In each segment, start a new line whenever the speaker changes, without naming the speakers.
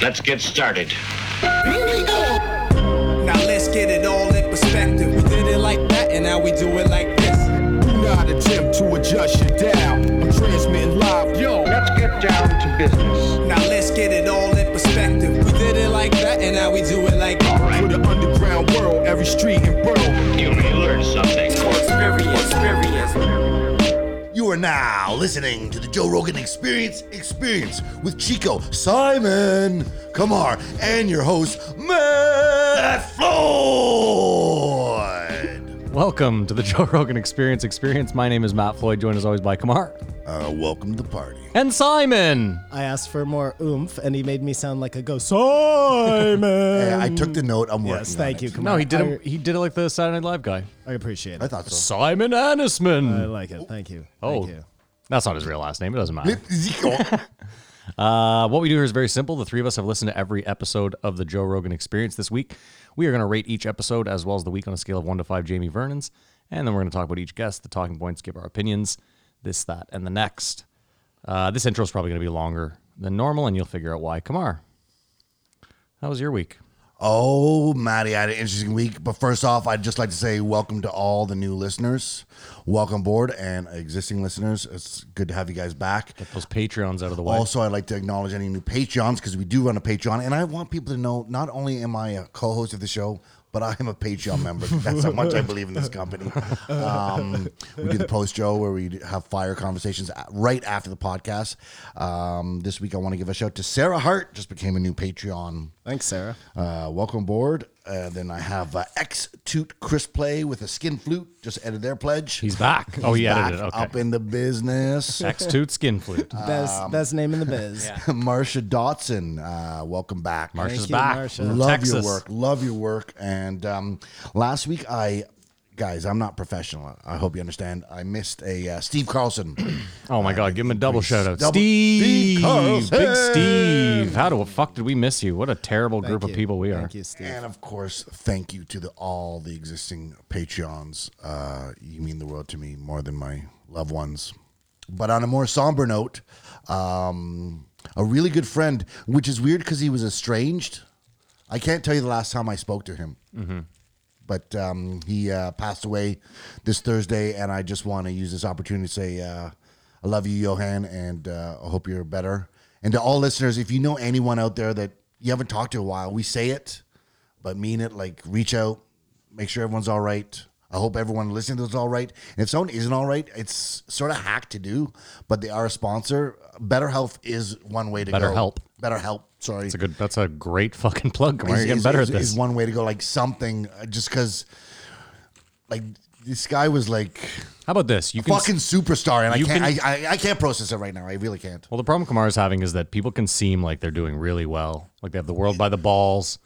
Let's get started.
Now let's get it all in perspective. We did it like that, and now we do it like this.
Do not attempt to adjust your dial. I'm transmitting live. Yo,
Let's get down to business.
Now let's get it all in perspective. We did it like that, and now we do it like
All
for
right,
the underground world, every street and borough.
you may learn something.
You are now listening to the Joe Rogan Experience Experience with Chico, Simon, Kamar, and your host, Matt Floyd.
Welcome to the Joe Rogan Experience Experience. My name is Matt Floyd, joined as always by Kamar
Uh, welcome to the party.
and Simon.
I asked for more oomph, and he made me sound like a ghost. Simon.
Hey, I took the note. I'm working.
yes,
on
thank
it.
you. Come
No,
on.
he didn't. He did it like the Saturday Night Live guy,
I, I appreciate
I
it.
thought so.
Simon
Oh. I
Anisman.
like it. Thank you.
Oh,
Thank you.
that's not his real last name. It doesn't matter.
Zico.
Uh, what we do here is very simple. The three of us have listened to every episode of the Joe Rogan Experience this week. We are going to rate each episode as well as the week on a scale of one to five Jamie Vernon's, and then we're going to talk about each guest, the talking points, give our opinions, this, that, and the next. Uh, this intro is probably going to be longer than normal, and you'll figure out why. Kamar, how was your week?
Oh, Maddie, I had an interesting week. But first off, I'd just like to say welcome to all the new listeners. Welcome aboard and existing listeners. It's good to have you guys back.
Those Patreons out of the way.
Also, I'd like to acknowledge any new Patreons because we do run a Patreon, and I want people to know not only am I a co-host of the show, but I am a Patreon member. That's how much I believe in this company. Um, we do the post show where we have fire conversations a- right after the podcast. Um, this week, I want to give a shout to Sarah Hart, just became a new Patreon.
Thanks, Sarah.
Uh, welcome aboard. Uh, then I have uh, X Toot Chris Play with a skin flute. Just edited their pledge.
He's back. oh,
He's
yeah.
back Uh, up in the business.
X toot skin flute.
Best, best name in the biz. yeah.
Marsha Dotson, uh, welcome back.
Marsha's
you,
back.
Marsha.
from
love your
Texas.
work. Love your work. And um, last week, I guys, I'm not professional. I hope you understand. I missed a uh, Steve Carlson.
Oh my God! Give him a double shout out,
Double- Steve
Steve,
Carlson.
Big Steve. How the fuck did we miss you? What a terrible group of people we are.
Thank you, Steve.
and of course, thank you to the, all the existing Patreons. Uh, you mean the world to me more than my loved ones. But on a more somber note, um, a really good friend, which is weird because he was estranged. I can't tell you the last time I spoke to him. but um, he uh, passed away this Thursday, and I just want to use this opportunity to say uh, I love you, Johan, and uh, I hope you're better. And to all listeners, if you know anyone out there that you haven't talked to in a while, we say it, but mean it. Like reach out, make sure everyone's all right. I hope everyone listening to this is all right. And if someone isn't all right, it's sort of hack to do, but they are a sponsor. Better Health is one way to go.
BetterHelp.
Better Help. Sorry,
That's a good. That's a great fucking plug. Kamar.
is-
You're getting
is-
better
is-
at this.
Is one way to go, like something, uh, just because, like this guy was like
How about this? You can.
fucking superstar, and I
you
can't,
can-
I, I, I can't process it right now. I really can't.
well, the problem Kamar is having is that people can seem like they're doing really well, like they have the world by the balls,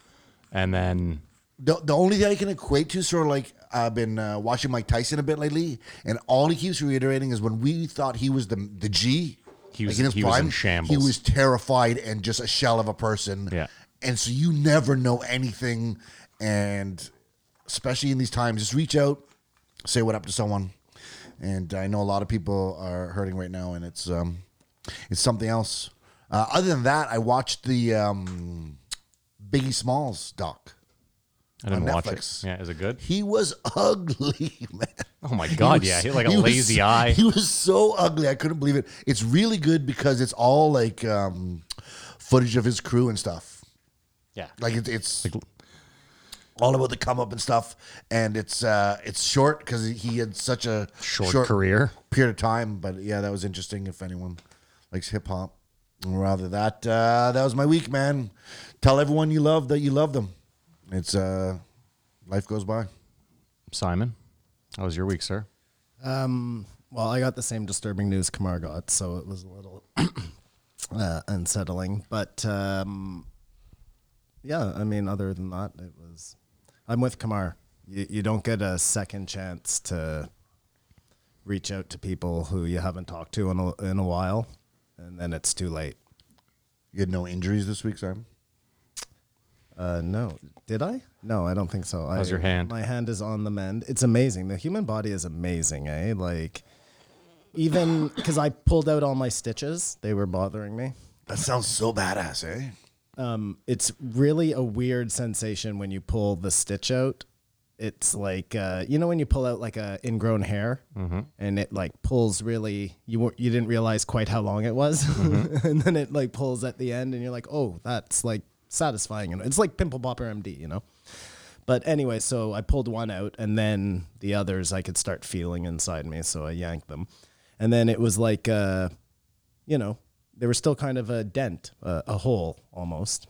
and then
The, the only thing I can equate to, sort of like I've been uh, watching Mike Tyson a bit lately, and all he keeps reiterating is when we thought he was the the G,
He
like
was-
in his
he was
prime,
in
He
shambles.
was terrified and just a shell of a person.
Yeah.
and so you never know anything, and especially in these times, just reach out, say what up to someone. And I know a lot of people are hurting right now, and it's um, it's something else. Uh, other than that, I watched the um, Biggie Smalls doc.
I didn't
On
watch
Netflix.
it. Yeah, is it good?
He was ugly, man.
Oh my God! yeah, he had like a lazy
was,
eye.
He was so ugly, I couldn't believe it. It's really good because it's all like um, footage of his crew and stuff.
yeah.
Like it, it's all about the come up and stuff, and it's uh, it's short because he had such a
Short career.
period of time. But yeah, that was interesting. If anyone likes hip hop, and rather that uh, that was my week, man. Tell everyone you love that you love them. It's uh, life goes by.
Simon, how was your week, sir?
Well, I got the same disturbing news Kamar got, so it was a little uh, unsettling. But um, yeah, I mean, other than that, it was. I'm with Kamar. You, you don't get a second chance to reach out to people who you haven't talked to in a, in a while, and then it's too late.
You had no injuries this week, Simon.
Uh, no, did I? No, I don't think so.
How's
I,
your hand?
My hand is on the mend. It's amazing. The human body is amazing, eh? Like, even because I pulled out all my stitches, they were bothering me.
That sounds so badass, eh?
Um, it's really a weird sensation when you pull the stitch out. It's like uh, you know when you pull out like a ingrown hair,
Mm-hmm.
and it like pulls really. You were, you didn't realize quite how long it was,
Mm-hmm.
and then it like pulls at the end, and you're like, oh, that's like satisfying, and it's like pimple popper MD, you know. But anyway, so I pulled one out, and then the others I could start feeling inside me, so I yanked them, and then it was like, uh, you know, there was still kind of a dent, uh, a hole almost,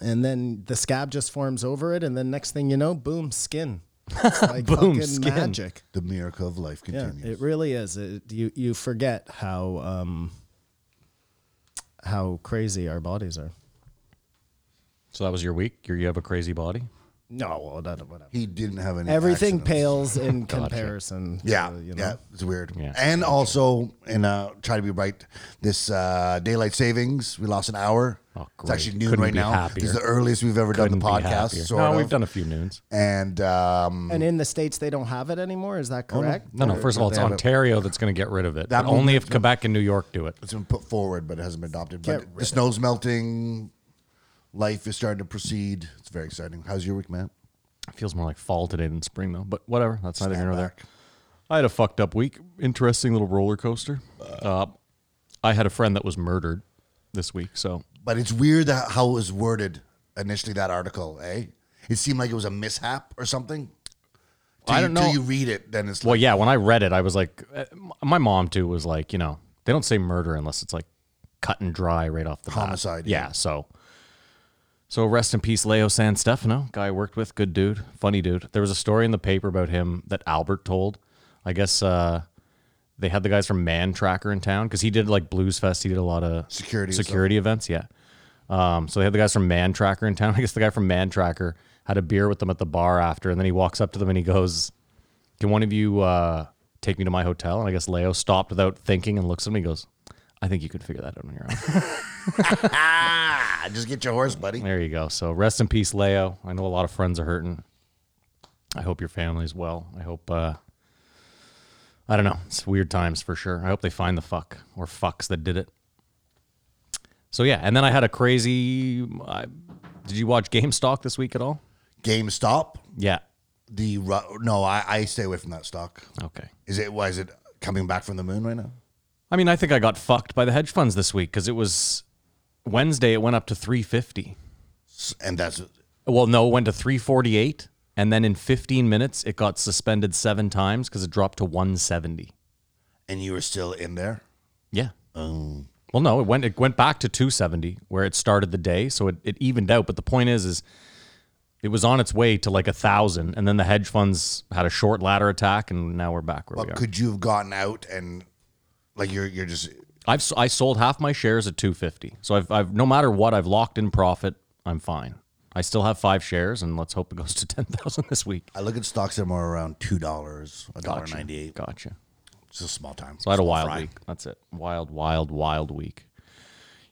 and then the scab just forms over it, and then next thing you know, boom, skin, It's like
Boom,
fucking
skin.
magic.
The miracle of life
Yeah,
continues.
it really is. It, you you forget how um, how crazy our bodies are.
So that was your week. You're, you have a crazy body.
No, well, that, whatever.
he didn't have any.
Everything
accidents.
pales in comparison. to,
Yeah,
you know.
yeah, it's weird.
Yeah.
And also, and uh, try to be right. This uh, daylight savings, we lost an hour.
Oh,
It's actually
great.
noon
Couldn't
right
be
now.
happier.
This is the earliest we've ever
Couldn't be
done the podcast.
happier.
sort
no,
of.
we've done a few noons.
And um,
And in the states, they don't have it anymore. Is
Oh,
that correct?
No, no. First of all, it's
They have it.
Ontario that's going to get rid of it.
That
but only
movement-
if Quebec and New York do it.
it's been put forward, but it hasn't been adopted. But
Get rid
the snow's melting. Life is starting to proceed. It's very exciting. How's your week, Matt?
It feels more like fall today than spring, though. But whatever. That's neither here nor there.
Snapback.
I had a fucked up week. Interesting little roller coaster. Uh, I had a friend that was murdered this week. So
But it's weird that how it was worded initially that article, eh? It seemed like it was a mishap or something. Till
I
you-
don't
Till
know.
you read it, then it's like,
Well, yeah, when I read it, I was like, uh, m- my mom too was like, you know, they don't say murder unless it's like cut and dry right off the bat.
Homicide,
Yeah.
yeah.
So, so rest in peace, Leo San Stefano, guy I worked with, good dude, funny dude. There was a story in the paper about him that Albert told. I guess uh, they had the guys from Man Tracker in town because he did like Blues Fest. He did a lot of
Security and stuff.
security events. Yeah. Um, so they had the guys from Man Tracker in town. I guess the guy from Man Tracker had a beer with them at the bar after, and then he walks up to them and he goes, "Can one of you uh, take me to my hotel?" And I guess Leo stopped without thinking and looks at me and goes, "I think you could figure that out on your own."
ah, just get your horse, buddy.
there you go. So rest in peace, Leo. I know a lot of friends are hurting. I hope your family's well. I hope. Uh, I don't know. It's weird times for sure. I hope they find the fuck or fucks that did it. So yeah, and then I had a crazy. I, did you watch GameStop this week at all?
GameStop,
Yeah.
the ru- no, I, I stay away from that stock.
Okay.
Is it? Why is it coming back from the moon right now?
I mean, I think I got fucked by the hedge funds this week because it was Wednesday. It went up to 350.
S- And that's
Well, no, it went to 348, and then in 15 minutes, it got suspended seven times because it dropped to 170.
and you were still in there.
Yeah.
Oh.
Well, no, it went it went back to 270 where it started the day, so it, it evened out. But the point is, is it was on its way to like a thousand, and then the hedge funds had a short ladder attack, and now we're back where
But
we are.
could you have gotten out and like you're you're just
I've s- I sold half my shares at 250. So I've, I've no matter what I've locked in profit, I'm fine. I still have 5 shares and let's hope it goes to 10,000 this week.
I look at stocks that are more around two dollars, a dollar ninety eight.
Gotcha.
It's a small time.
So I had a wild week. That's it. Wild wild wild week.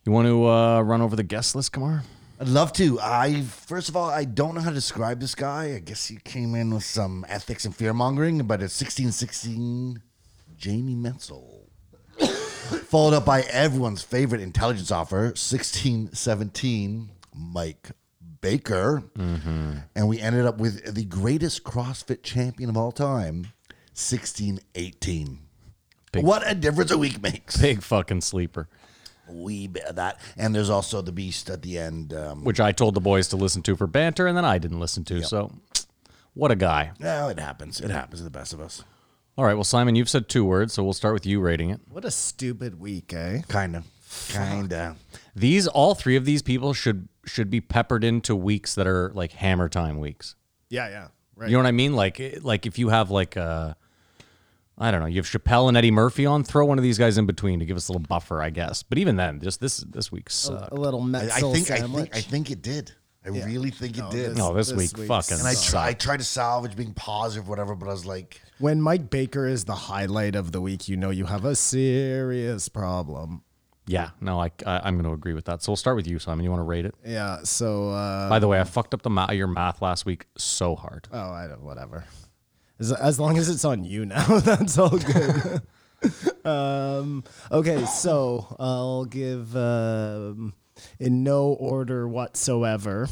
You want to uh, run over the guest list, Kamar?
I'd love to. I first of all, I don't know how to describe this guy. I guess he came in with some ethics and fear mongering, but it's sixteen sixteen, Jamie Metzel, followed up by everyone's favorite intelligence offer sixteen seventeen, Mike Baker,
Mm-hmm.
and we ended up with the greatest CrossFit champion of all time, sixteen eighteen.
Big-
what a difference a week makes.
Big fucking sleeper,
We that, and there's also the beast at the end. Um,
which I told the boys to listen to for banter and then I didn't listen to. So what a guy.
No, it happens. It happens to the best of us.
All right, well Simon, you've said two words, so we'll start with you rating it.
What a stupid week, eh?
Kinda. Kinda.
These all three of these people should should be peppered into weeks that are like hammer time weeks.
Yeah, yeah. Right.
You know what I mean? Like eh, like if you have like uh I don't know, you have Chappelle and Eddie Murphy on, throw one of these guys in between to give us a little buffer, I guess. But even then, just this this uh, week sucked.
a little
I, I
Metzel
think I
sandwich.
think I think it did. I really think it
No,
did.
this-
No, this,
this
week,
week
fucking
and I
sucked.
try, I tried to salvage being positive, whatever, but I was like,
when Mike Baker is the highlight of the week, you know you have a serious problem.
yeah, no, I, I I'm going to agree with that. So we'll start with you, Simon. You want to rate it?
Yeah. So. Uh,
By the way, I fucked up the ma- your math last week so hard.
oh, I don't. Whatever. As, as long as it's on you now, that's all good. um. Okay. So I'll give. Um, in no order whatsoever,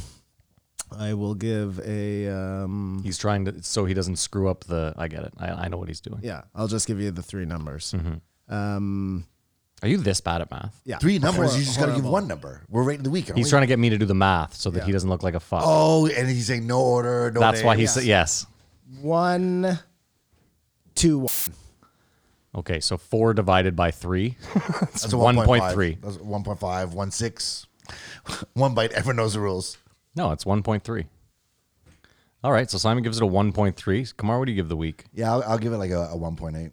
I will give a. Um,
He's trying to so he doesn't screw up the. I get it. I, I know what he's doing.
yeah, I'll just give you the three numbers.
Mm-hmm.
Um,
Are you this bad at math?
yeah,
Three numbers.
Hor-
You just got to give
horrible.
one number. We're rating the week. aren't
He's
we?
trying to get me to do the math so that he doesn't look like a fuck.
Oh, and he's saying no order. No
That's why
name.
he said yes.
One, two, one.
Okay, so four divided by three. That's
That's a
one point
1.5.
three.
That's 1.5, 1, 6. one bite. Everyone knows the rules.
No, it's one point three. All right, so Simon gives it a one point three. Kamar, what do you give the week?
Yeah, I'll, I'll give it like a, a 1.8.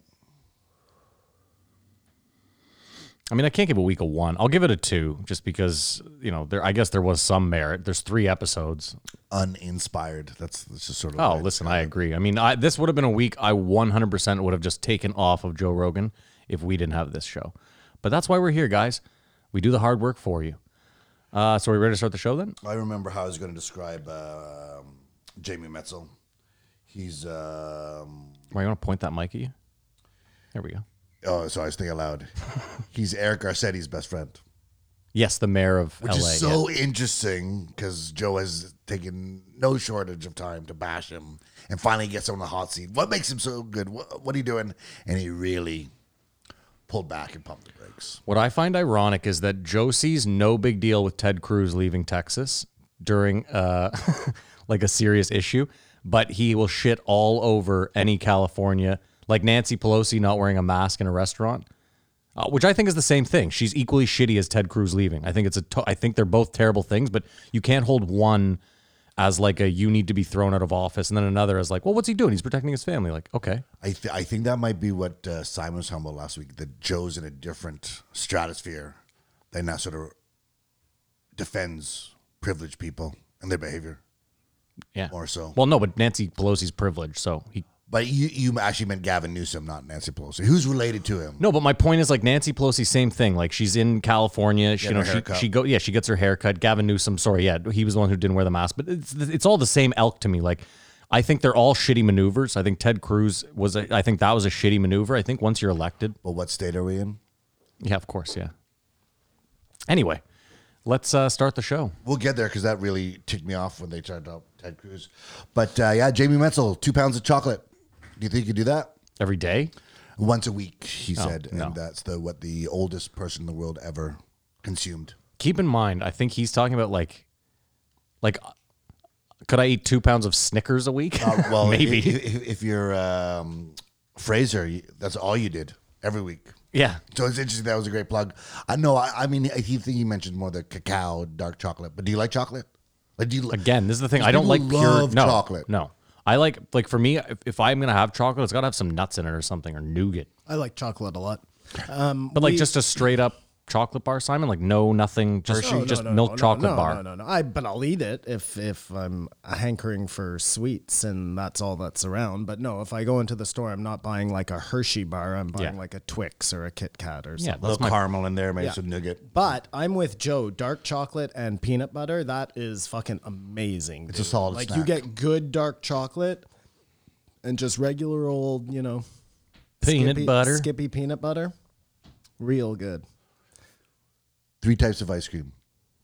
I mean, I can't give a week a one. I'll give it a two, just because you know there. I guess there was some merit. There's three episodes.
Uninspired. That's, that's just sort of.
Oh,
what Oh, I-
listen, I agree. I mean, I, this would have been a week I 100% would have just taken off of Joe Rogan if we didn't have this show. But that's why we're here, guys. We do the hard work for you. Uh, so are we ready to start the show then?
I remember how I was going to describe um Jamie Metzel. He's. Um,
Why you want to point that mic at you? There we go.
oh, sorry, I was thinking aloud. he's Eric Garcetti's best friend.
Yes, the mayor of
Which
LA.
is
yeah.
so interesting because Joe has taken no shortage of time to bash him and finally gets him on the hot seat. What makes him so good? What, what are you doing? And he really pulled back and pumped the brakes.
What I find ironic is that Joe sees no big deal with Ted Cruz leaving Texas during uh, like a serious issue, but he will shit all over any California, like Nancy Pelosi not wearing a mask in a restaurant, uh, which I think is the same thing. She's equally shitty as Ted Cruz leaving. I think it's a. To- I think they're both terrible things, but you can't hold one as like a you need to be thrown out of office, and then another as like, well, what's he doing? He's protecting his family. Like, okay,
I, th- I think that might be what uh, Simon was talking about last week that Joe's in a different stratosphere that now sort of defends privileged people and their behavior.
yeah,
More so.
Well, no, but Nancy Pelosi's privileged, so he
But you, you actually meant Gavin Newsom, not Nancy Pelosi. Who's related to him?
No, but my point is like Nancy Pelosi, same thing. Like she's in California. She, you
Get
know,
her
she,
haircut.
she go yeah, she gets her haircut. Gavin Newsom, sorry, yeah, he was the one who didn't wear the mask. But it's it's all the same elk to me. Like I think they're all shitty maneuvers. I think Ted Cruz was. A, I think that was a shitty maneuver. I think once you're elected,
But what state are we in?
yeah, of course, yeah. Anyway, let's uh, start the show.
We'll get there because that really ticked me off when they turned up Ted Cruz. But uh, yeah, Jamie Metzel, two pounds of chocolate. Do you think you could do that
Every day,
once a week? He said,
no.
and that's the what the oldest person in the world ever consumed.
keep in mind. I think he's talking about like, like, could I eat two pounds of Snickers a week?
Uh, well,
Maybe.
if, if, if you're um, Fraser, you- that's all you did every week.
yeah,
So it's interesting. That was a great plug. I know. I, I mean, I think he mentioned more the cacao, dark chocolate. But do you like chocolate? Like, do you li-
Again, this is the thing.
Because
I don't
people
like pure
love
no,
chocolate.
No, I like like for me, if, if I'm gonna have chocolate, it's gotta have some nuts in it or something or nougat.
I like chocolate a lot. Um,
But like
we-
just a straight up chocolate bar, Simon. Like no nothing, just
No, no,
just
no,
milk
no,
chocolate
no,
bar.
No, no, no. I but I'll eat it if if I'm hankering for sweets and that's all that's around. But no, if I go into the store, I'm not buying like a Hershey bar. I'm buying
Yeah.
like a Twix or a Kit Kat or
Yeah,
something.
that's
little
my.
caramel in there, maybe some nougat.
But I'm with Joe. Dark chocolate and peanut butter. That is fucking amazing. It's
a solid
Like
snack.
you get good dark chocolate and just regular old, you know,
Peanut
Skippy-
butter.
Skippy peanut butter. Real good.
Three types of ice cream: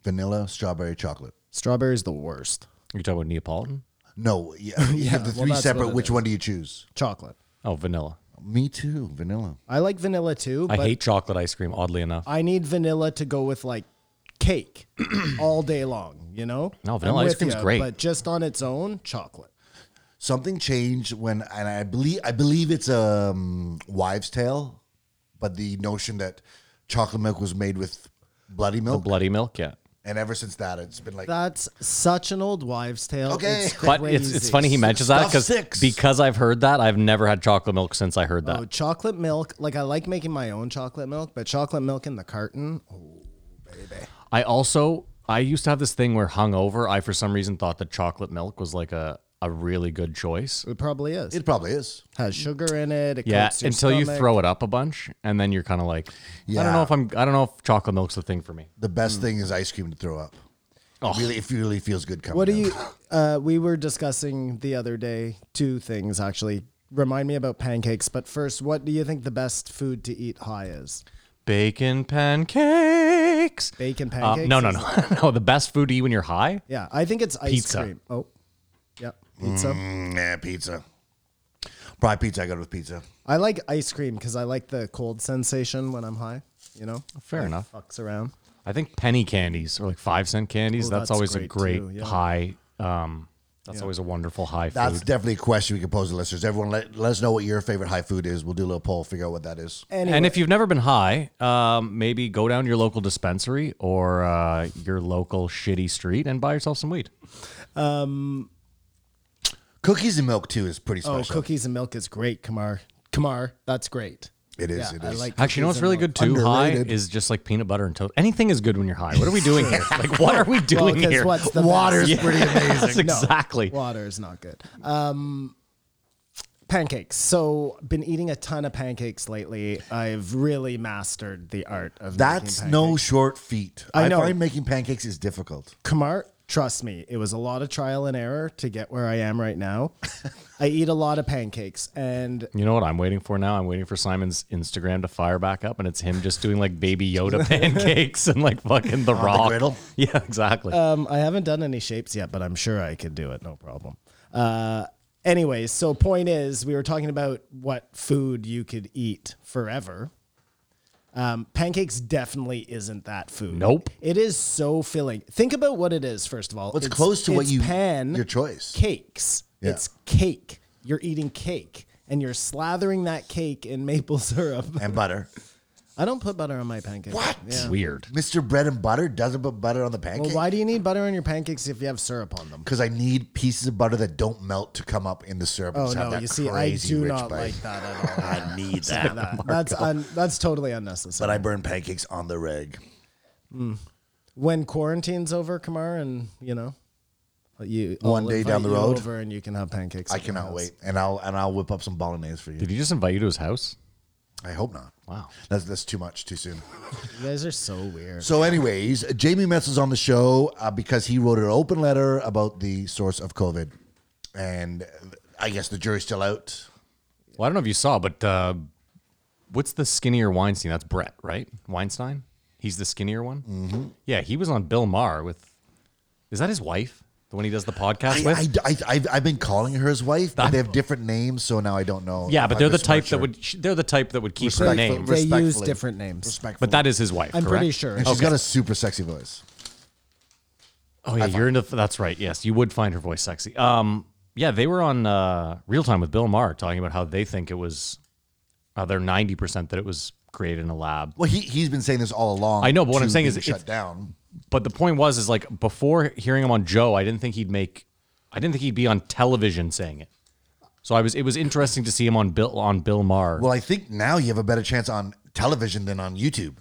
vanilla, strawberry, chocolate.
Strawberry's the worst.
You talking about Neapolitan?
No, yeah, you have the
well,
three
that's
separate.
what it
Which
is.
one do you choose?
Chocolate.
Oh, vanilla.
Me too, vanilla.
I like vanilla too,
I
but I,
hate chocolate ice cream. Oddly enough,
need vanilla to go with like cake all day long, you know?
No, vanilla
I'm
ice
with
cream's
ya,
great.
But just on its own, chocolate.
Something changed when, and I believe I believe it's a um, wives' tale, but the notion that chocolate milk was made with bloody milk,
bloody milk. Yeah.
and ever since that, it's been like
That's such an old wives' tale.
Okay.
It's
But it's, it's
crazy.
funny he mentions that
Stuff
because
six.
because I've heard that I've never had chocolate milk since I heard that.
Oh, chocolate milk. Like I like making my own chocolate milk, but chocolate milk in the carton.
I also I used to have this thing where hungover I for some reason thought that chocolate milk was like a a really good choice.
It probably is.
it probably is.
has sugar in it. it
Yeah,
coats your
until you
stomach.
throw it up a bunch, and then you're kind of like, I don't
Yeah.
know if I'm, I don't know if chocolate milk's the thing for me.
The best thing is ice cream to throw up. Really, it really feels good coming.
What do
down.
you? Uh, we were discussing the other day two things actually. Remind me about pancakes, but first, what do you think the best food to eat high is?
Bacon pancake. pancakes.
Bacon
Uh,
pancakes
no, no,
is-
no, no. The best food to eat when you're high.
Yeah, I think it's ice
Pizza.
cream. Oh, yeah, pizza.
Nah, Mm, pizza. Probably pizza. I go with pizza.
I like ice cream because I like the cold sensation when I'm high. You know,
Fair
Like,
enough.
Fucks around.
I think penny candies or like five cent candies.
Oh,
that's,
that's
always a
great
great
too, yeah.
high. Um, that's always a wonderful high
That's
food.
definitely a question we can pose to listeners. Everyone, let, let us know what your favorite high food is. We'll do a little poll, figure out what that is.
Anyway,
And if you've never been high, um, maybe go down to your local dispensary or uh, your local shitty street and buy yourself some weed.
Cookies and milk too is pretty
oh,
special.
cookies and milk is great, Kamar. Kamar, that's great.
It is, it
I
is.
like
Actually, you know what's
cookies
really
and milk.
good too?
Underrated.
High is just like peanut butter and toast. Anything is good when you're high. What are we doing here? Like, what are we
Well,
doing
'cause
here?
what's the
Water's
best?
pretty amazing.
That's exactly.
Water is not good. Um, pancakes. So, been eating a ton of pancakes lately. I've really mastered the art of
That's
making
no
pancakes.
short feat.
I know.
find making pancakes is difficult.
Kamar, trust me, it was a lot of trial and error to get where I am right now. I eat a lot of pancakes, and
You know what I'm waiting for now? I'm waiting for Simon's Instagram to fire back up, and it's him just doing like Baby Yoda pancakes and like fucking the raw.
griddle?
Yeah, exactly.
um, I haven't done any shapes yet, but I'm sure I could do it, no problem. Uh, anyways, so point is, we were talking about what food you could eat forever. Um, pancakes definitely isn't that food.
Nope.
It is so filling. Think about what it is first of all.
Well, it's close to what
it's
you-
pan
your choice.
cakes.
Yeah.
It's cake. You're eating cake, and you're slathering that cake in maple syrup.
And butter.
I don't put butter on my pancakes.
What?
Yeah.
Weird.
Mr. Bread and Butter doesn't put butter on the pancake.
Well, why do you need butter on your pancakes if you have syrup on them?
Because I need pieces of butter that don't melt to come up in the syrup. and
Oh
just have
no!
that
You see, I
crazy
do
rich
not
bite.
like that at all.
I need that.
That- that's un, that's totally unnecessary.
But I burn pancakes on the reg.
when quarantine's over, Kamar, and you know, you
One
I'll
day
invite
down the
you
road.
over and you can have pancakes.
I
at my
cannot
house.
wait, and I'll and I'll whip up some bolognese for you.
Did he just invite you to his house?
I hope not.
Wow.
that's that's too much, too soon.
You guys are so weird.
So, anyways, Jamie Metz is on the show uh, because he wrote an open letter about the source of COVID, and uh, I guess the jury's still out.
Well, I don't know if you saw, but uh, what's the skinnier Weinstein? That's Brett, right? Weinstein? He's the skinnier one? Mm-hmm. Yeah, he was on Bill Maher with. Is that his wife? The one he does the podcast with?
I, I, I, have I've been calling her his wife, but they have different names, so now I don't know.
yeah,
if
but
I
they're the
besmirch
type
her.
that would. They're the type that would keep her
Respectful-
name.
They use
respectfully.
different names.
Respectfully.
But that is his wife.
I'm pretty
correct?
sure.
And she's got a super sexy voice.
Oh yeah, you're into that's right. Yes, you would find her voice sexy. Um, yeah, they were on uh, Real Time with Bill Maher talking about how they think it was, uh, they're ninety percent that it was created in a lab.
Well, he he's been saying this all along.
I know, but what
to
I'm saying is
being
it's-
shut down.
But the point was, is like before hearing him on Joe, I didn't think he'd make, I didn't think he'd be on television saying it. So I was, it was interesting to see him on Bill on Bill Maher.
Well, I think now you have a better chance on television than on YouTube.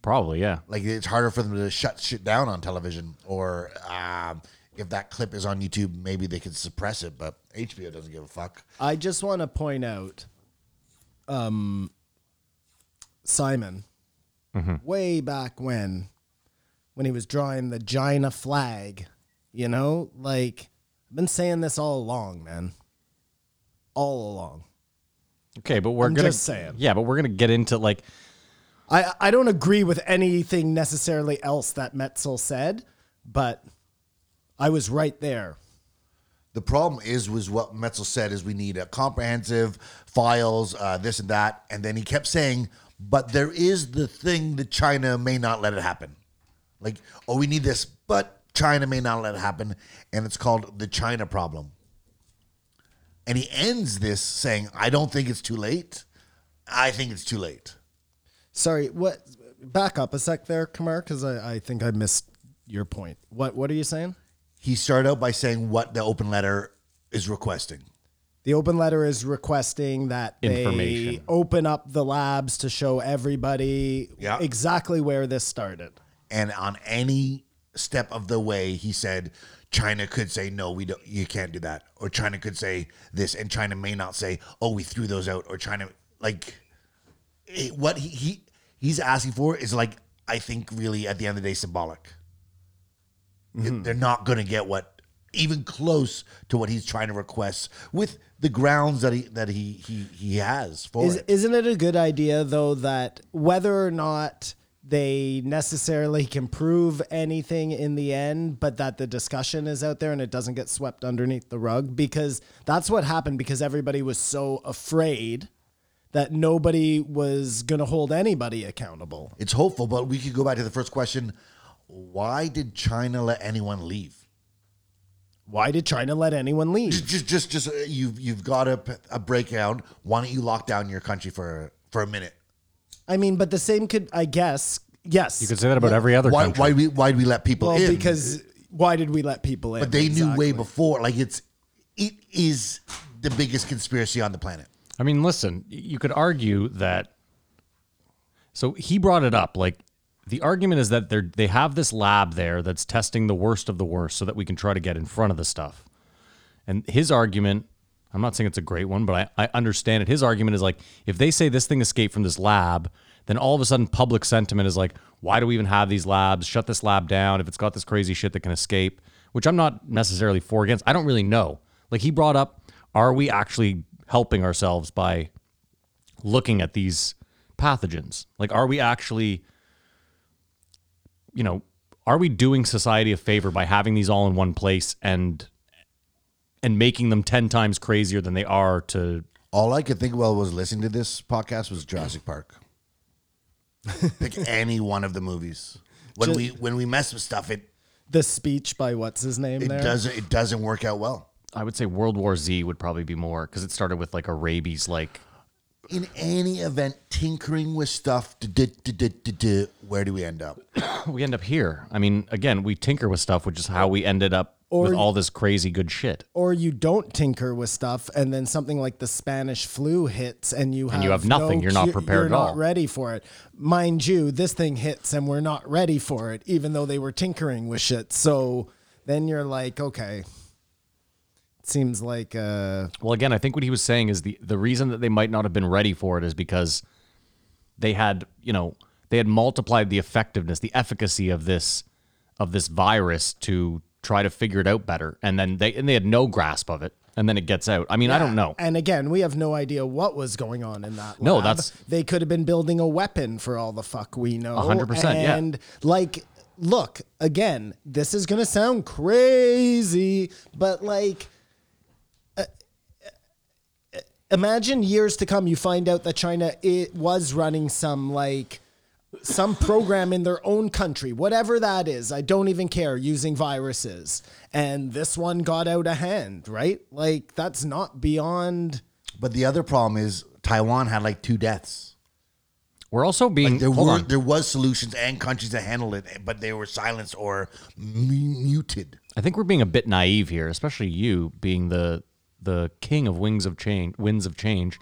Probably, yeah.
Like it's harder for them to shut shit down on television, or um, if that clip is on YouTube, maybe they could suppress it. But HBO doesn't give a fuck.
I just want to point out, um, Simon, way back when, when he was drawing the Gina flag, you know, like I've been saying this all along, man, all along.
Okay, but we're
I'm
gonna
just saying.
yeah, but we're gonna get into like
I I don't agree with anything necessarily else that Metzel said, but I was right there.
The problem is, was what Metzel said is we need a comprehensive files, uh, this and that, and then he kept saying, but there is the thing that China may not let it happen. Like, oh, we need this, but China may not let it happen, and it's called the China problem. And he ends this saying, I don't think it's too late. I think it's too late.
Sorry, what? Back up a sec there, Kamar, because I, I think I missed your point. What What are you saying?
He started out by saying what the open letter is requesting.
The open letter is requesting that they
Information.
open up the labs to show everybody
Yeah.
exactly where this started.
and on any step of the way he said china could say no we don't you can't do that or china could say this and china may not say oh we threw those out or china like it- what he, he he's asking for is like i think really at the end of the day symbolic they're not going to get what even close to what he's trying to request with the grounds that he that he he, he has for
Is,
it.
isn't it a good idea though that whether or not they necessarily can prove anything in the end, but that the discussion is out there and it doesn't get swept underneath the rug because that's what happened because everybody was so afraid that nobody was going to hold anybody accountable.
It's hopeful, but we could go back to the first question. Why did China let anyone leave?
Why did China let anyone leave?
Just, just, just, just uh, you've you've got a, p- a breakdown. Why don't you lock down your country for for a minute?
I mean, but the same could, I guess, yes.
You could say that about every other
Why
country.
why we why do we let people
well,
in?
because why did we let people in?
but they knew way
Exactly.
before. Like it's it is the biggest conspiracy on the planet.
I mean, listen, y- you could argue that. So he brought it up. Like the argument is that they are they have this lab there that's testing the worst of the worst, so that we can try to get in front of the stuff. And his argument, I'm not saying it's a great one, but I, I understand it. His argument is like, if they say this thing escaped from this lab, then all of a sudden public sentiment is like, why do we even have these labs? Shut this lab down if it's got this crazy shit that can escape, which I'm not necessarily for or against. I don't really know. Like he brought up, are we actually helping ourselves by looking at these pathogens? Like, are we actually, you know, are we doing society a favor by having these all in one place and and making them ten times crazier than they are to?
All I could think while I was listening to this podcast was Jurassic Park. Pick any one of the movies. When
Just-
we when we mess with stuff, it
the speech by what's his name
it
there.
doesn't it doesn't work out well.
I would say World War Z would probably be more because it started with like a rabies, like
In any event, tinkering with stuff. duh, duh, duh, duh, duh, duh, Where do we end up?
we end up here. I mean, again, we tinker with stuff, which is how we ended up with all this crazy good shit.
or you don't tinker with stuff and then something like the spanish flu hits and you have,
you have nothing.
no
You're not
cu-
prepared
you're
at
not
all.
ready for it mind you this thing hits and we're not ready for it even though they were tinkering with shit so then you're like okay seems like uh
Well, again, I think what he was saying is the the reason that they might not have been ready for it is because they had, you know, they had multiplied the effectiveness, the efficacy of this of this virus to try to figure it out better, and then they and they had no grasp of it, and then it gets out. I mean, I don't know.
and again we have no idea what was going on in that
No,
lab.
that's-
they could have been building a weapon for all the fuck we know
100%, yeah.
Oh, and like look again this is gonna sound crazy but like uh, imagine years to come you find out that china it was running some like some program in their own country whatever that is i don't even care using viruses and this one got out of hand right like that's not beyond
But the other problem is Taiwan had like two deaths.
We're also being
There
Mm, hold
were
on.
there was solutions and countries that handled it, but they were silenced or mu- muted.
I think we're being a bit naive here, especially you being the the king of wings of change, winds of change.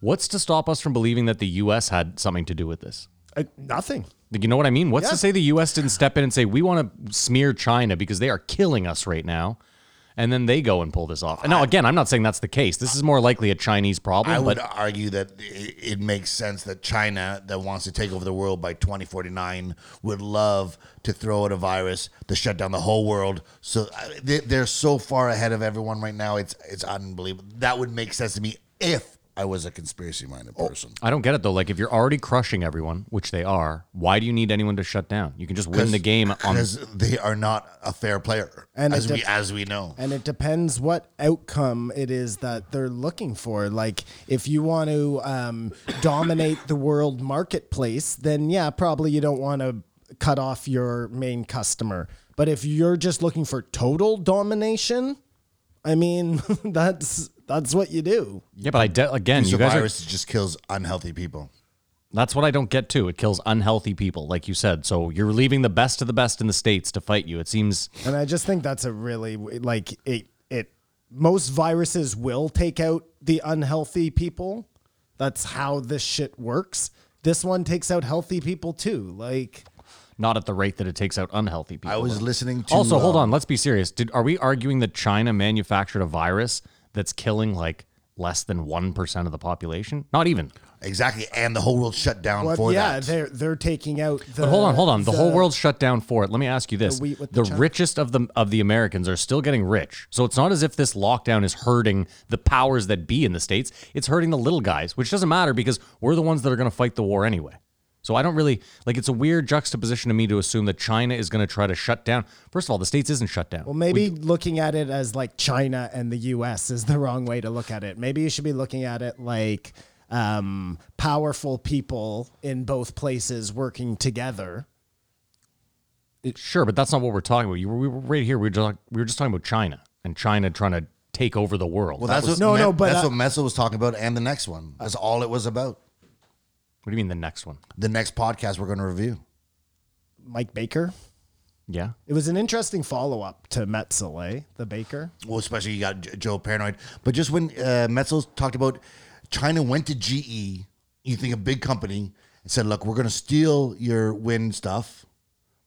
What's to stop us from believing that the U.S. had something to do with this?
uh, nothing
Like, You know what I mean? What's to
Yeah.
say the U.S. didn't step in and say we want to smear China because they are killing us right now, and then they go and pull this off? And now, again, I'm not saying that's the case. This is more likely a Chinese problem.
I would
but
argue that it, it makes sense that China, that wants to take over the world by 2049, would love to throw out a virus to shut down the whole world. So uh, they, they're so far ahead of everyone right now. It's it's unbelievable. That would make sense to me if I was a conspiracy minded person.
I don't get it though. Like, if you're already crushing everyone, which they are, why do you need anyone to shut down? You can just win the game um, on
because they are not a fair player,
And
as
it
we
dep-
as we know.
And it depends what outcome it is that they're looking for. Like, if you want to um, dominate the world marketplace, then yeah, probably you don't want to cut off your main customer. But if you're just looking for total domination, I mean, that's that's what you do.
Yeah, but I de- again,
It's
you
a
guys are
virus that just kills unhealthy people.
That's what I don't get too. It kills unhealthy people, like you said. So you're leaving the best of the best in the states to fight you. It seems
And I just think that's a really like it it most viruses will take out the unhealthy people. That's how this shit works. This one takes out healthy people too. Like
not at the rate that it takes out unhealthy people.
I was listening to.
also, hold
uh,
on. Let's be serious. Did are we arguing that China manufactured a virus that's killing like less than one percent of the population? Not even.
Exactly, and the whole world shut down
but
for
yeah,
that.
they're they're taking out the
But hold on, hold on. The, whole
the-
world's shut down for it. Let me ask you this:
wheat with
the
the China-
richest of the of the Americans are still getting rich, so it's not as if this lockdown is hurting the powers that be in the states. It's hurting the little guys, which doesn't matter because we're the ones that are going to fight the war anyway. So I don't really like it's a weird juxtaposition to me to assume that China is going to try to shut down. First of all, the states isn't shut down.
Well, maybe looking at it as like China and the U.S. is the wrong way to look at it. Maybe you should be looking at it like um, powerful people in both places working together.
Sure, but that's not what we're talking about. You were, we were right here. We were, just, we were just talking about China and China trying to take over the world.
Well, that's
That was-
what
no,
no,
no, but,
That's
uh,
what Mesa was talking about, and the next one. That's all it was about.
what do you mean the next one?
The next podcast we're going to review.
Mike Baker.
Yeah,
It was an interesting follow up to Metzele, the baker.
Well, especially you got J- Joe paranoid. But just when uh, Metzels talked about China went to GE, you think a big company, and said, "Look, we're going to steal your wind stuff,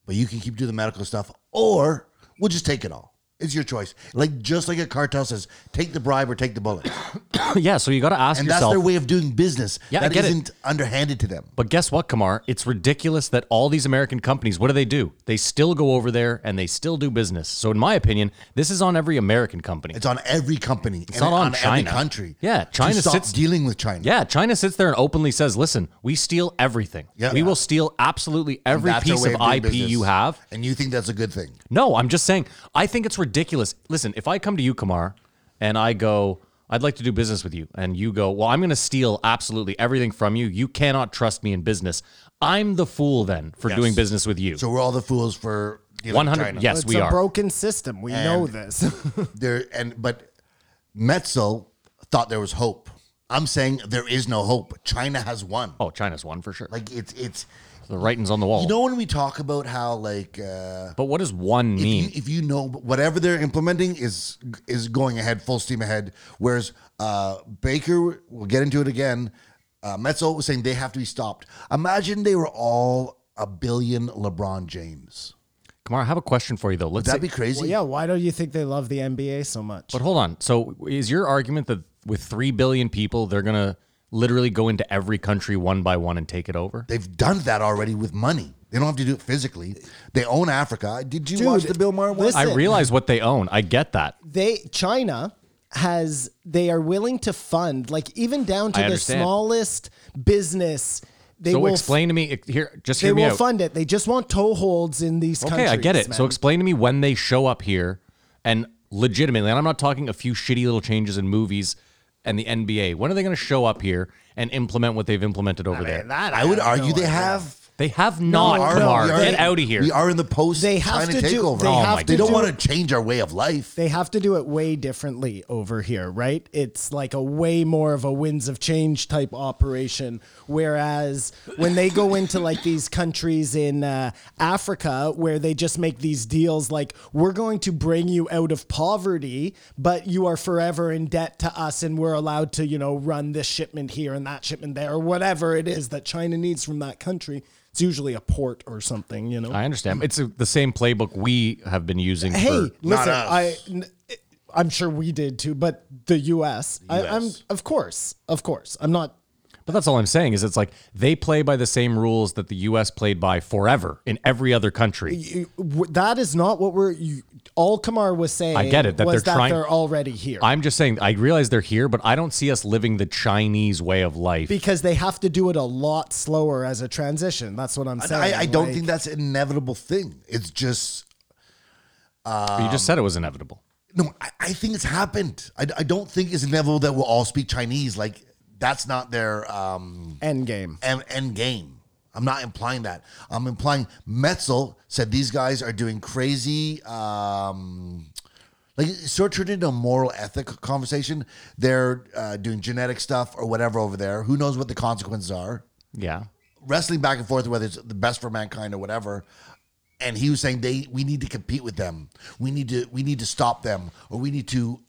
but you can keep doing the medical stuff, or we'll just take it all. It's your choice." Like just like a cartel says, take the bribe or take the bullet,
yeah. So you got to ask
and that's
yourself.
their way of doing business.
Yeah, I
that
get it.
not underhanded to them.
But guess what, Kamar? It's ridiculous that all these American companies, what do they do? They still go over there and they still do business. So, in my opinion, this is on every American company.
It's on every company. It's
not on China.
every country.
Yeah,
to
China
stop
sits-
dealing with China.
yeah, China sits there and openly says, listen, we steal everything.
Yeah.
We
Yeah.
will steal absolutely every
That's their
piece
way
of
doing
IP
business.
you have.
and you think that's a good thing.
No, I'm just saying, I think it's ridiculous. Listen, if I come to you, Kamar, and I go, I'd like to do business with you, and you go, Well, I'm going to steal absolutely everything from you. You cannot trust me in business. I'm the fool then for doing business with you.
So we're all the fools for dealing
One
with
hundred.
China.
Yes,
it's
we
a
are.
broken system. We know this.
there and but Metzel thought there was hope. I'm saying there is no hope. China has won.
oh, China's one for sure.
Like it's it's
the writing's on the wall.
you know when we talk about how like uh
but what does one
if
mean?
you, if you know whatever they're implementing is is going ahead full steam ahead whereas uh Baker we'll get into it again uh Metzel was saying they have to be stopped. Imagine they were all a billion LeBron James.
Kamara, I have a question for you though. Let's
That'd
say-
be crazy.
well, yeah, why don't you think they love the NBA so much?
But hold on. So is your argument that with three billion people, they're gonna literally go into every country one by one and take it over?
They've done that already with money. They don't have to do it physically. They own Africa. Did you
Dude,
watch the Bill Maher one?
listen.
I realize what they own. I get that.
they China has they are willing to fund like even down to
I
the
understand.
smallest business. They
So
will
explain to me here. Just
They
hear me
will
out.
fund it. They just want toeholds in these
okay,
countries.
I get it. So
man.
explain to me when they show up here and legitimately, and I'm not talking a few shitty little changes in movies and the NBA. When are they gonna show up here and implement what they've implemented over there?
I would argue they have.
They have not,
no,
Kamar.
we are-
Get out of here.
We are in the post
They have
China
to do-
takeover.
they
Oh have my to
They don't
do-
want to change our way of life.
they have to do it way differently over here, right? It's like a way more of a winds of change type operation. Whereas when they go into like these countries in uh, Africa where they just make these deals like, we're going to bring you out of poverty, but you are forever in debt to us and we're allowed to, you know, run this shipment here and that shipment there or whatever it is that China needs from that country. It's usually a port or something, you know?
I understand. It's a, the same playbook we have been using.
Hey,
for,
Not
listen,
us.
I, n- I'm sure we did too, but the U.S. I, I'm
US.
of course, of course, I'm not.
but that's all I'm saying is it's like they play by the same rules that the U.S. played by forever in every other country.
you- w- That is not what we're. You, all Kamar was saying.
I get it, that
was
they're trying-
They're already here
I'm just saying. I realize they're here, but I don't see us living the Chinese way of life.
because they have to do it a lot slower as a transition. That's what I'm
I-
saying.
I, I don't
Like,
think that's an inevitable thing. It's just
you just said it was inevitable.
no. I, I think it's happened. I, I don't think it's inevitable that we'll all speak Chinese. Like that's not their um,
end game.
end, end game. I'm not implying that. I'm implying Metzel said these guys are doing crazy. Um, like it sort of turned into a moral ethic conversation. They're uh, doing genetic stuff or whatever over there. Who knows what the consequences are?
Yeah.
Wrestling back and forth whether it's the best for mankind or whatever. And he was saying they we need to compete with them. We need to we need to stop them or we need to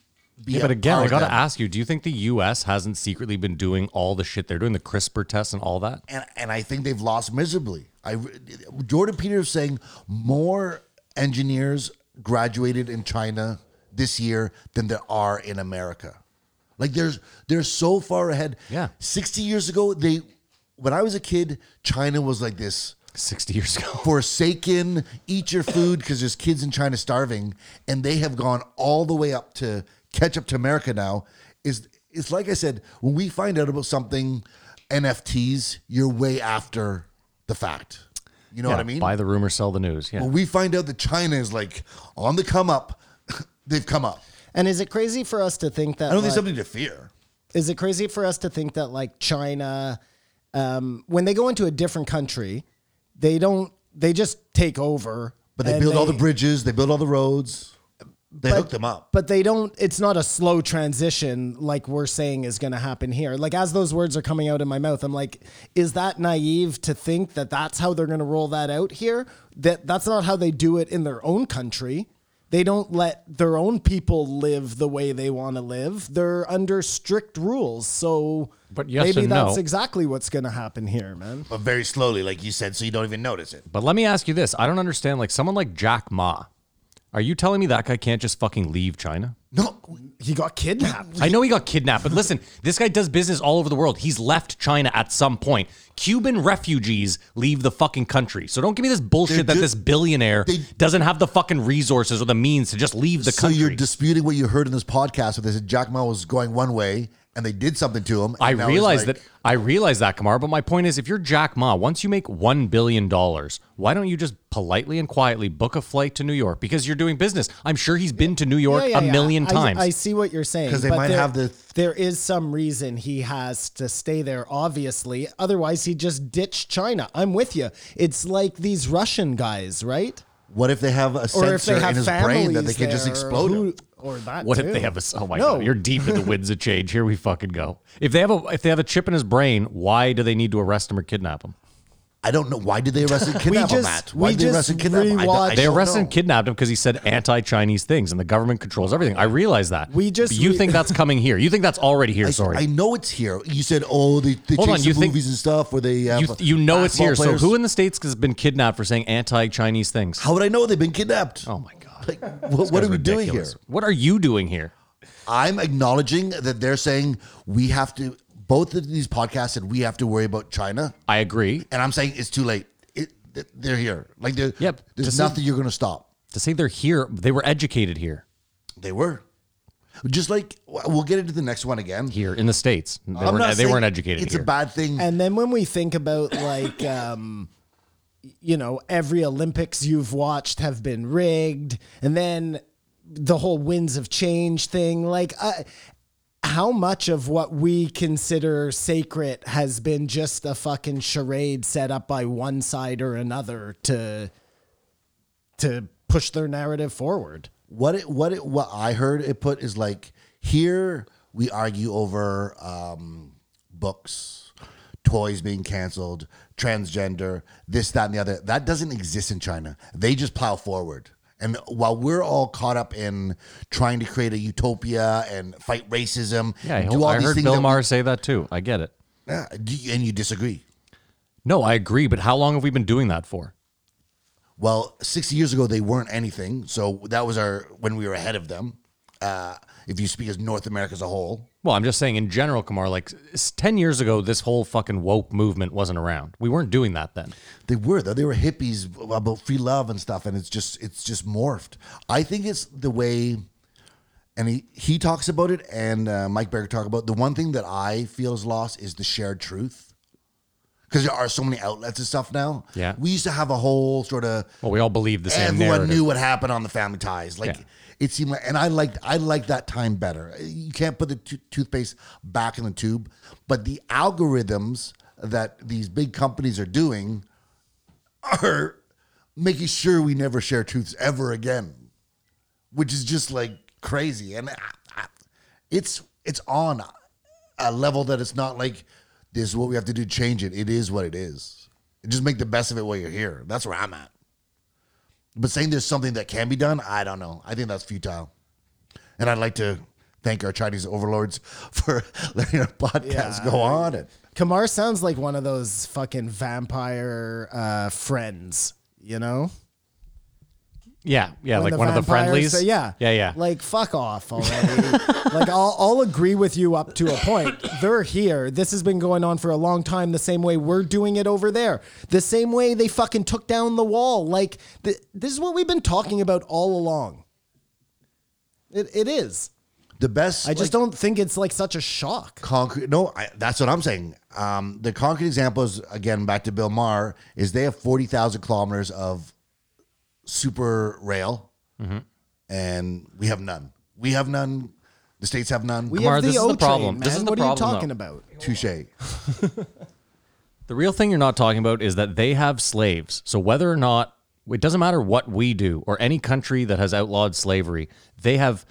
be.
Yeah, but again, I
empower
got to
them.
ask you: Do you think the U.S. hasn't secretly been doing all the shit they're doing, the CRISPR tests and all that?
and and I think they've lost miserably. I Jordan Peters saying more engineers graduated in China this year than there are in America. Like there's they're so far ahead.
Yeah.
60 years ago they when I was a kid, China was like this
Sixty years ago.
forsaken eat your food because there's kids in China starving and they have gone all the way up to catch up to America now is it's like I said when we find out about something NFTs you're way after the fact. You know
yeah,
what I mean?
Buy the rumor, sell the news. Yeah.
When we find out that China is like on the come up, they've come up.
And is it crazy for us to think that?
I don't think
like-
something to fear.
is it crazy for us to think that like China, um, when they go into a different country, they don't they just take over.
But they
and
build all the bridges, they build all the roads, they hook them up.
But they don't. It's not a slow transition like we're saying is going to happen here. Like as those words are coming out in my mouth, I'm like, is that naive to think that that's how they're going to roll that out here? That that's not how they do it in their own country. They don't let their own people live the way they want to live. They're under strict rules. So
But yes
maybe
and no.
that's exactly what's going to happen here, man.
but very slowly, like you said, so you don't even notice it.
But let me ask you this: I don't understand. Like someone like Jack Ma, are you telling me that guy can't just fucking leave China?
No,
He got kidnapped.
I know he got kidnapped, but listen, this guy does business all over the world. He's left China at some point. Cuban refugees leave the fucking country. So don't give me this bullshit that
ju-
this billionaire
they-
doesn't have the fucking resources or the means to just leave the
so
country.
you're disputing what you heard in this podcast where they said Jack Ma was going one way and they did something to him. and
I
now he's
realize
like-
that I realize that, Kamar, but my point is if you're Jack Ma, once you make one billion dollars, why don't you just politely and quietly book a flight to New York? Because you're doing business. I'm sure he's been to New York
Yeah, yeah,
a
yeah.
million
I-
times.
I, see what you're saying.
'Cause they
but
might
there-
have the-
there is some reason he has to stay there, obviously. Otherwise, he just ditched China. I'm with you. It's like these Russian guys, right?
What if they have a
Or if
sensor
they have
in his
families
brain that they can
there,
just
or
explode
who-
him?
Or that.
What
too.
if they have a? Oh my
No.
god, you're deep in the winds of change. Here we fucking go. If they have a, if they have a chip in his brain, why do they need to arrest him or kidnap him?
I don't know. Why did they arrest and kidnap him,
just-
Matt? Why
we
did they
just
arrest and kidnap him? I don't- I
rewatched-
They
don't
arrested
know.
and kidnapped him because he said anti-Chinese things, and the government controls everything. I realize that.
We just-
But you
we-
think that's coming here? You think that's already here?
I,
sorry.
I know it's here. You said, oh, they, they
Hold on,
chase the
you think-
movies and stuff, or they have
you, you know it's here.
basketball
So who
players.
in the states has been kidnapped for saying anti-Chinese things?
How would I know they've been kidnapped?
oh my god,
Like, what, what are we doing here?
What are you doing here?
I'm acknowledging that they're saying we have to. Both of these podcasts said we have to worry about China,
I agree.
and I'm saying it's too late. It, th- they're here. Like they're,
Yep.
there's
Just-
nothing you're going to stop.
To say they're here, they were educated here.
They were just like we'll get into the next one again.
Here in the states, they,
I'm
weren't, e-,
not
they
saying
weren't educated
It's
here.
a bad thing.
And then when we think about like, um, you know, every Olympics you've watched have been rigged, and then the whole winds of change thing, like, I how much of what we consider sacred has been just a fucking charade set up by one side or another to to push their narrative forward?
what it what it what I heard it put is like here we argue over um, books, toys being canceled, transgender, this that and the other. That doesn't exist in China. They just plow forward. And while we're all caught up in trying to create a utopia and fight racism,
yeah, I,
and
hope- I heard Bill
that we-
Maher say that too. I get it.
Yeah, do you- and you disagree.
No, I agree, but how long have we been doing that for?
Well, 60 years ago, they weren't anything. So that was our when we were ahead of them. Uh, if you speak as North America as a whole,
Well, I'm just saying in general, Kamar, like s- 10 years ago, this whole fucking woke movement wasn't around. We weren't doing that then.
They were though. They were hippies about free love and stuff, and it's just it's just morphed. I think it's the way, and he he talks about it, and uh, Mike Berger talk about it. the one thing that I feel is lost is the shared truth, because there are so many outlets and stuff now.
Yeah.
we used to have a whole sort of
Well, we all believed the same
everyone
narrative.
knew what happened on the Family Ties. Like
Yeah.
it seemed like, and I liked I liked that time better. You can't put the to- toothpaste back in the tube, but the algorithms that these big companies are doing are making sure we never share truths ever again, which is just like crazy. And I, I, it's it's on a level that it's not like this is what we have to do to change it. It is what it is. Just make the best of it while you're here. That's where I'm at. But saying there's something that can be done, I don't know. I think that's futile. And I'd like to thank our Chinese overlords for letting our podcast go on. And
Kamar sounds like one of those fucking vampire uh, friends, you know?
Yeah, yeah,
When
like one of the
vampires
friendlies.
say- yeah.
Yeah, yeah.
Like, fuck off already. like, I'll, I'll agree with you up to a point. They're here. This has been going on for a long time, the same way we're doing it over there, the same way they fucking took down the wall. Like, th- this is what we've been talking about all along. It, it is.
The best.
I just
like,
don't think it's like such a shock.
concrete. No, I, that's what I'm saying. Um, the concrete examples again back to Bill Maher is they have forty thousand kilometers of super rail,
Mm-hmm.
and we have none. We have none. The states have none.
We
Kumar,
have the
this is the
O
problem.
Train,
This is
man.
the
what are
problem,
you
though.
talking about?
Touche.
The real thing you're not talking about is that they have slaves. So whether or not it doesn't matter what we do or any country that has outlawed slavery, they have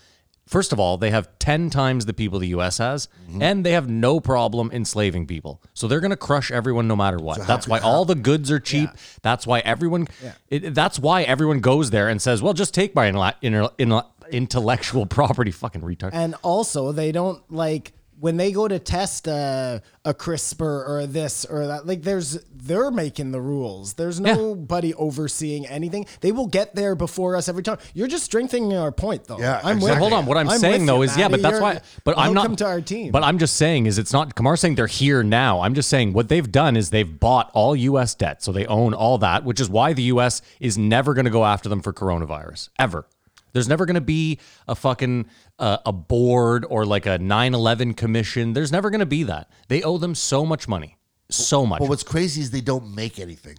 first of all, they have 10 times the people the US has and they have no problem enslaving people. So they're going to crush everyone no matter what. that's why all the goods are cheap. That's why everyone it, that's why everyone goes there and says, "Well, just take my inla- inter- inla- intellectual property fucking retard."
And also, they don't like when they go to test a, a CRISPR or this or that. Like, there's they're making the rules. There's
Yeah.
nobody overseeing anything. They will get there before us every time. You're just strengthening our point, though.
Yeah,
I'm with
exactly.
Hold on.
you.
What I'm,
with
saying
you,
though is, yeah, but
Matty.
that's
You're-
why. But I'm not.
welcome to our team.
But I'm just saying is it's not. Kamar's saying they're here now. I'm just saying what they've done is they've bought all U.S. debt, so they own all that, which is why the U.S. is never going to go after them for coronavirus ever. There's never going to be a fucking uh, a board or like a 9/11 commission. There's never going to be that. They owe them so much money, so much.
But what's crazy is they don't make anything.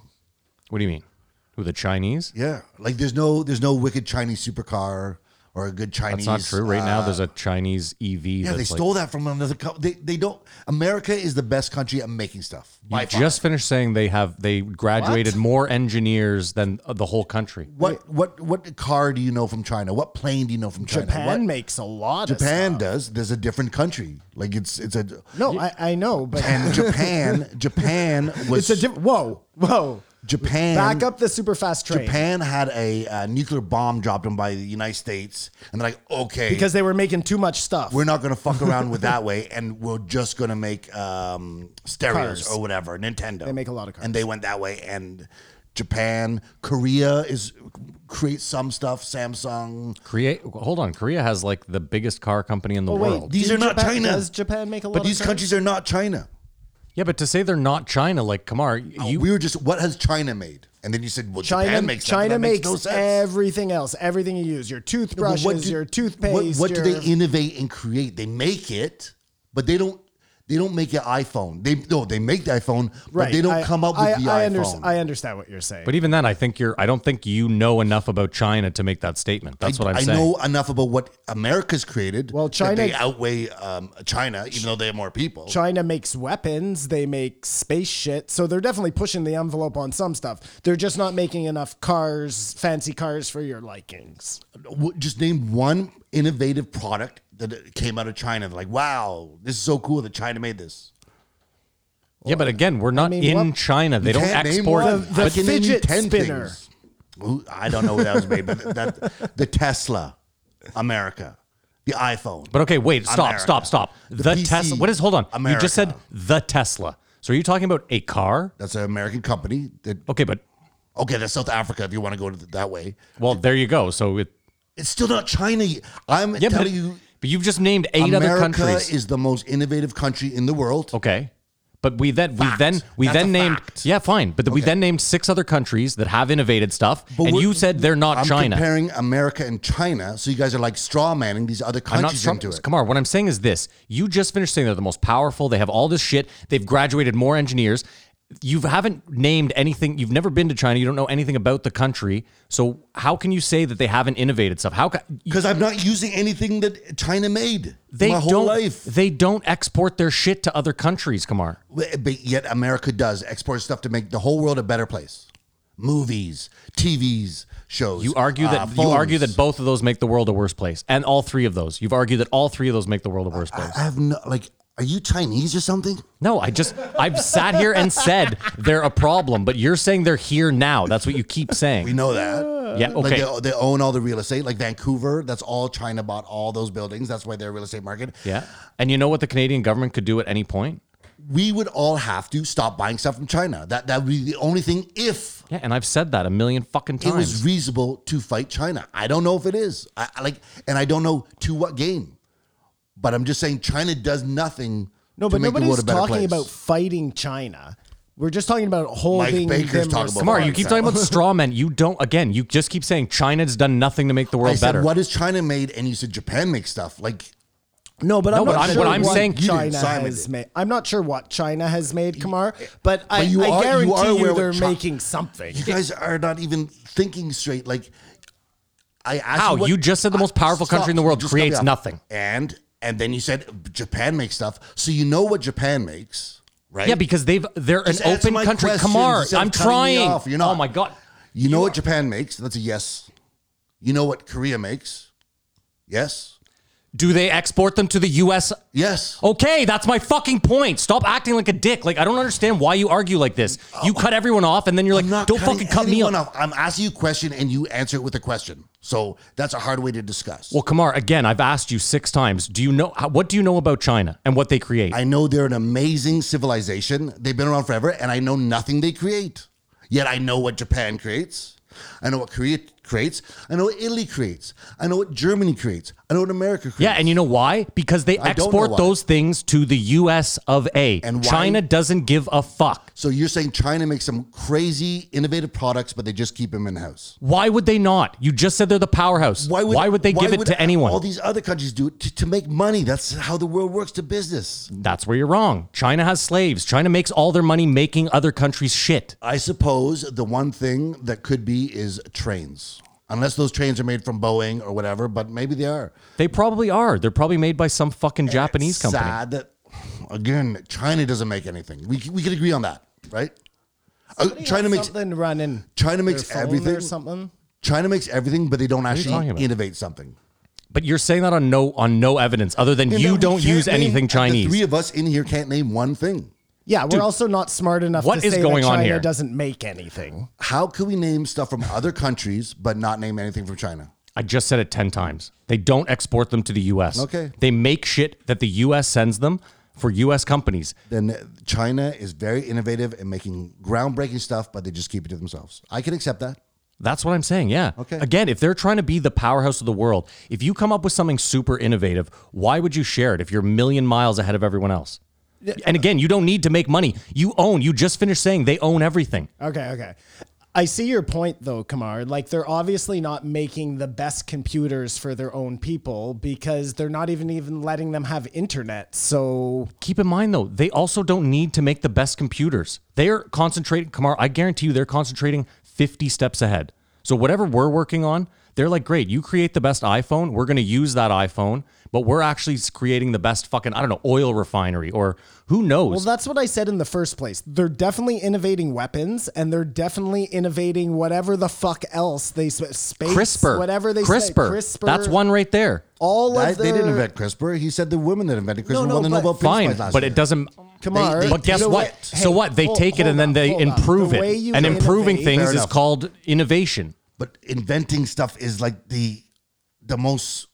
what do you mean? Who the Chinese?
Yeah, like there's no there's no wicked Chinese supercar or a good Chinese. uh,
That's not true. Right now, there's a Chinese E EV.
Yeah, they stole that from another. Co- they they don't. America is the best country at making stuff.
You
by far.
just finished saying they have they graduated more engineers than uh, the whole country.
what what what car do you know from China? What plane do you know from China?
Japan
What-
makes a lot. of
Japan
stuff.
does. There's a different country. Like it's it's a
No, I, I know, but
and Japan Japan was
it's a different. Whoa, whoa.
Japan
Back up the super fast train.
Japan had a, uh nuclear bomb dropped on by the United States, and they're like, okay,
because they were making too much stuff.
we're not gonna fuck around with that way, and we're just gonna make um, stereos
Cars.
or whatever. Nintendo. They
make a lot of cars.
and they went that way. And Japan, Korea is create some stuff. Samsung.
Korea, hold on, Korea has like the biggest car company in the
Oh,
world.
These
Didn't
are not
Japan-
China.
Does Japan make a lot?
But
of
these
cars?
countries are not China.
yeah, but to say they're not China, like Kamar, you
Oh, we were just what has China made? And then you said, well,
China
Japan makes
China
that. That
makes,
makes, no sense.
everything else. Everything you use, your toothbrushes,
But what do-
your toothpaste.
What, what do
your-
they innovate and create? They make it, but they don't. They don't make an iPhone. They no, they make the iPhone, but they don't
I-
come up with
I-
the
I
iPhone.
unders- I understand what you're saying.
but even then, I think you're. I don't think you know enough about China to make that statement. That's what I'm
I
saying.
know enough about what America's created.
Well,
that they
China-
outweigh um, China, even though they have more people.
China makes weapons. They make space shit. So they're definitely pushing the envelope on some stuff. They're just not making enough cars, fancy cars for your likings.
W- Just name one innovative product that came out of China. Like, wow, this is so cool that China made this.
yeah, but again, we're not
mean,
in
what-
China. They don't
Can't name
export.
one.
The-
I
the
can name you
fidget
10
spinner.
things. Ooh, I don't know what that was made, but that, the Tesla, America, the iPhone.
But okay, wait, stop,
America.
stop, stop.
The
The,
PC,
Tesla. What is? Hold on. You just said
America.
the Tesla. So are you talking about a car?
that's an American company. That,
Okay, but
okay, that's South Africa if you want to go to th- that way.
well, there you go. So it.
It's still not China. I'm
Yeah, but,
telling you,
but you've just named eight other
America
countries.
is the most innovative country in the world.
Okay. But we then we
Fact.
then we
That's a
then named
fact.
yeah fine but we then named six other countries that have innovated stuff and
we're-
you said they're not
I'm
China.
comparing America and China, so you guys are like straw manning these other
I'm not
countries
Trump-
into it.
Kamar, what I'm saying is this: you just finished saying they're the most powerful. They have all this shit. They've graduated more engineers. You haven't named anything. You've never been to China. You don't know anything about the country. So how can you say that they haven't innovated stuff? How ca-
Because I'm not using anything that China made
they
my whole
don't
life.
they don't export their shit to other countries, Kamar?
But but yet America does export stuff to make the whole world a better place. Movies, TVs, shows.
You argue that
uh,
you argue
phones.
that both of those make the world a worse place, and all three of those. You've argued that all three of those make the world a worse place.
I have no like. Are you Chinese or something?
No, I just I've sat here and said they're a problem, but you're saying they're here now. That's what you keep
We
saying.
know that.
Yeah, okay.
Like uh, they, they own all the real estate, like Vancouver. That's all China bought all those buildings. That's why they're a real estate market.
Yeah. And you know what the Canadian government could do at any point?
We would all have to stop buying stuff from China. That that would be the only thing if
Yeah, and I've said that a million fucking
it was
times.
reasonable to fight China. I don't know if it is. I, I like, and I don't know to what game. But I'm just saying, China does nothing.
No,
to
but
make the world
nobody's
a better
talking
place.
about fighting China. We're just talking about holding
Baker's
them
talking about
responsible.
Kamar, you keep talking about
Sorry.
straw men. You don't again, you just keep saying China's done nothing to make the
I
world
said,
better.
what has China made? And you said Japan makes stuff. Like
No, but
No,
I'm
but
not
I'm-
sure
what I'm
what
saying- You
didn't,
China
Simon
has
did.
made. I'm not sure what China has made, Kamar, but, I,
you
I
are- you
guarantee
are
you,
aware what
they're
Chi-
making something.
You guys are not even thinking straight. Like, I asked
How?
what-
You just said the most powerful country in the world
Just cut me
creates
off.
nothing.
And and then you said Japan makes stuff, so you know what Japan makes, right?
Yeah, because they've they're
Just
an
answer
open
my
country.
questions
Kamar,
instead of
I'm
cutting me
trying.
off. You're not.
Oh my god.
you know what Japan makes. That's a yes. You know what Korea makes. Yes.
Do they export them to the US?
Yes.
Okay, that's my fucking point. Stop acting like a dick. Like I don't understand why you argue like this. You cut everyone off and then you're
Oh. I'm
like,
not
"Don't
cutting
fucking cut me
anyone
off."
off. I'm asking you a question and you answer it with a question. So that's a hard way to discuss.
Well, Kamar, again, I've asked you 6 times. Do you know how- what do you know about China and what they create?
I know they're an amazing civilization. They've been around forever, and I know nothing they create. Yet I know what Japan creates. I know what Korea creates. I know what Italy creates. I know what Germany creates. I know what America creates.
yeah, and you know why? Because they
I don't know
export
why.
those things to the US of A.
And why-
China doesn't give a fuck.
so you're saying China makes some crazy innovative products, but they just keep them in house.
Why would they not? You just said they're the powerhouse. Why would, they give it
would
to anyone?
All these other countries do it to, to make money. That's how the world works to business.
That's where you're wrong. China has slaves. China makes all their money making other countries shit.
I suppose the one thing that could be is trains. Unless those trains are made from Boeing or whatever, but maybe they are.
They probably are. They're probably made by some fucking Japanese company.
Sad that again, China doesn't make anything. We c- we could agree on that, right? Uh, China makes
something running.
China
their
makes
phone
everything.
or something.
China makes everything, but they don't
talking
actually
about?
innovate something.
But you're saying that on no on no evidence other than
And that
you
we
don't
can't
use
name-
anything
the three
Chinese.
of us in here can't name one thing.
Yeah, we're also not smart enough
what
to
is
say
going
that
on
China
here?
doesn't make anything.
How can we name stuff from other countries but not name anything from China?
I just said it 10 times. They don't export them to the US.
Okay.
They make shit that the US sends them for US companies.
Then China is very innovative and making groundbreaking stuff, but they just keep it to themselves. I can accept that.
That's what I'm saying. Yeah.
Okay.
Again, if they're trying to be the powerhouse of the world, if you come up with something super innovative, why would you share it if you're a million miles ahead of everyone else? And again, you don't need to make money. You own. You just finished saying they own everything.
Okay, okay. I see your point though, Kamar. Like they're obviously not making the best computers for their own people because they're not even even letting them have internet. So
Keep in mind though, they also don't need to make the best computers. They're concentrating, Kamar, I guarantee you they're concentrating 50 steps ahead. So whatever we're working on, they're like, great, you create the best iPhone. We're going to use that iPhone, but we're actually creating the best fucking, I don't know, oil refinery or who knows.
Well, that's what I said in the first place. They're definitely innovating weapons, and they're definitely innovating whatever the fuck else they s- space,
CRISPR,
whatever they say,
CRISPR.
CRISPR.
That's one right there.
All
I-
of
they didn't
their-
invent CRISPR. He said the women that invented CRISPR
no,
won the
but-
Nobel Prize
Fine,
last
but
year.
it doesn't.
Kamar,
they-
But guess
the
the
what?
way-
so
hey,
what? They
hold-
take it
hold
and then
on,
they
hold on.
improve
The way
it.
you
And improving
innovate-
things
Fair
is
enough.
called innovation.
but inventing stuff is like the the most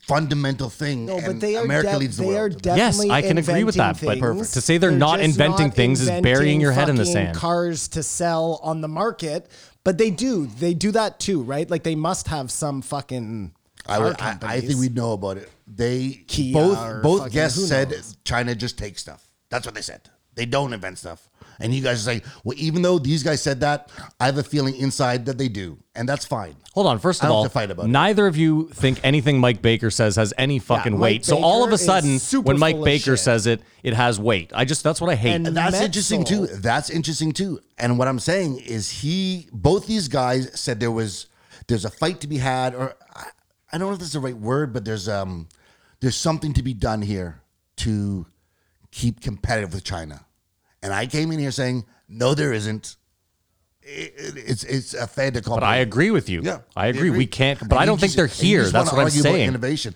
fundamental thing.
No, but
and
they are.
America
de-
leads the
they are
world.
definitely.
Yes, I can agree with that,
inventing
but
things.
to say they're not
just
inventing things is burying
inventing
your head in the
fucking
sand.
Cars to sell on the market, but they do. They do that too, right? Like they must have some fucking.
I,
car
would, I, I think
companies.
we'd know about it. They
Kia or
both both
fucking
guests
who
said
knows?
China just takes stuff. That's what they said. They don't invent stuff. And you guys are saying, well, even though these guys said that, I have a feeling inside that they do, and that's fine.
Hold on. First
I
of
don't
all,
have to fight about it.
neither of you think anything Mike Baker says has any fucking
Mike
weight. so all of
Baker
a
is
sudden,
super
when Mike
full of
Baker
shit.
says it, it has weight. I just that's what I hate.
And
That's
Metzel.
interesting too. That's interesting too. And what I'm saying is, he both these guys said there was there's a fight to be had, or I, I don't know if this is the right word, but there's um there's something to be done here to keep competitive with China. And I came in here saying no, there isn't. It, it- it's it's a fair to call.
but I agree with you.
Yeah,
I
they
agree. We can't. But
And
I
you
don't think
just-
they're
and you
here.
just
That's
wanna
what I'm
argue about
saying.
Innovation.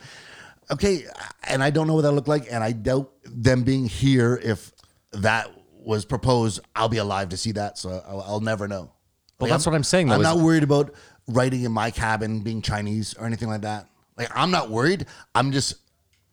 Okay, and I don't know what that looked like, and I doubt them being here if that was proposed. I'll be alive to see that, so I'll, I'll never know.
Well, that's what I'm saying, though,
I'm
is-
not worried about writing in my cabin being Chinese or anything like that. Like I'm not worried. I'm just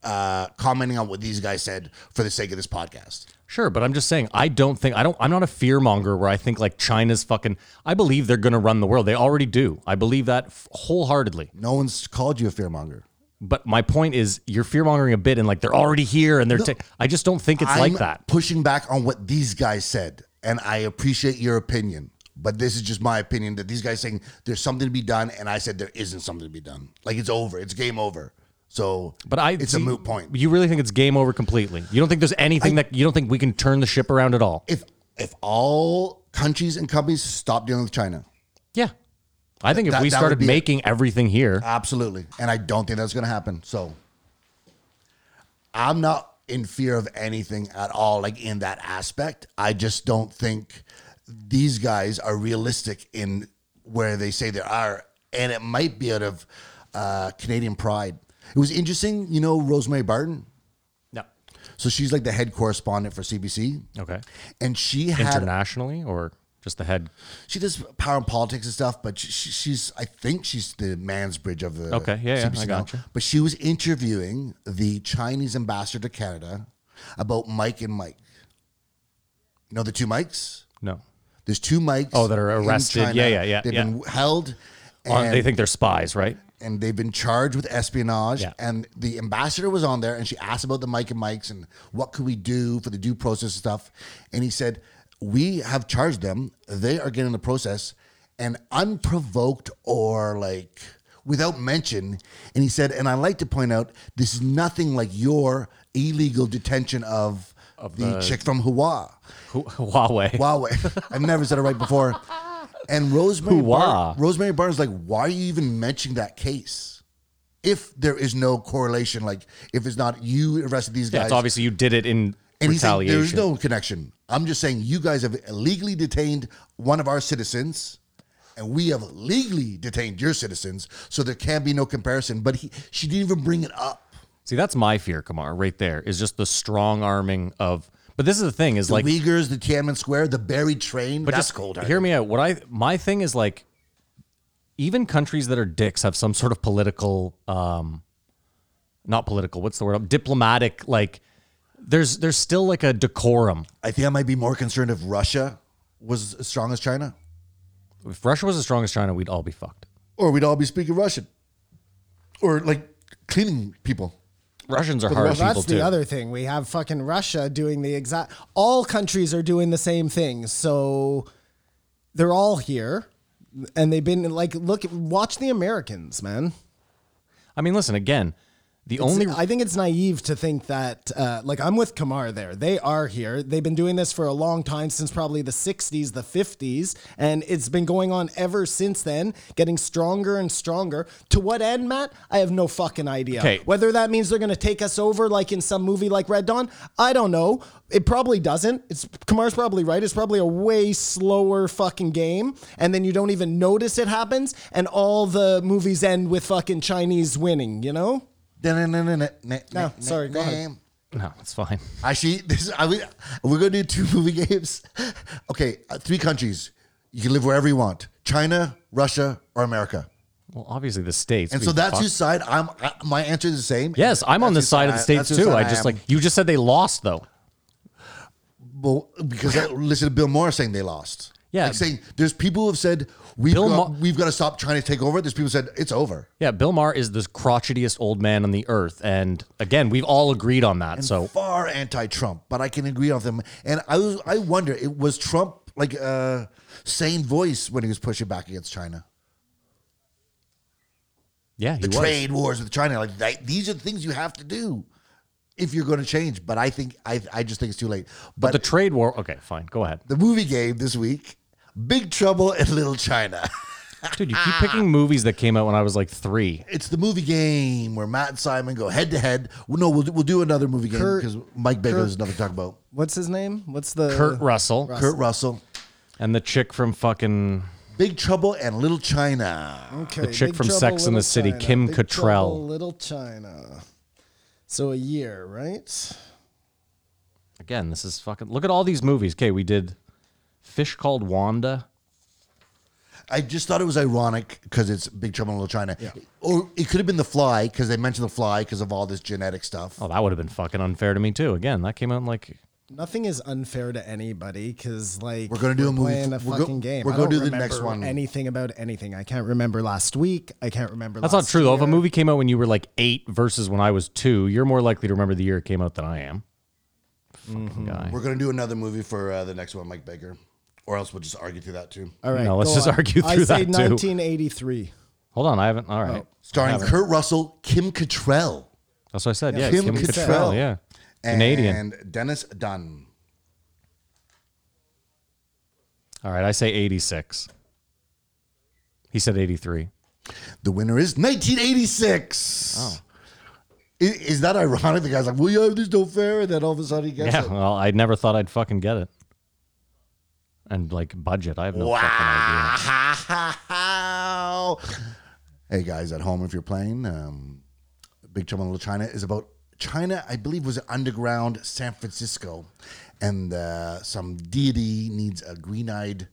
uh, commenting on what these guys said for the sake of this podcast.
Sure, but I'm just saying I don't think I don't I'm not a fear monger where I think like China's fucking I believe they're gonna run the world. They already do. I believe that f- wholeheartedly.
No one's called you a fearmonger.
But my point is you're fear mongering a bit and like they're already here and they're ta- I just don't think it's like
I'm
that.
Pushing back on what these guys said, and I appreciate your opinion, but this is just my opinion that these guys saying there's something to be done, and I said there isn't something to be done. Like it's over, it's game over. So,
But I,
it's a moot point.
You really think it's game over completely? You don't think there's anything that you don't think we can turn the ship around at all?
if if all countries and companies stop dealing with China,
yeah, I think if
That-
we
that would
started
be it.
making everything here,
absolutely, and I don't think that's going to happen. So, I'm not in fear of anything at all, like in that aspect. I just don't think these guys are realistic in where they say they are, and it might be out of uh, Canadian pride. It was interesting, you know, Rosemary Barton.
no,
So she's like the head correspondent for CBC.
okay,
And she had
internationally or just the head?
she does power and politics and stuff, but she, she- she's I think she's the Mansbridge of the
Okay, yeah, yeah, I
now.
gotcha.
But she was interviewing the Chinese ambassador to Canada about Mike and Mike. You know the two Mikes?
No,
There's two Mikes.
Oh, that are
in
arrested.
China.
Yeah, yeah, yeah,
They've
yeah.
been held.
Uh,
And,
they think they're spies, right?
and they've been charged with espionage.
Yeah.
And the ambassador was on there, and she asked about the Mike and Mikes and what could we do for the due process and stuff. And he said, "We have charged them. They are getting the process, and unprovoked or like without mention." And he said, "And I like to point out, this is nothing like your illegal detention of." the, chick from Hua,
Hu- Huawei.
Huawei. I've never said it right before. And Rosemary
Hoo-wah.
Bar- Rosemary Barnes like, why are you even mentioning that case? If there is no correlation, like if it's not you arrested these
Yeah,
guys,
it's obviously you did it in
and he's saying
retaliation.
there's no connection. I'm just saying you guys have illegally detained one of our citizens, and we have legally detained your citizens, so there can be no comparison. But he, she didn't even bring it up.
See, that's my fear, Kamar, right there, is just the strong arming of. But this is the thing is
The
like.
Uyghurs, the Tiananmen Square, the buried train.
but
that's
just
cold.
hear me out. What I. My thing is like, even countries that are dicks have some sort of political, um, not political, what's the word? Diplomatic, like, there's there's still like a decorum.
I think I might be more concerned if Russia was as strong as China,
If Russia was as strong as China, we'd all be fucked.
or we'd all be speaking Russian, or like cleaning people.
Russians are hard
Well,
people
that's
too.
the other thing. We have fucking Russia doing the exact. All countries are doing the same thing, so they're all here, and they've been like, look, watch the Americans, man.
I mean, listen again. The only
I think it's naive to think that, uh, like, I'm with Kamar there. They are here. They've been doing this for a long time, since probably the 60s, the 50s, and it's been going on ever since then, getting stronger and stronger. To what end, Matt? I have no fucking idea.
Okay.
Whether that means they're going to take us over, like in some movie like Red Dawn, I don't know. It probably doesn't. It's Kamar's probably right. It's probably a way slower fucking game, and then you don't even notice it happens, and all the movies end with fucking Chinese winning, you know?
No,
sorry, go ahead.
no, it's fine.
Actually, this I mean, we're gonna do two movie games. Okay, uh, three countries. You can live wherever you want: China, Russia, or America.
Well, obviously the states.
And
we
so that's
fucked
whose side I'm. I, my answer is the same.
Yes, I'm on the
That's whose
side of the
I- that's
states
whose
too.
side
I just
am.
like you just said they lost though.
Well, because I listened to Bill Moore saying they lost.
Yeah.
like saying there's people who have said we've
Bill
got,
Mo-
we've got to stop trying to take over. There's people who said it's over.
Yeah, Bill Maher is the crotchetiest old man on the earth, and again, we've all agreed on that. So
far anti-Trump, but I can agree on them. And I was I wonder it was Trump like uh, sane voice when he was pushing back against China.
yeah, he
the
was.
trade wars with China. Like that, these are the things you have to do if you're going to change. But I think I I just think it's too late. But,
the trade war. Okay, fine, go ahead,
the movie game this week, Big Trouble in Little China. Ah,
dude. You keep picking movies that came out when I was like three.
It's the movie game where Matt and Simon go head to head. Well, No, we'll do- we'll do another movie game
Kurt-
because Mike Baker
Kurt-
is nothing to talk about.
What's his name? What's the
Kurt Russell
Uh, Kurt Russell,
and the chick from fucking
Big Trouble and Little China.
Okay,
the chick
Big
from
Trouble,
Sex and the
Little
City,
China.
Kim
Big
Cattrall.
Trouble, Little China. So a year, right?
again. This is fucking. Look at all these movies. Okay, we did Fish Called Wanda.
I just thought it was ironic because it's Big Trouble in Little China, or it could have been The Fly because they mentioned The Fly because of all this genetic stuff.
Oh, that would have been fucking unfair to me too. Again, that came out in like
Nothing is unfair to anybody because, like,
We're gonna do a movie-
playing a
we're go-
fucking game.
we're
I
gonna
don't
do the next
remember
one.
Anything about anything? I can't remember last week. I can't remember.
That's not
last
true though. If a
year.
movie came out when you were like eight versus when I was two, you're more likely to remember the year it came out than I am. Fucking
Mm-hmm.
guy.
We're gonna do another movie for uh, the next one, Mike Baker, or else we'll just argue through that too.
All right,
No, let's
go
just
on.
argue
I
through that,
say
too.
1983.
Hold on, I haven't. All right.
Oh, starring Kurt Russell, Kim Cattrall,
That's what I said. Yeah,
Kim
Kim
Cattrall.
Cattrall. Yeah, Canadian.
and Dennis Dunn.
All right, I say 86. He said 83.
The winner is 1986. Oh. Is, that ironic? The guy's like, "Will you have this no fair?" And then all of a sudden he gets
Yeah,
it.
well, I never thought I'd fucking get it. And like budget, I have no fucking idea.
Wow. hey guys at home, if you're playing, um, Big Trouble in Little China is about China. I believe was underground San Francisco, and uh, some deity needs a green-eyed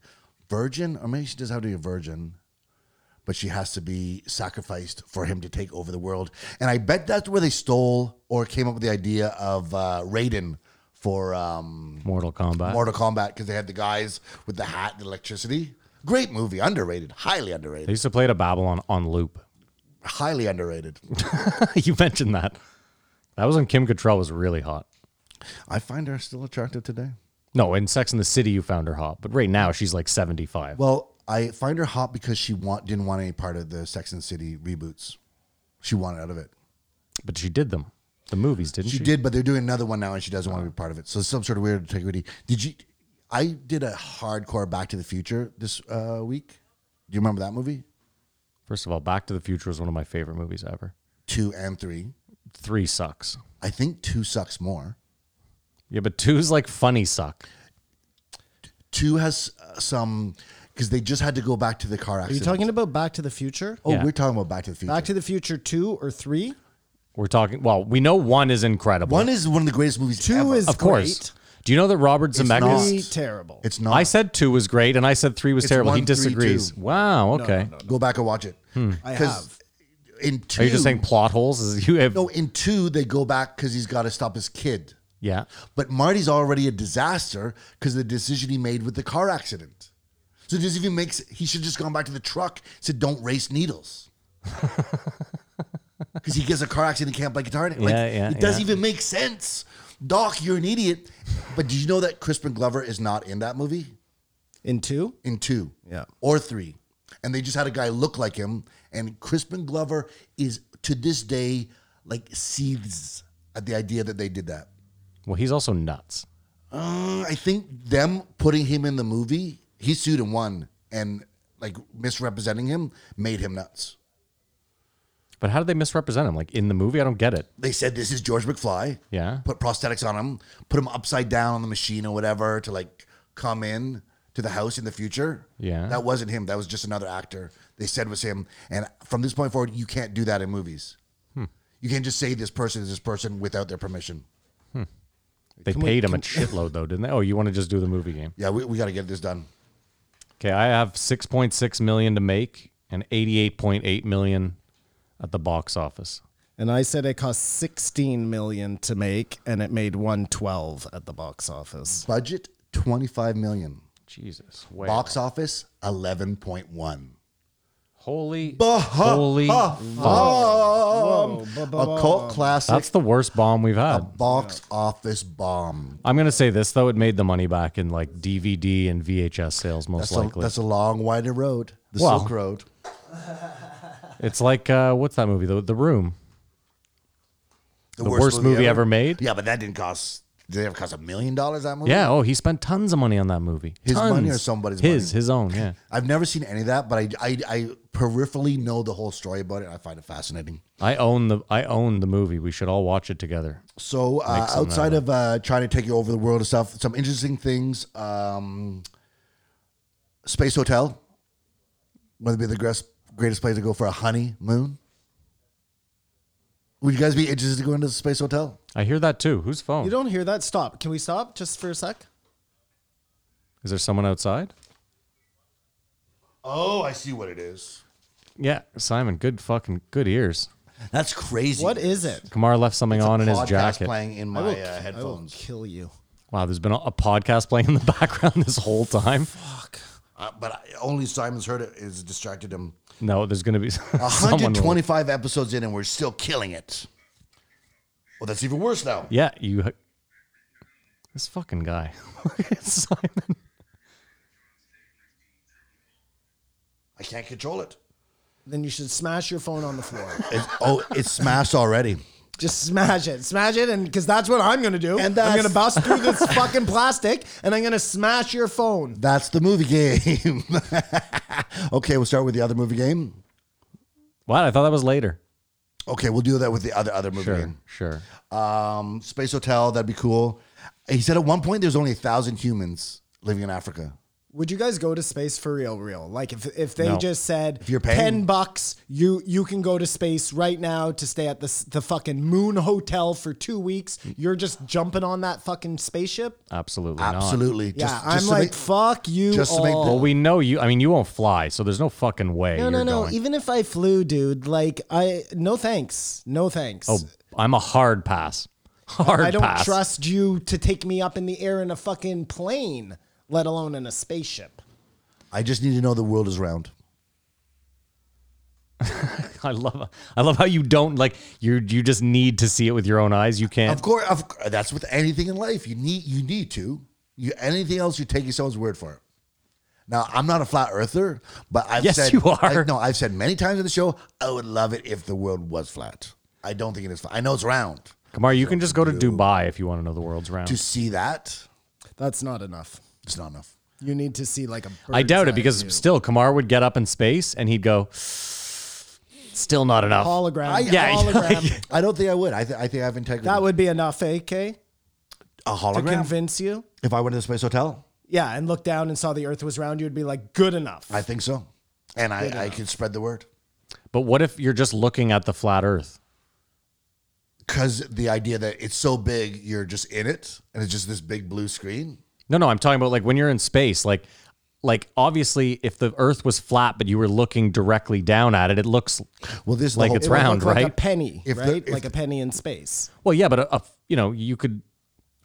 virgin, or maybe she does have to be a virgin. But she has to be sacrificed for him to take over the world, and I bet that's where they stole or came up with the idea of uh, Raiden for um,
Mortal Kombat.
Mortal Kombat because they had the guys with the hat and electricity. Great movie, underrated, highly underrated,
they used to play it at Babylon on loop.
highly underrated.
you mentioned that. That was when Kim Cattrall was really hot.
I find her still attractive today.
No, in Sex and the City, you found her hot, but right now she's like 75.
Well, I find her hot because she want didn't want any part of the Sex and the City reboots. She wanted out of it.
but she did them, the movies, didn't she?
She Oh. did, but they're doing another one now, and she doesn't want to be part of it. So some sort of weird integrity. Did you? I did a hardcore Back to the Future this uh, week. Do you remember that movie?
First of all, Back to the Future is one of my favorite movies ever.
Two and three.
Three sucks.
I think two sucks more.
Yeah, but two's like funny suck.
Two has uh, some because they just had to go back to the car
Are you
accident.
talking about Back to the Future?
Oh,
Yeah.
we're talking about Back to the Future.
Back to the Future two or three?
We're talking. Well, we know one is incredible.
one is one of the greatest movies.
Two
ever.
is
of course.
great.
Do you know that Robert Zemeckis?
Three terrible.
It's not.
I said two was great, and I said three was
It's
terrible. he
one, three,
disagrees.
two.
wow. Okay.
go back and watch it.
I
'Cause
have.
In two,
Are you just saying plot holes? Is you have?
No, in two they go back because he's got to stop his kid.
yeah.
But Marty's already a disaster because of the decision he made with the car accident. So it doesn't even make. s- He should just gone back to the truck. Said, "Don't race needles." Because he gets a car accident, can't play guitar. Like,
Yeah, yeah,
it doesn't
yeah.
even make sense. Doc, you're an idiot. But did you know that Crispin Glover is not in that movie?
In two?
in two
Yeah.
or three. And they just had a guy look like him. And Crispin Glover is to this day like seethes at the idea that they did that.
Well, he's also nuts.
Uh, I think them putting him in the movie, he sued and won, and like misrepresenting him made him nuts.
But how did they misrepresent him? Like in the movie, I don't get it.
They said this is George McFly.
Yeah.
Put prosthetics on him, put him upside down on the machine or whatever to like come in to the house in the future.
Yeah.
That wasn't him. That was just another actor. They said was him. And from this point forward, you can't do that in movies.
Hmm.
You can't just say this person is this person without their permission.
They paid him a shitload though, didn't they? Oh, you want to just do the movie game?
Yeah, we, we got to get this done.
Okay, I have six point six million to make and eighty eight point eight million at the box office.
And I said it cost 16 million to make and it made 112 at the box office.
Budget 25 million.
Jesus, wow.
Box office 11.1.
holy,
Bah, ha,
holy,
ha,
fuck.
Oh, a cult classic.
that's the worst bomb we've had.
box office bomb.
I'm gonna say this though, it made the money back in like DVD and VHS sales most
That's a,
likely.
that's a long, winding road. The
Well.
Silk Road.
it's like uh, what's that movie? The The Room. The worst movie ever made?
Yeah, but that didn't cost. Did it ever cost a million dollars? That movie?
Yeah. Oh, he spent tons of money on that movie.
His money or
Tons.
somebody's
his
money?
his own. Yeah.
I've never seen any of that, but I, I, I peripherally know the whole story about it. And I find it fascinating.
I own the I own the movie. We should all watch it together.
So uh, outside of uh, trying to take you over the world and stuff, some interesting things. Um, Space Hotel, one of the greatest greatest place to go for a honeymoon. Would you guys be interested in going to the Space Hotel?
I hear that too. Whose phone?
You don't hear that? Stop. Can we stop just for a sec?
Is there someone outside?
Oh, I see what it is.
Yeah, Simon. Good fucking good ears.
That's crazy.
What is it?
Kamar left something on in his
Podcast
jacket.
playing in my
I will-
uh, headphones.
I will kill you.
Wow, there's been a, a podcast playing in the background this whole time.
Uh, but I, only Simon's heard it is distracted him.
No, there's gonna be someone. will-
125 episodes in, and we're still killing it. Well, that's even worse now.
Yeah, you. ha- This fucking guy, Simon.
I can't control it.
then you should smash your phone on the floor.
It's, oh, it's smashed already.
Just smash it, smash it, and because that's what I'm gonna do.
And
I'm
that's-
gonna bust through this fucking plastic, and I'm gonna smash your phone.
That's the movie game. okay, we'll start with the other movie game.
What? I thought that was later.
Okay, we'll do that with the other other movie
Sure,
game.
sure.
Um, Space Hotel, that'd be cool. He said at one point there's only a thousand humans living in Africa.
Would you guys go to space for real, real? Like if if they
No.
just said
you're paying-
ten bucks, you you can go to space right now to stay at the s- the fucking Moon Hotel for two weeks. You're just jumping on that fucking spaceship.
Absolutely not.
Absolutely.
Yeah,
Just-
I'm
just to
like
make-
fuck you.
just to make the-
all.
Well, we know you. I mean, you won't fly, so there's no fucking way.
No,
you're
no, no.
Going.
Even if I flew, dude, like I no thanks. No thanks.
Oh, I'm a hard pass. Hard
I don't
pass.
trust you to take me up in the air in a fucking plane, let alone in a spaceship.
I just need to know the world is round.
I love. I love how you don't like. You you just need to see it with your own eyes. You can't.
Of course, of, cour- that's with anything in life. You need you need to. You anything else, you take someone's word for it. Now, I'm not a flat earther, but I've
Yes,
said
you are.
I- no, I've said many times on the show, I would love it if the world was flat. I don't think it is flat. I know it's round.
Kamar, you can just go to Dubai if you want to know the world's round.
To see that,
That's not enough.
it's not enough.
You need to see like a.
I doubt
bird's
it
eye
because
view.
still, Kamar would get up in space and he'd go. Still not enough.
hologram.
I-
Yeah,
hologram.
I don't think I would. I, th- I think I have integrity.
that would be enough, AK, to
a hologram.
convince you.
if I went to the space hotel,
Yeah, and looked down and saw the Earth was round. You'd be like, good enough.
I think so, and I, I could spread the word
But what if you're just looking at the flat Earth?
because the idea that it's so big, you're just in it, and it's just this big blue screen.
No, no, I'm talking about like when you're in space, like like obviously if the earth was flat but you were looking directly down at it, it looks
Well, this is the
Like
whole-
it's
It would
round,
look Like a
right?
penny,
If the-
right?
if-
like a penny in space.
well, yeah, but a, a- you know, you could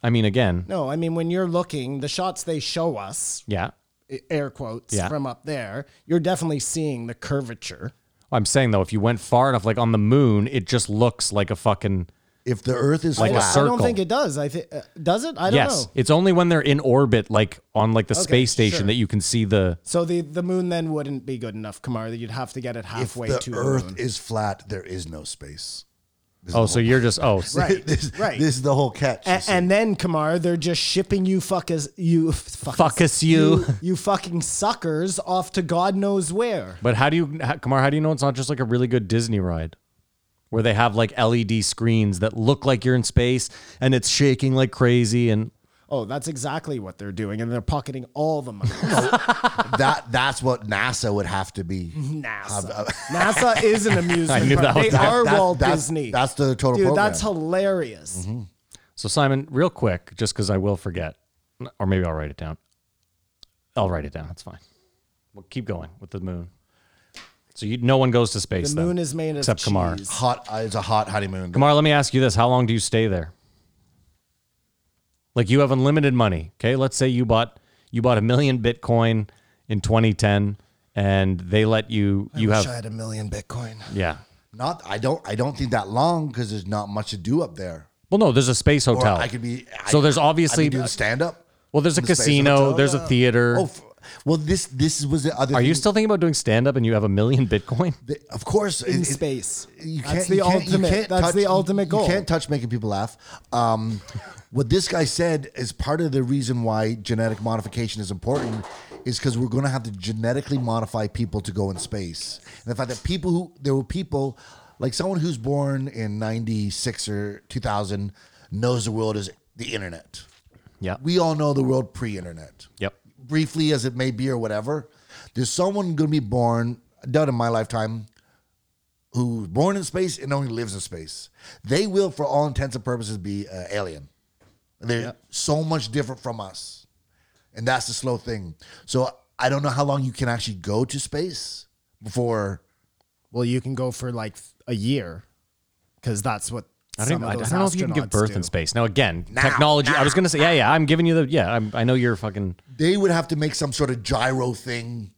I mean again.
No, I mean when you're looking, the shots they show us,
Yeah.
i- air quotes
Yeah.
from up there, you're definitely seeing the curvature.
I'm saying though if you went far enough like on the moon, it just looks like a fucking
If the Earth is
Like a
flat,
I don't
circle.
think it does. I think uh, does it? I don't
Yes.
know.
It's only when they're in orbit like on like the space station
sure.
that you can see the
So the the moon then wouldn't be good enough, Kamar. That you'd have to get it
if
halfway
the
to
Earth
the moon.
is flat, there is no space.
Oh, so you're just oh
Right,
this,
right.
This is the whole catch. you
A-
see.
and then Kamar, they're just shipping you fuckers, you fuckers,
Fuckus you.
you, you fucking suckers off to God knows where.
But how do you, how, Kamar? How do you know it's not just like a really good Disney ride, where they have like LED screens that look like you're in space and it's shaking like crazy? And
Oh, that's exactly what they're doing, and they're pocketing all the money.
that that's what NASA would have to be.
NASA, NASA is an amusement.
I knew
park.
that was-
they
that-
are
that-
Walt
that's-
Disney.
that's the total
Dude,
program.
that's hilarious.
so, Simon, real quick, just because I will forget, or maybe I'll write it down. I'll write it down. That's fine. We'll keep going with the moon. So you, no one goes to space.
The
then,
moon is made of
except Kamar.
cheese.
Hot, it's a hot honeymoon.
Kamar, let me ask you this: How long do you stay there? Like you have unlimited money. Okay, let's say you bought you bought a million Bitcoin in 2010, and they let you you
Wish
have
I had a million Bitcoin.
yeah.
Not, I don't, I don't think that long because there's not much to do up there.
Well, no, there's a space
Or
hotel.
I could be. I-
so there's
I could
obviously
be doing stand up.
well, there's a
in the space
casino,
hotel.
there's a theater.
Oh, f- well, this this was the other.
Are you
thing.
still thinking about doing stand up and you have a million Bitcoin?
The- of course,
In
it- it-
space.
You can't,
That's the
you can't- you
ultimate-
can't
that's
touch-
the ultimate
You
goal.
can't touch making people laugh. Um, what this guy said is part of the reason why genetic modification is important is because we're going to have to genetically modify people to go in space. And the fact that people who there were people like someone who's born in '96 or 2000 knows the world is the internet.
Yeah.
We all know the world pre-internet
Yep.
briefly as it may be or whatever, there's someone going to be born, done in my lifetime, who's born in space and only lives in space. They will, for all intents and purposes, be uh, alien. They're so much different from us. And that's the slow thing. So I don't know how long you can actually go to space before.
Well, you can go for like a year, because that's what.
I don't,
some
even,
of
I don't
those
know if you can give
astronauts
birth
do.
in space. Now again, technology. I was gonna say, yeah, yeah. I'm giving you the yeah. I'm, I know you're fucking.
They would have to make some sort of gyro thing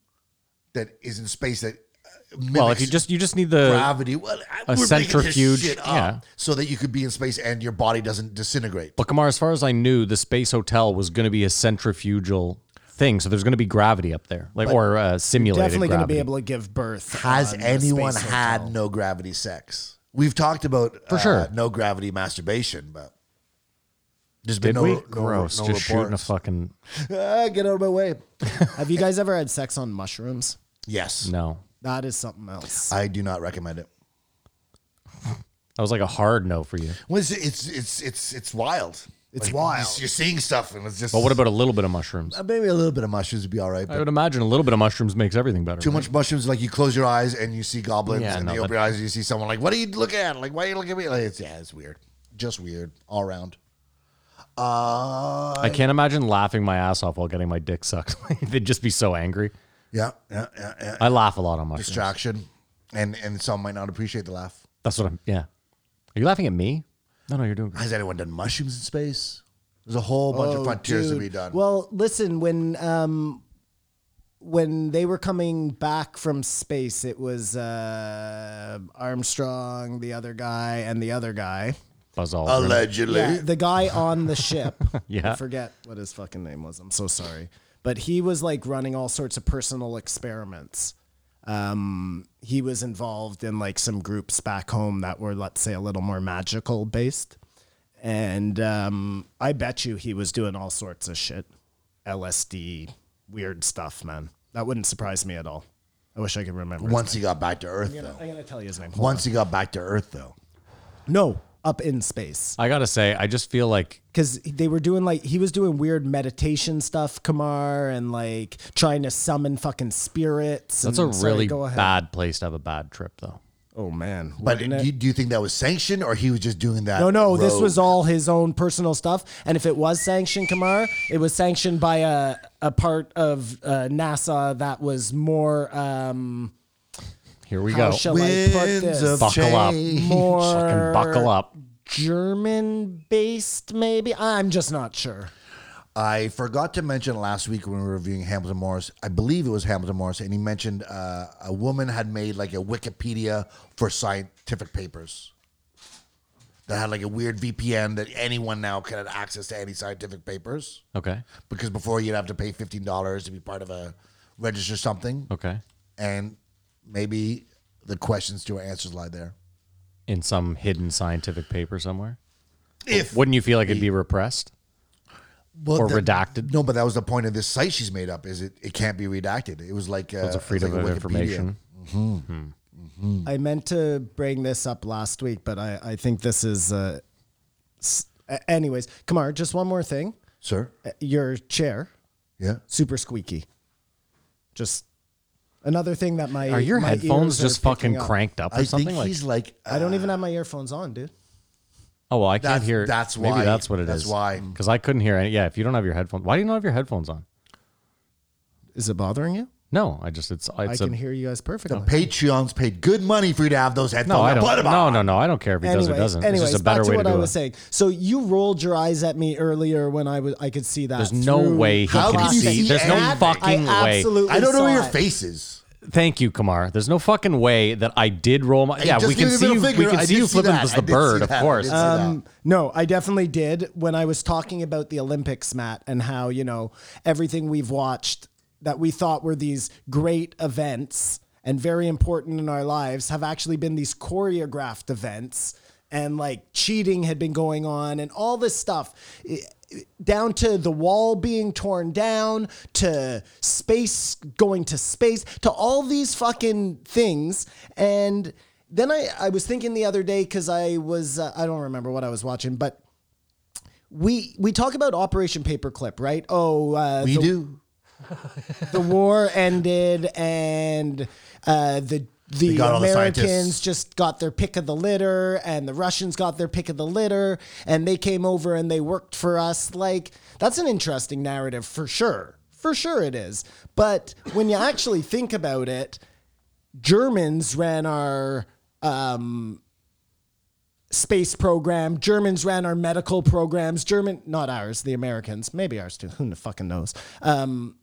that is in space that. uh,
Well, if
mimics
you just you just need the
gravity, well, I- we're making
a
this
centrifuge,
shit up
yeah.
so that you could be in space and your body doesn't disintegrate.
But Kamar, as far as I knew, the space hotel was going to be a centrifugal thing. So there's going to be gravity up there, like or uh, simulated.
Definitely going to
gravity.
be able to give birth.
Has
on the
anyone
space
had
hotel.
no gravity sex? We've talked about
For
uh,
sure.
no gravity masturbation, but there's been
Did
no,
we?
no
Gross.
no
Just shooting a
reports.
fucking
Ah, get out of my way.
Have you guys ever had sex on mushrooms?
Yes,
no.
That is something else.
I do not recommend it.
That was like a hard no for you.
Well, it's it's it's it's, it's wild.
It's
Like,
wild.
You're seeing stuff, and it's just.
But what about a little bit of mushrooms?
Uh, maybe a little bit of mushrooms would be all right?
I
But
would imagine a little bit of mushrooms makes everything better.
too
right?
much mushrooms, like you close your eyes and you see goblins,
Yeah,
and
no,
you
but-
open your eyes and you see someone. Like, what are you looking at? Like, why are you looking at me? Like, it's, yeah, it's weird. Just weird all around. Uh,
I can't imagine laughing my ass off while getting my dick sucked. They'd just be so angry.
yeah, yeah, yeah, yeah.
I laugh a lot on mushrooms.
distraction, and and some might not appreciate the laugh.
That's what I'm. Yeah. Are you laughing at me? No, no, you're doing. Great.
Has anyone done mushrooms in space? There's a whole bunch of frontiers to
Oh, Dude,
be done.
Well, listen, when um, when they were coming back from space, it was uh, Armstrong, the other guy, and the other guy.
Buzz all.
allegedly,
Yeah, the guy on the ship.
Yeah.
I forget what his fucking name was. I'm so sorry. But he was like running all sorts of personal experiments. Um, he was involved in like some groups back home that were, let's say, a little more magical based. And um, I bet you he was doing all sorts of shit LSD, weird stuff, man. That wouldn't surprise me at all. I wish I could remember. his
once
name.
he got back to Earth, though.
I'm going to tell you his name. Hold
Once he got back to Earth, though.
on. No, up in space.
I gotta say, I just feel like
because they were doing like he was doing weird meditation stuff, Kamar, and like trying to summon fucking spirits.
that's a
and- Mm, sorry,
really
go ahead.
bad place to have a bad trip, though.
Oh man,
But
wouldn't
do
it?
you, do you think that was sanctioned, or he was just doing that?
no, no, this
rogue?
was all his own personal stuff. And if it was sanctioned, Kamar, it was sanctioned by a a part of uh, NASA that was more um,
Here we
how
go.
shall I put
Winds
this?
of
Buckle up.
change.
more
Fucking buckle up.
German based, maybe. I'm just not sure.
I forgot to mention last week when we were reviewing Hamilton Morris. I believe it was Hamilton Morris, and he mentioned uh, a woman had made like a Wikipedia for scientific papers that had like a weird VPN that anyone now can have access to any scientific papers
Okay.
because before you'd have to pay fifteen dollars to be part of a register something,
Okay.
and maybe the questions to our answers lie there.
In some hidden scientific paper somewhere.
If
Wouldn't you feel like it'd be repressed?
Well,
or
the-
redacted?
No, but that was the point of this site she's made up. Is it? It can't be redacted. It was like uh,
It's a
it's like
freedom of
Wikipedia.
information.
I meant to bring this up last week, but I, I think this is. Uh, s- a- anyways, Kamar, just one more thing.
sir.
Uh, Your chair,
Yeah.
super squeaky. Just another thing that my
Are your
my
headphones
ears are
just fucking
picking up.
cranked up or
I
something?
think
Like,
he's like.
I don't even have my earphones on, dude.
oh well, I can't
That's-
hear.
that's
maybe
why-
that's what it is.
that's why.
Because I couldn't hear. Any, yeah, if you don't have your headphones, why do you not have your headphones on?
Is it bothering you?
No, I just it's
I
it's a
can hear you guys perfectly.
Patreons paid good money for you to have those headphones.
no, I don't.
Put 'em
No,
on.
no, no, I don't care if he does or doesn't.
anyways,
it's just a better
back to
way
what
to do
I
it.
was saying. So you rolled your eyes at me earlier when I was I could see that.
There's no
through
way he
the
can
plastic.
see
There's no
anything.
fucking
I
way.
Absolutely
I don't know
saw
where your
it.
face is.
Thank you, Kamar. There's no fucking way that I did roll my. yeah,
just
we can
gave you the
see you.
middle
We
finger.
can
I
see
did
you
see
flipping
that.
as
I
the
did see
bird, of
that. uh, I
course.
did see that.
Um, No, I definitely did when I was talking about the Olympics, Matt, and how, you know, everything we've watched that we thought were these great events and very important in our lives have actually been these choreographed events and like cheating had been going on and all this stuff I- I- down to the wall being torn down to space going to space to all these fucking things and then I, I was thinking the other day because I was uh, I don't remember what I was watching, but we we talk about Operation Paperclip, right? Oh, uh,
We
the,
do.
the war ended and uh, the the
got all the
Americans
scientists.
just got their pick of the litter and the Russians got their pick of the litter and they came over and they worked for us. Like that's an interesting narrative for sure. For sure it is. But when you actually think about it, Germans ran our um, space program. Germans ran our medical programs. German, not ours, the Americans, maybe ours too. Who the fucking knows? Um,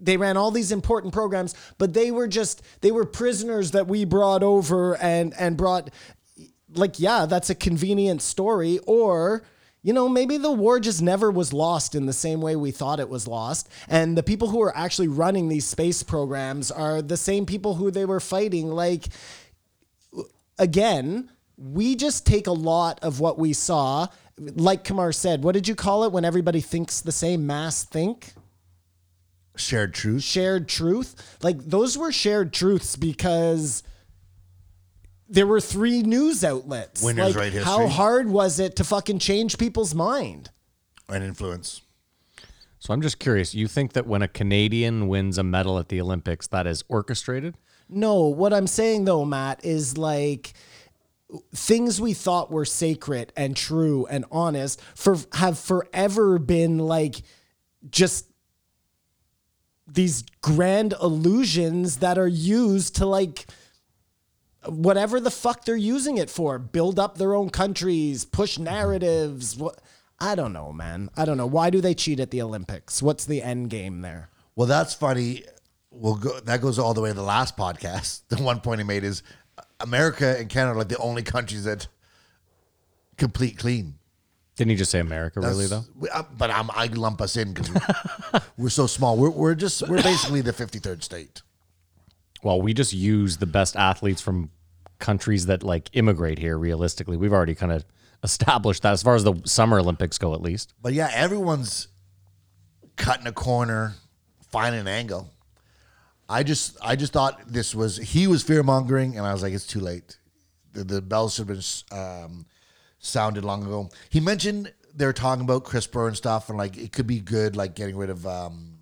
they ran all these important programs, but they were just they were prisoners that we brought over and and brought. Like, yeah, that's a convenient story, or you know, maybe the war just never was lost in the same way we thought it was lost. And the people who are actually running these space programs are the same people who they were fighting. Like, again, we just take a lot of what we saw. Like Kamar said, what did you call it when everybody thinks the same? Mass think?
Shared truth.
shared truth. Like those were shared truths because there were three news outlets.
Winners
like,
write history.
How hard was it to fucking change people's mind?
and influence.
So I'm just curious. You think that when a Canadian wins a medal at the Olympics, that is orchestrated?
No, what I'm saying though, Matt, is like things we thought were sacred and true and honest for have forever been like just these grand illusions that are used to like whatever the fuck they're using it for build up their own countries push narratives what i don't know man i don't know why do they cheat at the olympics what's the end game there
Well, that's funny. We'll go. That goes all the way to the last podcast. The one point he made is uh, America and Canada are like the only countries that complete clean.
Didn't he just say America? really though?
That's- we- uh, but I'm, I lump us in because we're so small. We're, we're just we're basically the 53rd state.
Well, we just use the best athletes from countries that like immigrate here. Realistically, we've already kind of established that as far as the Summer Olympics go, at least.
But yeah, everyone's cutting a corner, finding an angle. I just I just thought this was he was fear mongering, and I was like, it's too late. The, the bells should have been um, sounded long ago. He mentioned they were talking about CRISPR and stuff, and like it could be good, like getting rid of um,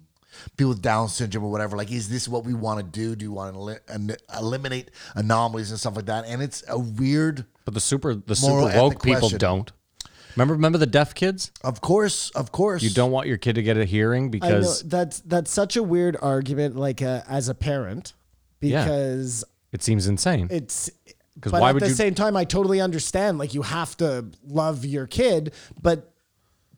people with Down syndrome or whatever. Like, is this what we want to do? Do you want to eli- an- eliminate anomalies and stuff like that? And it's a weird.
But the super the
Moral
super woke
ethic
people
question.
don't. Remember, remember the deaf kids.
Of course, of course,
You don't want your kid to get a hearing
I know
because
that's that's such a weird argument, like uh, as a parent,
Yeah.
because
it seems insane.
it's.
'Cause
But
why
at
would
the
you-
same time, I totally understand. Like you have to love your kid, but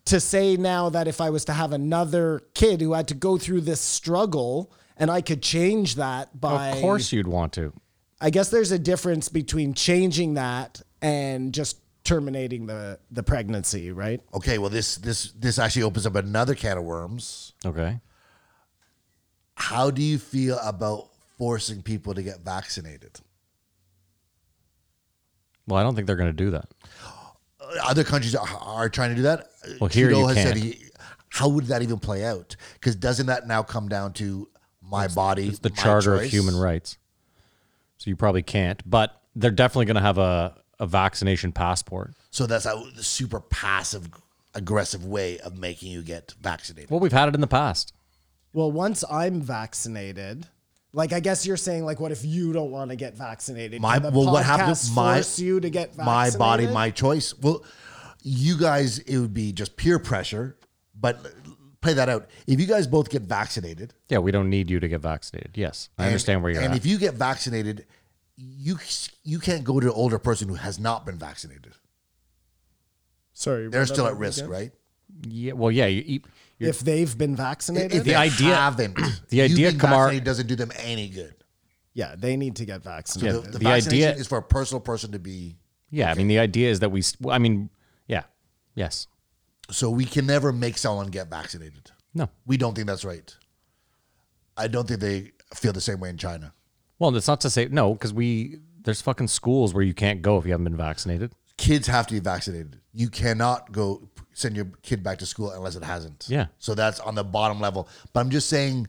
to say now that if I was to have another kid who had to go through this struggle and I could change that by,
of course, you'd want to.
I guess there's a difference between changing that and just terminating the the pregnancy, right?
okay, well this this this actually opens up another can of worms.
Okay.
How do you feel about forcing people to get vaccinated?
Well, I don't think they're going to do that.
Other countries are, are trying to do that.
Well, here you can't.
he, how would that even play out? Because doesn't that now come down to my body,
the
my
Charter of
choice?
Human Rights. So you probably can't, but they're definitely going to have a, a vaccination passport.
So that's a the super passive, aggressive way of making you get vaccinated.
Well, we've had it in the past.
Well, once I'm vaccinated, like I guess you're saying, like, what if you don't want to get vaccinated?
my
Can the
well, what happened?
podcast
My
force you to get
my
vaccinated?
body, my choice. Well, you guys, it would be just peer pressure. But l- play that out. If you guys both get vaccinated,
Yeah, we don't need you to get vaccinated. Yes, I understand where you're
and
at.
if you get vaccinated, you you can't go to an older person who has not been vaccinated.
Sorry,
They're
what
still at
about-
risk, right?
yeah, well, yeah, you, you, you're,
If they've been vaccinated,
If
The
they
idea-
haven't,
the
you
idea,
being
Kamar-
vaccinated doesn't do them any good.
yeah, they need to get
The,
vaccinated.
the
the
vaccination
idea-
is for a personal person to be.
yeah. I mean, the idea is that we. s- I mean, yeah, yes,
So we can never make someone get vaccinated.
no.
We don't think that's right. I don't think they feel the same way in China.
Well, that's not to say no, because we there's fucking schools where you can't go if you haven't been vaccinated.
Kids have to be vaccinated. You cannot go send your kid back to school unless it hasn't.
Yeah.
So that's on the bottom level. But I'm just saying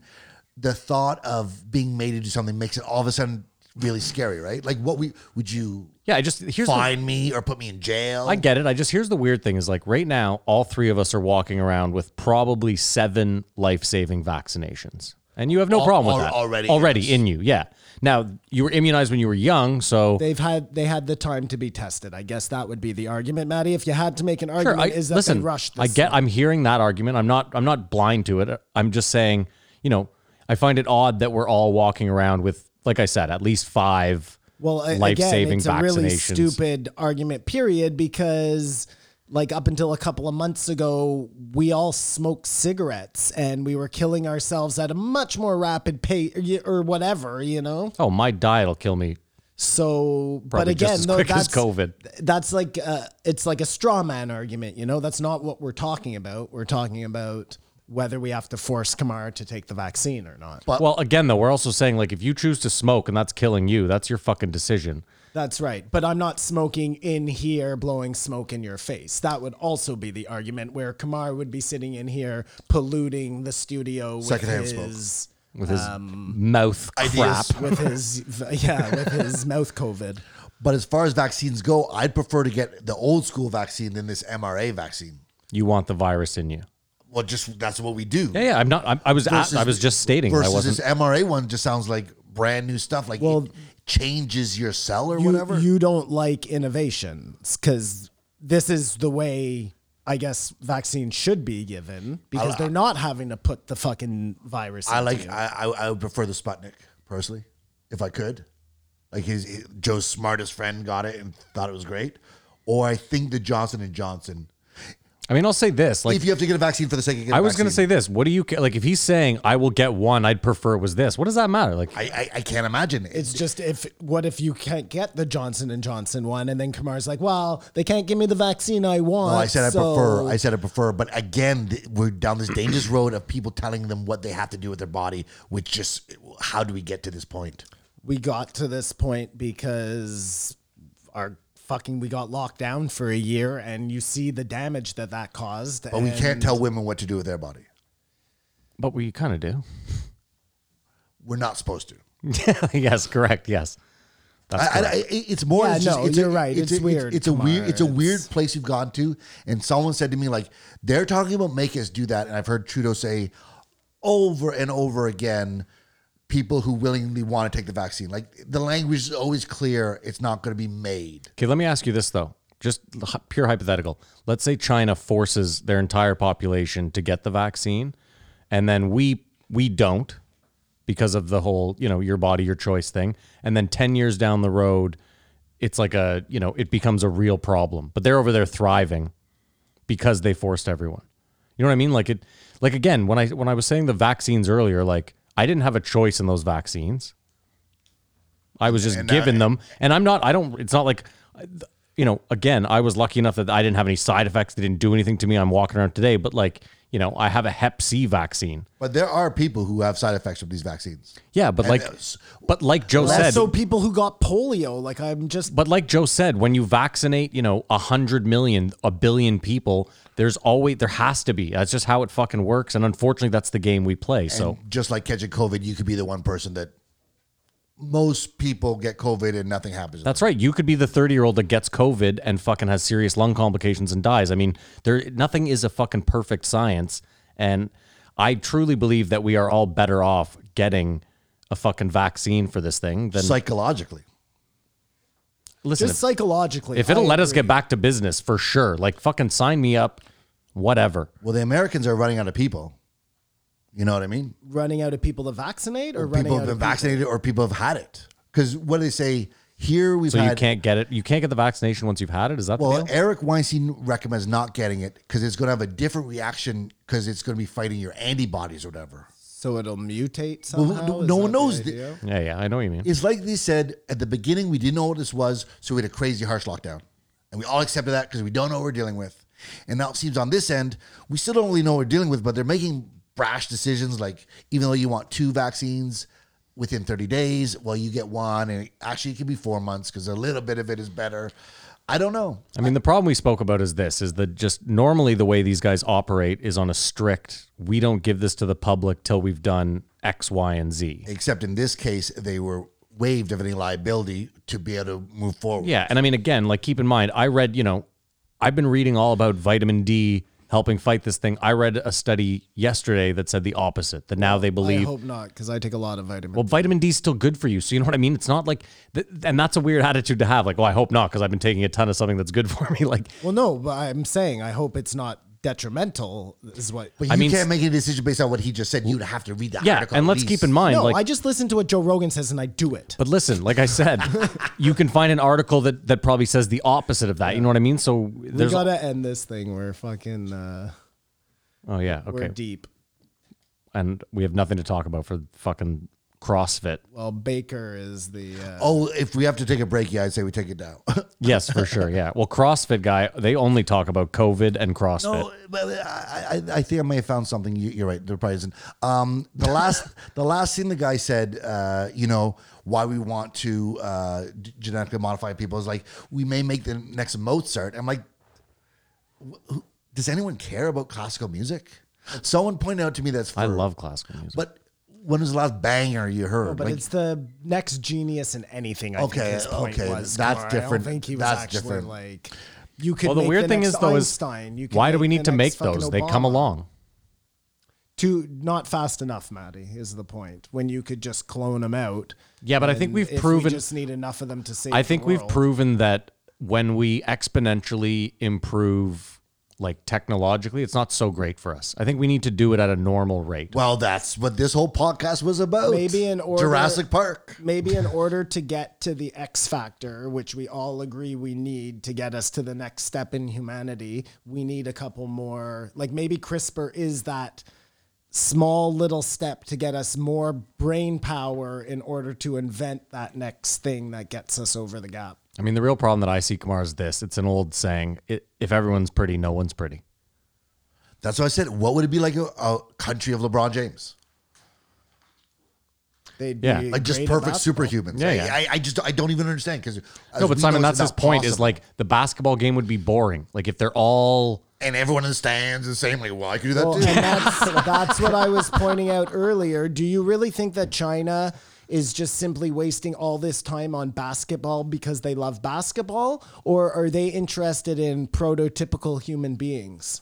the thought of being made to do something makes it all of a sudden really scary, right? Like what we would you
Yeah, I just here's the,
fine me or put me in jail?
I get it. I just here's the weird thing is like right now, all three of us are walking around with probably seven life saving vaccinations, and you have no
Al-
problem with
al-
that
already in us.
already in you. Yeah. Now you were immunized when you were young, so
They've had they had the time to be tested. I guess that would be the argument, Maddie. If you had to make an
sure.
argument,
I,
is that
listen,
they rushed. This
I get. I'm hearing that argument. I'm not. I'm not blind to it. I'm just saying. You know, I find it odd that we're all walking around with, like I said, at least five
well a-
life
again,
saving
it's a really
vaccinations.
stupid argument period because like up until a couple of months ago we all smoked cigarettes and we were killing ourselves at a much more rapid pace or whatever you know
Oh, my diet will kill me
So, but
Probably
again,
just as
no,
quick as
that's
COVID.
That's like uh, it's like a straw man argument. You know, that's not what we're talking about. We're talking about whether we have to force Kamara to take the vaccine or not.
But-
well, again, though, we're also saying like if you choose to smoke and that's killing you, that's your fucking decision.
That's right. But I'm not smoking in here, blowing smoke in your face. That would also be the argument where Kamar would be sitting in here polluting the studio with
Secondhand smoke.
his,
With his mouth crap.
Um, Ideas.
with his yeah, with his mouth COVID.
But as far as vaccines go, I'd prefer to get the old school vaccine than this MRA vaccine.
You want the virus in you.
Well, just that's what we do.
Yeah, yeah. I'm not. I'm, I was.
Versus-
I was just stating. I
Versus
wasn't.
this MRA one just sounds like brand new stuff. Like
Well,
it changes your cell or
You,
whatever.
you don't like innovations because this is the way I guess vaccines should be given because they're not having to put the fucking virus.
I
into
like.
you.
I, I I would prefer the Sputnik personally, if I could. Like his, his- Joe's smartest friend got it and thought it was great, or I think the Johnson and Johnson.
I mean, I'll say this. Like
if you have to get a vaccine for the sake of getting,
I was
going
going to say this. What do you ca- like? If he's saying I will get one, I'd prefer it was this. What does that matter? Like,
I, I I can't imagine.
It's just if what if you can't get the Johnson and Johnson one, and then Kamar's like, "Well, they can't give me the vaccine I want."
No, I said I
so-
prefer. I said I prefer. But again, th- we're down this dangerous road of people telling them what they have to do with their body, which just how do we get to this point?
we got to this point because our fucking we got locked down for a year, and you see the damage that that caused.
But we can't tell women what to do with their body.
but we kind of do.
We're not supposed to.
yes, correct. Yes, that's
I, I,
correct.
I- it's more.
Yeah,
it's
no,
it's
you're right. It's
a,
weird,
It's, a weird.
Tamar.
It's a weird
It's-
place you've gone to. And someone said to me, like, they're talking about make us do that. And I've heard Trudeau say over and over again, people who willingly want to take the vaccine. Like the language is always clear. It's not going to be made.
okay, let me ask you this though. Just hy- pure hypothetical. Let's say China forces their entire population to get the vaccine, and then we we don't because of the whole you know your body your choice thing. And then ten years down the road, it's like a you know it becomes a real problem. But they're over there thriving. because they forced everyone. You know what I mean? Like it like again, when I when I was saying the vaccines earlier, like I didn't have a choice in those vaccines. I was just
And that-
given them. And I'm not I don't it's not like you know, again, I was lucky enough that I didn't have any side effects. They didn't do anything to me. I'm walking around today, but like, you know, I have a hep C vaccine.
But there are people who have side effects from these vaccines.
Yeah, but like
that's-
but like Joe said,
so people who got polio, like I'm just
But like Joe said, when you vaccinate, you know, a hundred million, a billion people, there's always there has to be. That's just how it fucking works. And unfortunately, that's the game we play. so
Just like catching COVID, you could be the one person that most people get COVID and nothing happens.
that's right. You could be the thirty year old that gets COVID and fucking has serious lung complications and dies. I mean, there nothing is a fucking perfect science. And I truly believe that we are all better off getting a fucking vaccine for this thing than
psychologically.
listen.
just
if,
psychologically.
if it'll
I
let us
agree.
get back to business for sure, like fucking sign me up. Whatever.
Well, the Americans are running out of people. You know what I mean?
running out of people to vaccinate, or, running
People have
out of
been
people-
vaccinated or people have had it. Because what do they say? Here we've
So
had.
you can't get it. You can't get the vaccination once you've had it. Is that
well,
the deal?
Eric Weinstein recommends not getting it because it's going to have a different reaction because it's going to be fighting your antibodies or whatever.
so it'll mutate
Well,
somehow.
no,
Is
no
that
one
the
knows.
idea?
The,
yeah, yeah. I know what you mean.
It's like they said at the beginning, we didn't know what this was, so we had a crazy harsh lockdown. And we all accepted that because we don't know what we're dealing with. And now it seems on this end, we still don't really know what we're dealing with, but they're making brash decisions like even though you want two vaccines within 30 days, well, you get one. And actually, it could be four months because a little bit of it is better. I don't know.
I mean, the problem we spoke about is this: is that just normally the way these guys operate is on a strict. We don't give this to the public till we've done X, Y, and Z.
Except in this case, they were waived of any liability to be able to move forward.
Yeah, and I mean, again, like keep in mind, I read, you know, I've been reading all about vitamin D helping fight this thing. I read a study yesterday that said the opposite. That now they
I
believe
hope not because I take a lot of vitamins.
Well, vitamin D is still good for you. So you know what I mean? It's not like, th- and that's a weird attitude to have. Like, oh, I hope not, because I've been taking a ton of something that's good for me. Like,
Well, no, but I'm saying I hope it's not detrimental. Is what
But you
I mean,
can't make any decision based on what he just said. You'd have to read the
yeah.
article.
And
at
let's
least.
keep in mind,
No,
like,
I just listen to what Joe Rogan says and I do it.
but listen, like I said, you can find an article that that probably says the opposite of that. You know what I mean? So
we
there's,
gotta end this thing. We're fucking uh,
oh yeah, okay,
we're deep.
and we have nothing to talk about for fucking CrossFit.
Well, Baker is the. Uh,
Oh, if we have to take a break, yeah, I'd say we take it down.
Yes, for sure. Yeah. Well, CrossFit guy, they only talk about COVID and CrossFit.
no, but I, I, I think I may have found something. You, you're right. There probably isn't. Um, the last, the last thing the guy said, uh, you know, why we want to uh, g- genetically modify people is like we may make the next Mozart. I'm like, wh- who- does anyone care about classical music? Someone pointed out to me that's for,
I love classical music.
but when was the last banger you
Oh,
heard?
but
Like,
it's the next genius in anything. I
Okay,
think his point
okay,
was.
that's
Kumar.
different.
I don't think he was
That's
actually
different.
like. You could.
well, the
make
weird thing
next
is though is
Einstein. You could
why do we
the
need to make
next
those?
fucking
They come
Obama.
along.
Too not fast enough, Maddie. Is the point when you could just clone them out?
Yeah, but I think
and
we've
if we
proven-
just need enough of them to save.
I think
the
we've
world.
proven that when we exponentially improve like technologically, it's not so great for us. I think we need to do it at a normal rate.
well, that's what this whole podcast was about.
Maybe in order-
Jurassic Park.
maybe in order to get to the X factor, which we all agree we need to get us to the next step in humanity, we need a couple more. Like maybe CRISPR is that small little step to get us more brain power in order to invent that next thing that gets us over the gap.
I mean, the real problem that I see, Kumar, is this. It's an old saying: i if everyone's pretty, no one's pretty.
That's what I said. What would it be like a, a country of LeBron James?
They'd
Yeah.
be
like just
great at
perfect
basketball.
superhumans.
Yeah,
I,
yeah.
I, I just I don't even understand because
No, but Simon, that's his point. Is like the basketball game would be boring. Like if they're all
and everyone in the stands is saying like, well, I could do that
Well,
too.
and that's, that's what I was pointing out earlier. Do you really think that China is just simply wasting all this time on basketball because they love basketball? Or are they interested in prototypical human beings?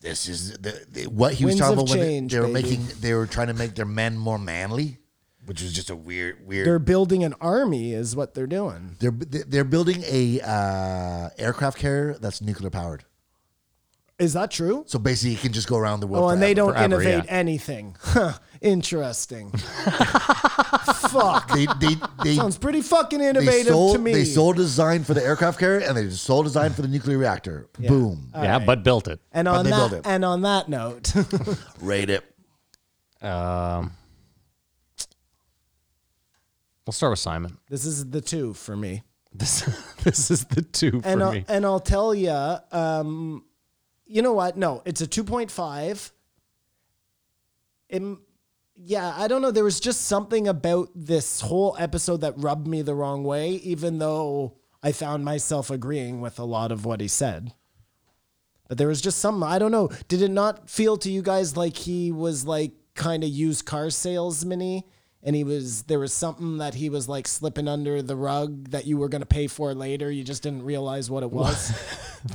this is the, the, what he was
Winds
talking
of
about when they-
change,
they, were
baby.
making they were trying to make their men more manly, which was just a weird weird.
They're
They're
building an army, is what they're doing.
they're, they're building a uh, aircraft carrier that's nuclear powered,
Is that true?
so basically it can just go around the world.
Oh, and they
forever.
don't
Forever,
innovate
yeah.
anything. Huh, Interesting. Fuck.
They they they.
Sounds pretty fucking
They
innovative
sold,
to me.
they sold design for the aircraft carrier and they sold design for the nuclear reactor. Boom.
Uh,
yeah, but built it.
and
but
on
they
that,
build it.
and on that note,
Rate it.
We'll start with Simon.
this is the two for me.
This this is the two for
and uh, I'll,
me.
and I'll tell you, um, you know what? No, it's a two point five. yeah, I don't know. There was just something about this whole episode that rubbed me the wrong way, even though I found myself agreeing with a lot of what he said. But there was just some I don't know. Did it not feel to you guys like he was like kind of used car salesman and he was there was something that he was like slipping under the rug that you were gonna pay for later. You just didn't realize what it was.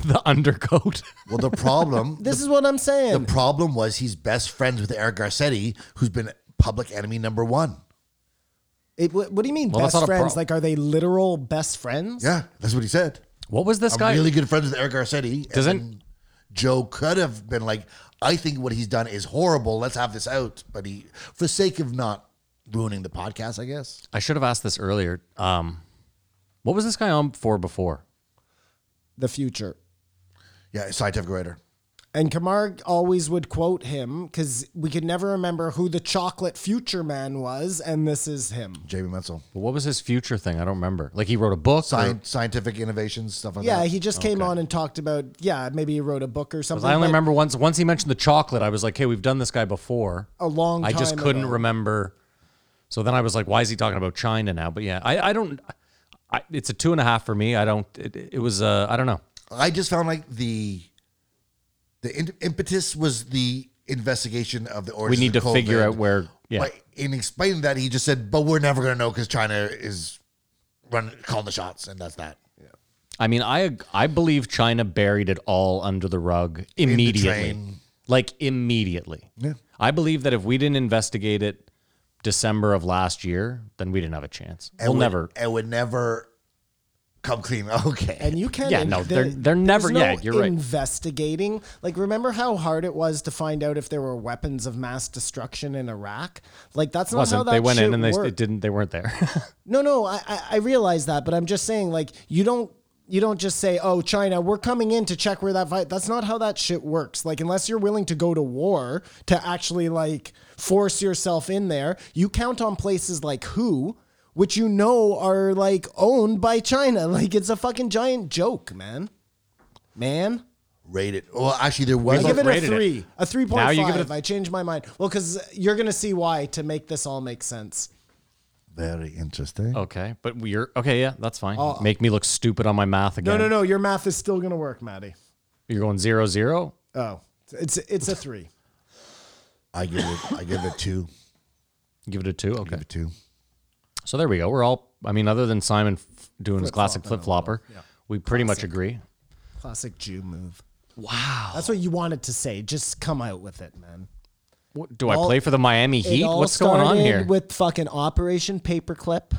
the undercoat.
Well, the problem
this is what I'm
The
saying.
problem was he's best friends with Eric Garcetti, who's been public enemy number one.
It- what, what do you mean
Well, that's
best
not a
friends?
pro-
like are they literal best friends?
Yeah, that's what he said.
What was this
I'm
guy?
really good friends with Eric Garcetti. and
Doesn't-
then Joe could have been like, I think what he's done is horrible. Let's have this out. But he, for sake of not ruining the podcast, I guess.
I should have asked this earlier. Um, what was this guy on for before?
The future.
Yeah, scientific writer.
And Camargue always would quote him because we could never remember who the chocolate future man was, and this is him.
J.B. Menzel.
But what was his future thing? I don't remember. Like he wrote a book. or-
Scien- scientific innovations, stuff like
Yeah,
that.
he just came on and talked about yeah, maybe he wrote a book or something.
I only
but
remember once. Once he mentioned the chocolate, I was like, "Hey, we've done this guy before."
a long.
I just
time
couldn't
ago.
remember. So then I was like, "Why is he talking about China now?" But yeah, I, I don't. I, it's a two and a half for me. I don't. It, it was. Uh, I don't know.
I just found like the the in- impetus was the investigation of the origins.
need
of
to figure
COVID.
out where- yeah.
But in explaining that, he just said, "But we're never going to know because China is running calling the shots, and that's that."
I mean, I I believe China buried it all under the rug
the
immediately.
train.
like immediately.
Yeah.
I believe that if we didn't investigate it December of last year, then we didn't have a chance.
It
we'll
would-
never.
It would never come clean. Okay.
And you can
Yeah, no, they're- they're never- yeah, you're right.
Investigating, like, remember how hard it was to find out if there were weapons of mass destruction in Iraq? Like, that's not how
Wasn't
that
they went
shit
in and they
worked.
it didn't? They weren't there.
No, no, I, I, I realize that, but I'm just saying, like, you don't you don't just say, "Oh, China, we're coming in to check where that fight." That's not how that shit works. Like, unless you're willing to go to war to actually like force yourself in there, you count on places like who, which you know are like owned by China. Like, it's a fucking giant joke, man. Man.
Rated. Well, actually, there
I
was.
both
give it a
rated it.
three, a three point
Now
five.
you give it a-
I changed my mind. Well, because you're gonna see why to make this all make sense.
Very interesting.
Okay, but we're okay. Yeah, that's fine. Make me look stupid on my math
Oh. No,
again.
no, no. Your math is still gonna work, Maddie.
You're going zero zero.
Oh, it's it's a three.
I give it. I give it two.
Give it a two. Okay.
Give it two.
So there we go. We're all. I mean, other than Simon f- doing his classic flip flopper, we pretty much agree.
Classic Jew move. Wow, that's what you wanted to say. Just come out with it, man.
What, do I
All-
play for the Miami
It
Heat?
all
What's going on
started
here?
With fucking Operation Paperclip.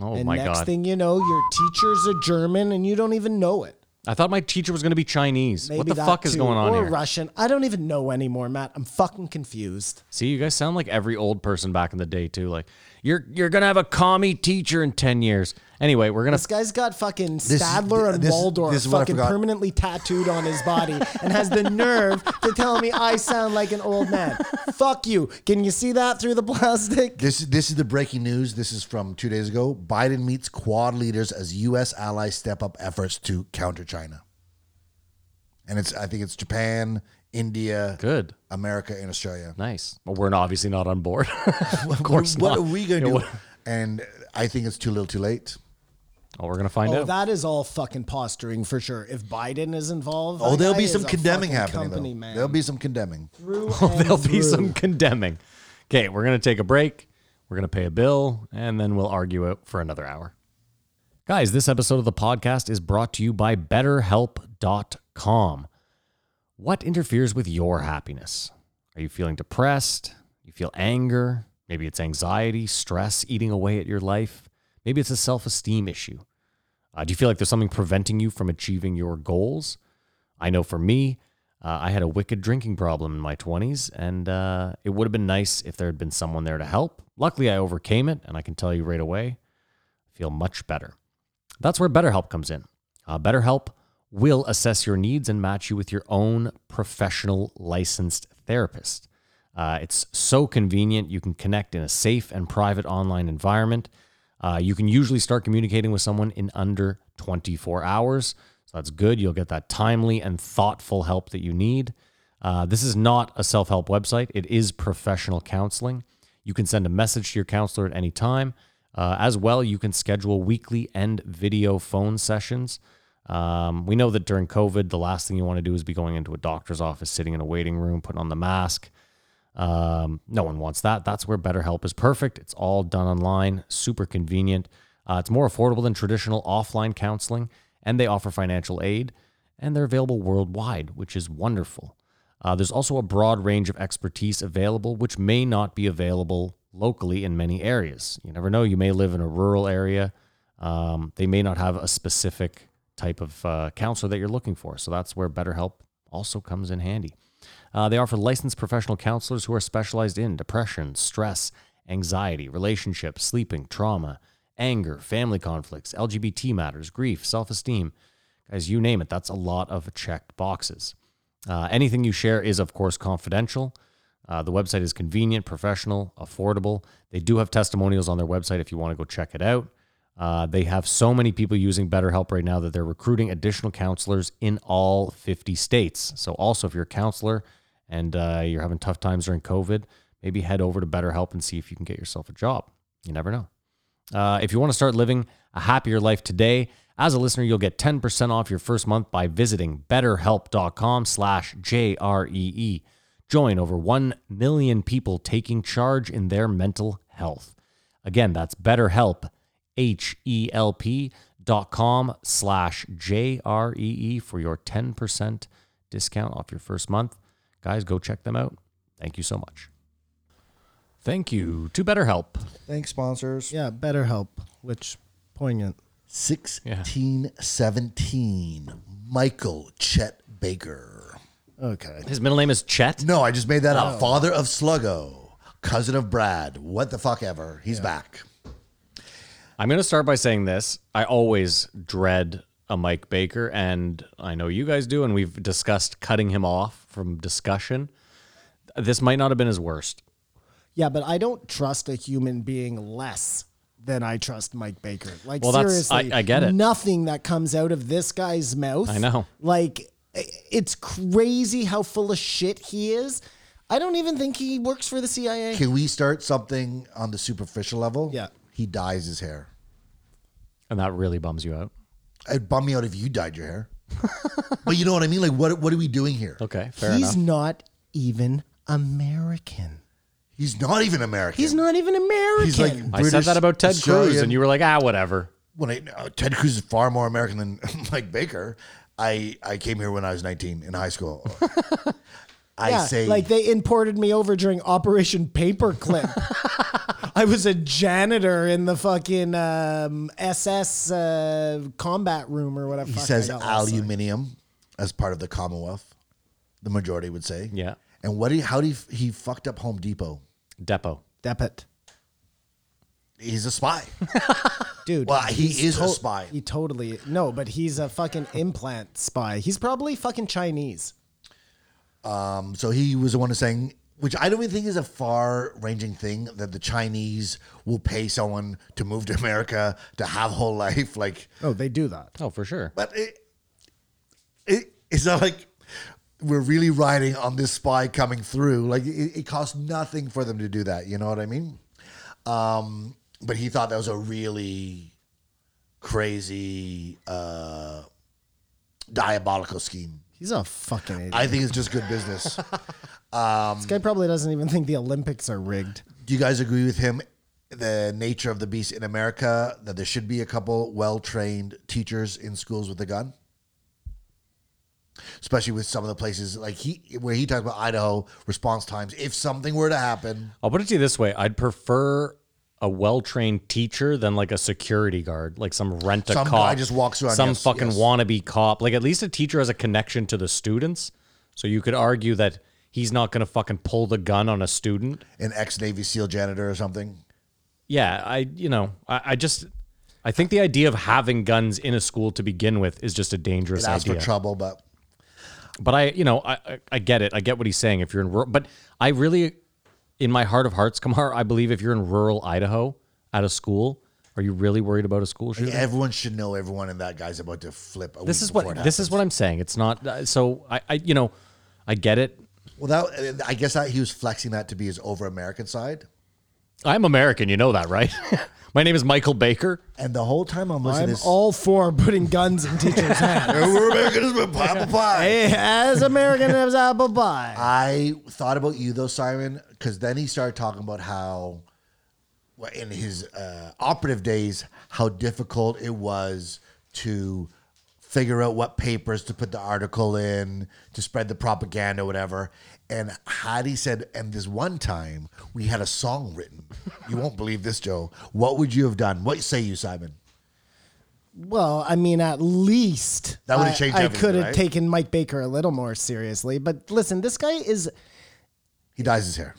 oh
and
my
next
god!
thing you know, your teacher's a German, and you don't even know it.
I thought my teacher was going to be Chinese.
Maybe
what the
that
fuck is
too,
going on
or
here?
Russian. I don't even know anymore, Matt. I'm fucking confused.
See, you guys sound like every old person back in the day too. Like you're you're gonna have a commie teacher in ten years. Anyway, we're gonna
This guy's got fucking Stadler and
this-
Waldorf
this is what I
fucking
forgot.
permanently tattooed on his body and has the nerve to tell me I sound like an old man. Fuck you. Can you see that through the plastic?
This this is the breaking news. This is from two days ago. Biden meets Quad leaders as U.S. allies step up efforts to counter China. And it's I think it's Japan, India,
good.
America, and Australia.
Nice. Well, we're not- obviously not on board. of course
What
not.
are we gonna
You know,
do? And I think it's too little, too late.
Oh, we're gonna find
Oh,
out.
that is all fucking posturing for sure. If Biden is involved,
Oh,
that
there'll
guy
be
is
some
a
condemning
fucking
happening.
Company
though.
man.
There'll be some condemning.
Through and
There'll be
through.
some condemning. Okay, we're gonna take a break. We're gonna pay a bill, and then we'll argue it for another hour. Guys, this episode of the podcast is brought to you by BetterHelp.com. What interferes with your happiness? Are you feeling depressed? You feel anger? Maybe it's anxiety, stress eating away at your life. Maybe it's a self esteem issue. Uh, do you feel like there's something preventing you from achieving your goals? I know for me, uh, I had a wicked drinking problem in my 20s, and uh, it would have been nice if there had been someone there to help. Luckily, I overcame it, and I can tell you right away, I feel much better. That's where BetterHelp comes in. Uh, BetterHelp will assess your needs and match you with your own professional licensed therapist. Uh, it's so convenient. You can connect in a safe and private online environment. Uh, you can usually start communicating with someone in under 24 hours. So that's good. You'll get that timely and thoughtful help that you need. Uh, this is not a self help website, it is professional counseling. You can send a message to your counselor at any time. Uh, as well, you can schedule weekly and video phone sessions. Um, we know that during COVID, the last thing you want to do is be going into a doctor's office, sitting in a waiting room, putting on the mask. Um, no one wants that. That's where BetterHelp is perfect. It's all done online, super convenient. Uh, it's more affordable than traditional offline counseling, and they offer financial aid, and they're available worldwide, which is wonderful. Uh, there's also a broad range of expertise available, which may not be available locally in many areas. You never know. You may live in a rural area. Um, they may not have a specific type of uh, counselor that you're looking for. So that's where BetterHelp also comes in handy. Uh, they offer licensed professional counselors who are specialized in depression, stress, anxiety, relationships, sleeping, trauma, anger, family conflicts, LGBT matters, grief, self esteem. Guys, you name it, that's a lot of checked boxes. Uh, anything you share is, of course, confidential. Uh, the website is convenient, professional, affordable. They do have testimonials on their website if you want to go check it out. Uh, they have so many people using BetterHelp right now that they're recruiting additional counselors in all 50 states. So, also, if you're a counselor and uh, you're having tough times during COVID, maybe head over to BetterHelp and see if you can get yourself a job. You never know. Uh, if you want to start living a happier life today, as a listener, you'll get 10% off your first month by visiting betterhelp.com slash J-R-E-E. E. Join over 1 million people taking charge in their mental health. Again, that's betterhelp, H-E-L-P dot com slash J-R-E-E E for your 10% discount off your first month. Guys, go check them out. Thank you so much. Thank you to BetterHelp.
Thanks, sponsors.
Yeah, BetterHelp, which poignant.
Sixteen seventeen. Michael Chet Baker.
Okay.
His middle name is Chet.
No, I just made that
Oh.
up. Father of Sluggo, cousin of Brad. What the fuck ever. He's back.
I'm going to start by saying this. I always dread a Mike Baker, and I know you guys do, and we've discussed cutting him off from discussion. This might not have been his worst.
Yeah, but I don't trust a human being less than I trust Mike Baker. Like
Well, that's-
seriously,
I- I get it.
Nothing that comes out of this guy's mouth.
I know.
Like i- it's crazy how full of shit he is. I don't even think he works for the CIA.
Can we start something on the superficial level?
Yeah.
He dyes his hair.
And that really bums you out.
It'd bum me out if you dyed your hair. but you know what I mean? Like, what, what are we doing here?
Okay, fair
He's
enough.
not even American.
He's not even American.
He's not even American.
He's like
I said
British,
that about Ted Cruz,
Australian.
and you were like, ah, whatever.
when I, uh, Ted Cruz is far more American than Mike Baker. I, I came here when I was 19 in high school. I
Yeah,
say,
like they imported me over during Operation Paperclip. I was a janitor in the fucking um, SS uh, combat room or whatever.
he says aluminium as part of the Commonwealth, the majority would say.
Yeah.
And what he, how do he, he fucked up Home Depot?
Depot.
Depet.
He's a spy.
Dude,
Well, he
he's
is a spy.
He totally no, but he's a fucking implant spy. He's probably fucking Chinese.
Um, So he was the one who's saying, which I don't even think is a far ranging thing that the Chinese will pay someone to move to America to have a whole life. Like,
Oh, they do that.
Oh, for sure.
but it, it it's not like we're really riding on this spy coming through. Like, it, it costs nothing for them to do that. You know what I mean? Um, but he thought that was a really crazy, uh, diabolical scheme.
He's a fucking idiot.
I think it's just good business.
this guy probably doesn't even think the Olympics are rigged.
Do you guys agree with him? The nature of the beast in America that there should be a couple well trained teachers in schools with a gun, especially with some of the places like he where he talked about Idaho response times. If something were to happen,
I'll put it to you this way: I'd prefer a well-trained teacher than like a security guard, like some rent a
Some
cop.
guy just walks around,
Some
yes,
fucking
yes.
wannabe cop. Like at least a teacher has a connection to the students, so you could argue that he's not going to fucking pull the gun on a student.
an ex Navy SEAL janitor or something,
Yeah, I you know I, I just I think the idea of having guns in a school to begin with is just a dangerous
it asked for
idea.
trouble, but
But I, you know, I, I, I get it. I get what he's saying. If you're in rural, but I really, in my heart of hearts, Kamar, I believe if you're in rural Idaho at a school, are you really worried about a school shooting?
everyone should know everyone and that guy's about to flip. A
this
week
is
before
what
it
this is
happens.
what I'm saying. It's not uh, so. I, I, you know, I get it.
Well, that I guess that he was flexing that to be his over American side.
I'm American. You know that, right? my name is Michael Baker.
And the whole time I'm "Oh, listening,
I'm
to this,
all for putting guns in teachers' hands.
we're American as apple pie.
As American as apple pie.
I thought about you though, Simon, because then he started talking about how, well, in his uh, operative days, how difficult it was to figure out what papers to put the article in to spread the propaganda, whatever. And Heidi said, and this one time we had a song written. You won't believe this, Joe. What would you have done? What say you, Simon?
Well, I mean, at least
That would've
I-
changed
I
everything,
could have
right?
taken Mike Baker a little more seriously, but listen, this guy is.
He dyes his hair.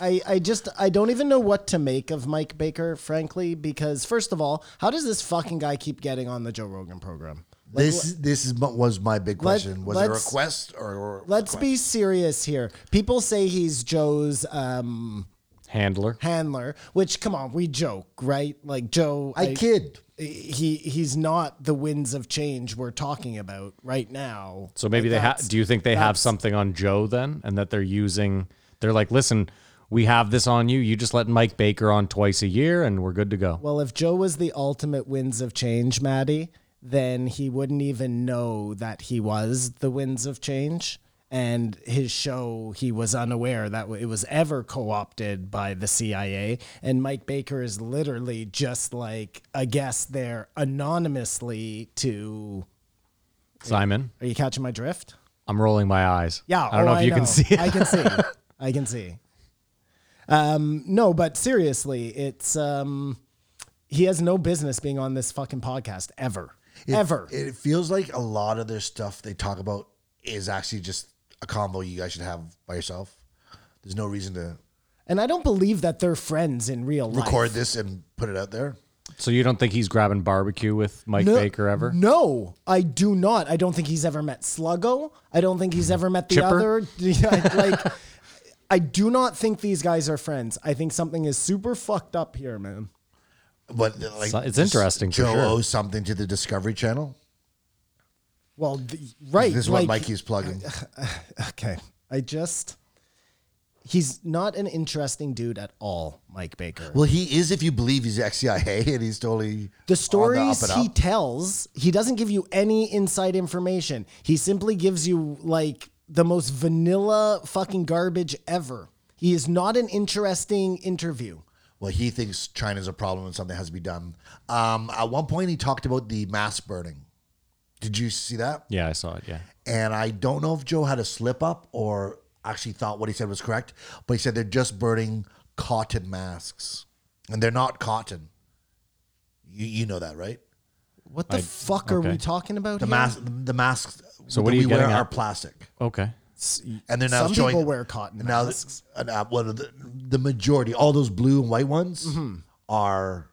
I, I just I don't even know what to make of Mike Baker, frankly, because first of all, how does this fucking guy keep getting on the Joe Rogan program?
this this is what was my big
Let-
question. was it a
let's-
request or, or
Let's
request?
be serious here. People say he's Joe's um,
Handler.
handler, which come on, we joke, right? Like Joe,
I kid.
He he's not the winds of change we're talking about right now.
So maybe
Like,
they have.
that's-
Do you think they have
that's-
something on Joe then, and that they're using? They're like, listen, we have this on you. You just let Mike Baker on twice a year, and we're good to go.
Well, if Joe was the ultimate winds of change, Maddie, then he wouldn't even know that he was the winds of change. And his show, he was unaware that it was ever co opted by the CIA. And Mike Baker is literally just like a guest there anonymously to.
Simon,
Are you catching my drift?
I'm rolling my eyes.
Yeah,
I don't know
oh,
if you can see it.
I can see. I can see. Um, no, but seriously, it's um, he has no business being on this fucking podcast ever,
It-
ever.
It feels like a lot of their stuff they talk about is actually just a combo you guys should have by yourself. There's no reason to
and I don't believe that they're friends in real life.
record this and put it out there.
So you don't think he's grabbing barbecue with Mike
No-
Baker ever?
No, I do not. I don't think he's ever met Sluggo. I don't think he's ever met the
Chipper?
other. Yeah, like, I do not think these guys are friends. I think something is super fucked up here, man.
But like,
So- it's interesting for
Joe
sure.
owes something to the Discovery Channel.
Well, the, right.
This is
like,
what Mikey's plugging.
Okay, I just. He's not an interesting dude at all, Mike Baker.
Well, he is if you believe he's ex CIA and he's totally
The
on the up
stories
and
he
up.
tells, he doesn't give you any inside information. He simply gives you like the most vanilla fucking garbage ever. He is not an interesting interview.
well, he thinks China's a problem and something has to be done. Um, at one point, he talked about the mass burning. Did you see that?
Yeah, I saw it. Yeah.
And I don't know if Joe had a slip up or actually thought what he said was correct, but he said they're just burning cotton masks and they're not cotton. You, you know that, right?
What the
I-
fuck are
okay.
we talking about?
The
here?
mask, the masks
So
that
what are you
we wear
getting at?
are plastic.
Okay.
and they're now
Some
showing
people wear cotton
now
masks.
th- uh, well, the, the majority all those blue and white ones are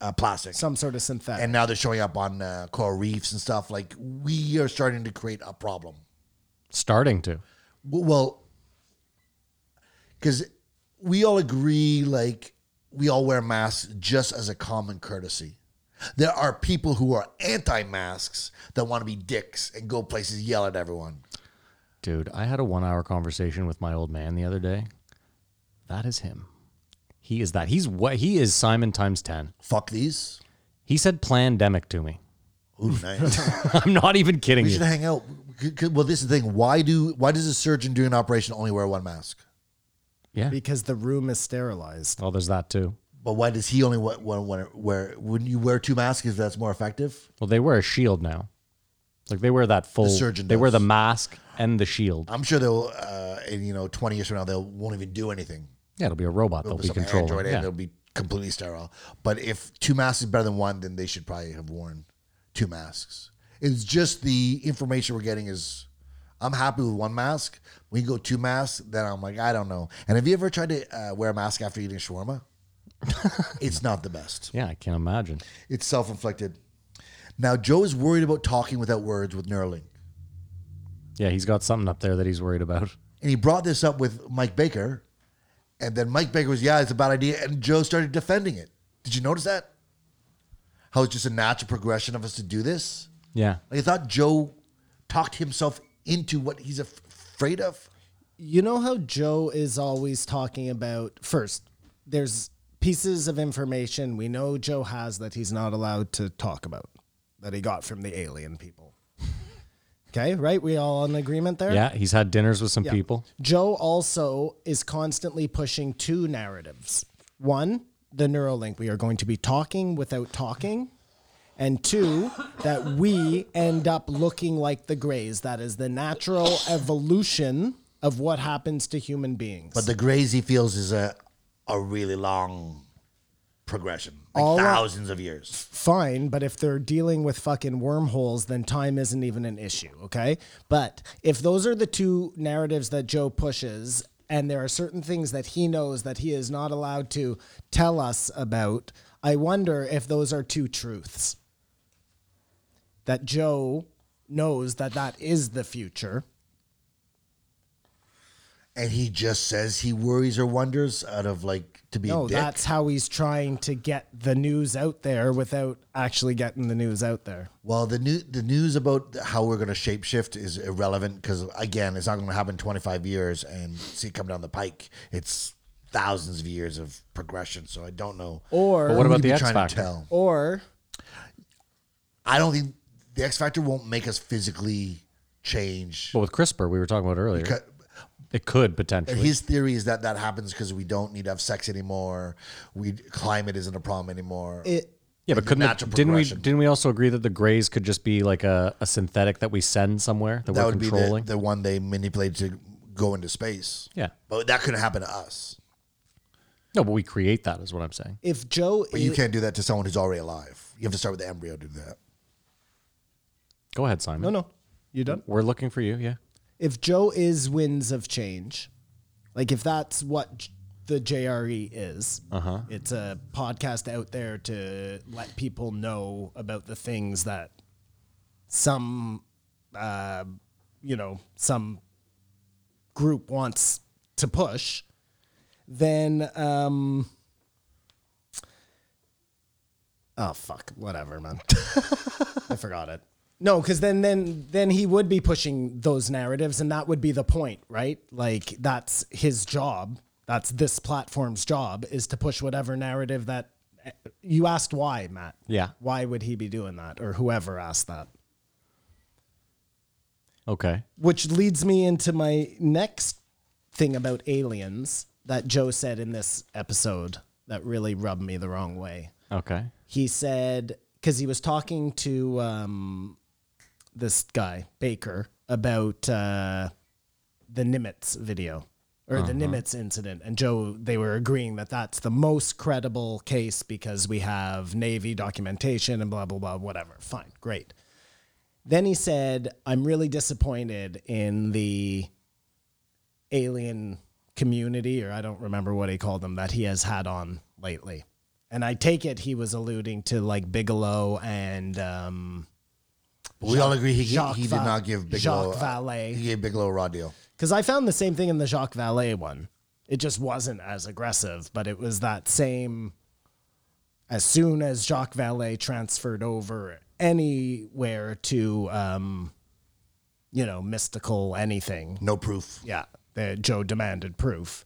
uh, plastic
Mm-hmm. Some sort of synthetic.
and now they're showing up on uh, coral reefs and stuff like we are starting to create a problem
Starting to.
W- well because we all agree like we all wear masks just as a common courtesy there are people who are anti-masks that want to be dicks and go places yell at everyone
Dude, I had a one hour conversation with my old man the other day. That is him. He is that. He's what he is Simon times ten.
fuck these
He said plandemic to me.
Ooh, nice.
I'm not even kidding
We
you.
should hang out. C- c- Well, this is the thing. Why do why does a surgeon doing an operation only wear one mask?
yeah.
because the room is sterilized.
Oh, there's that too.
But why does he only wear, wear, wear, wear wouldn't you wear two masks if that's more effective?
Well, they wear a shield now. Like they wear that full.
surgeon
they wear
does.
the mask and the shield.
I'm sure they'll uh, in, you know 20 years from now they won't even do anything.
Yeah, it'll be a robot. They'll
They'll
be
some
controlling.
Android
yeah.
and they'll be completely sterile. But if two masks is better than one, then they should probably have worn two masks. It's just the information we're getting is I'm happy with one mask. We go two masks, then I'm like I don't know. And have you ever tried to uh, wear a mask after eating shawarma? it's not the best.
yeah, I can't imagine.
It's self inflicted. Now, Joe is worried about talking without words with Neuralink.
Yeah, he's got something up there that he's worried about.
And he brought this up with Mike Baker. And then Mike Baker was, yeah, it's a bad idea. And Joe started defending it. Did you notice that? How it's just a natural progression of us to do this?
Yeah.
Like, I thought Joe talked himself into what he's af- afraid of.
You know how Joe is always talking about first, there's pieces of information we know Joe has that he's not allowed to talk about that he got from the alien people. Okay, right? We all on agreement there?
Yeah, he's had dinners with some
Yeah.
people.
Joe also is constantly pushing two narratives. One, the Neuralink, we are going to be talking without talking. And two, that we end up looking like the Greys. That is the natural evolution of what happens to human beings.
But the grays he feels is a, a really long progression, like
All I-
thousands of years.
fine, but if they're dealing with fucking wormholes, then time isn't even an issue, okay? But if those are the two narratives that Joe pushes, and there are certain things that he knows that he is not allowed to tell us about, I wonder if those are two truths. That Joe knows that that is the future.
And he just says he worries or wonders out of like to be a
No,
dick.
that's how he's trying to get the news out there without actually getting the news out there.
Well, the new the news about how we're going to shapeshift is irrelevant because again, it's not going to happen in 25 years and see it come down the pike. It's thousands of years of progression, so I don't know.
Or-
But what about
We'd be
the X
trying to
Factor?
tell.
Or
I don't think the X Factor won't make us physically change.
But with CRISPR, we were talking about earlier,
Because-
it could potentially.
His theory is that that happens because we don't need to have sex anymore. We climate isn't a problem anymore.
it
yeah, but
the
couldn't
natural
it, didn't we
progression.
didn't we also agree that the Greys could just be like a, a synthetic that we send somewhere that,
that
we're
would be the,
controlling?
the one they manipulate to go into space.
yeah,
But that couldn't happen to us.
no, but we create that is what I'm saying.
if Joe
But you can't do that to someone who's already alive. You have to start with the embryo to do that.
Go ahead, Simon.
no, you done?
we're looking for you. Yeah,
if Joe is winds of change, like if that's what J- the JRE is. Uh-huh. It's a podcast out there to let people know about the things that some, uh, you know, some group wants to push. Then, um, oh fuck, whatever, man. I forgot it. No, because then then then he would be pushing those narratives, and that would be the point, right? Like that's his job. That's this platform's job is to push whatever narrative that eh, you asked why, Matt.
Yeah.
Why would he be doing that, or whoever asked that?
Okay.
Which leads me into my next thing about aliens that Joe said in this episode that really rubbed me the wrong way
Okay.
he said because he was talking to um, this guy Baker about uh, the Nimitz video or the Nimitz incident, and Joe they were agreeing that that's the most credible case because we have Navy documentation and blah blah blah whatever. Fine, great. Then he said, "I'm really disappointed in the alien community, or I don't remember what he called them, that he has had on lately." And I take it he was alluding to like Bigelow and um,
But we all agree he,
Jacques
he did
Va-
not give Bigelow.
Jacques Vallée.
He gave Bigelow a raw deal.
Because I found the same thing in the Jacques Vallée one. It just wasn't as aggressive, but it was that same. As soon as Jacques Vallée transferred over anywhere to, um, you know, mystical anything,
No proof.
yeah, the, Joe demanded proof.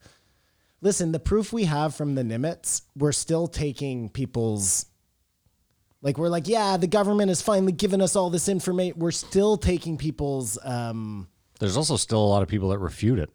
Listen, the proof we have from the Nimitz, we're still taking people's. Like we're like, yeah, the government has finally given us all this information. We're still taking people's um,
There's also still a lot of people that refute it.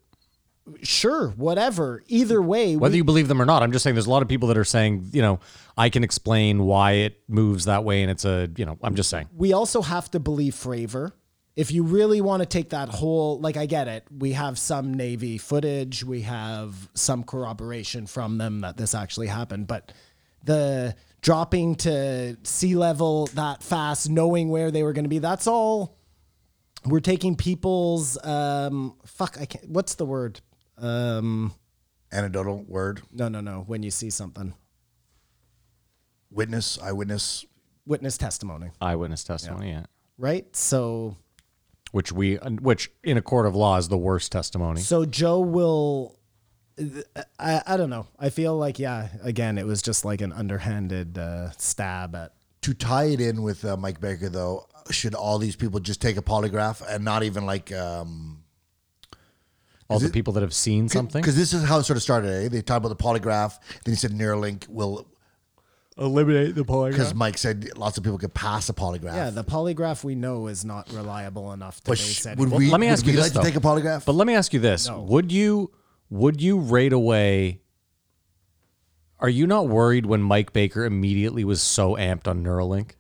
sure, whatever. Either way,
Whether
we-
you believe them or not, I'm just saying there's a lot of people that are saying, you know, I can explain why it moves that way and it's a, you know, I'm just saying.
we also have to believe Fravor. If you really want to take that whole, like, I get it. We have some Navy footage. We have some corroboration from them that this actually happened. But the dropping to sea level that fast, knowing where they were going to be, that's all. We're taking people's, um, fuck, I can't, what's the word? Um,
Anecdotal word.
no, no, no. When you see something,
Witness, eyewitness.
witness testimony,
Eyewitness testimony, yeah.
right? So
Which we which in a court of law is the worst testimony.
So Joe will. I, I don't know. I feel like yeah. Again, it was just like an underhanded uh, stab at.
To tie it in with uh, Mike Baker, though, should all these people just take a polygraph and not even like um,
All the people that have seen something.
Because this is how it sort of started. Eh? They talked about the polygraph. Then he said Neuralink will
Eliminate the polygraph.
because Mike said lots of people could pass a polygraph.
Yeah, the polygraph we know is not reliable enough.
Ah.
To
but
base
sh-
any-
would we?
Let me
would
ask
we
you this,
like
though.
to take a polygraph.
But let me ask you this: Would you would you rate away? Are you not worried when Mike Baker immediately was so amped on Neuralink?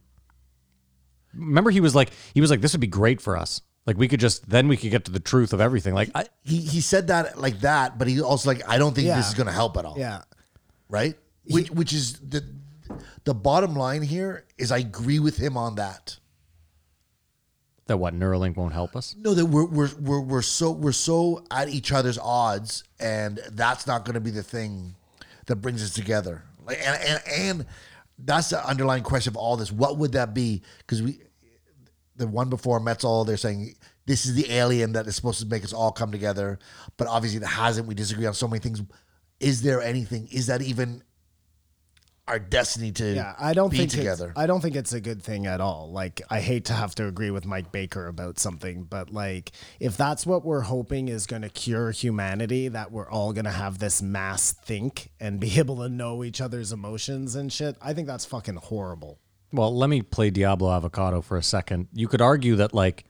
Remember, he was like, he was like, this would be great for us. Like, we could just then we could get to the truth of everything. Like, I,
he he said that like that, but he also like I don't think
Yeah.
this is going to help at all.
yeah,
Right. Which which is the the bottom line here is I agree with him on that.
that what Neuralink won't help us.
No, that we're we're we're, we're so we're so at each other's odds, and that's not going to be the thing that brings us together. Like and and, and that's the underlying question of all this. What would that be? Because we, the one before Metzl, they're saying this is the alien that is supposed to make us all come together, but obviously it hasn't. We disagree on so many things. Is there anything? Is that even our destiny to
yeah. I don't
be
think it's-
together?
I don't think it's a good thing at all. Like, I hate to have to agree with Mike Baker about something, but like, if that's what we're hoping is going to cure humanity, that we're all going to have this mass think and be able to know each other's emotions and shit, I think that's fucking horrible.
Well, let me play Diablo Avocado for a second. You could argue that like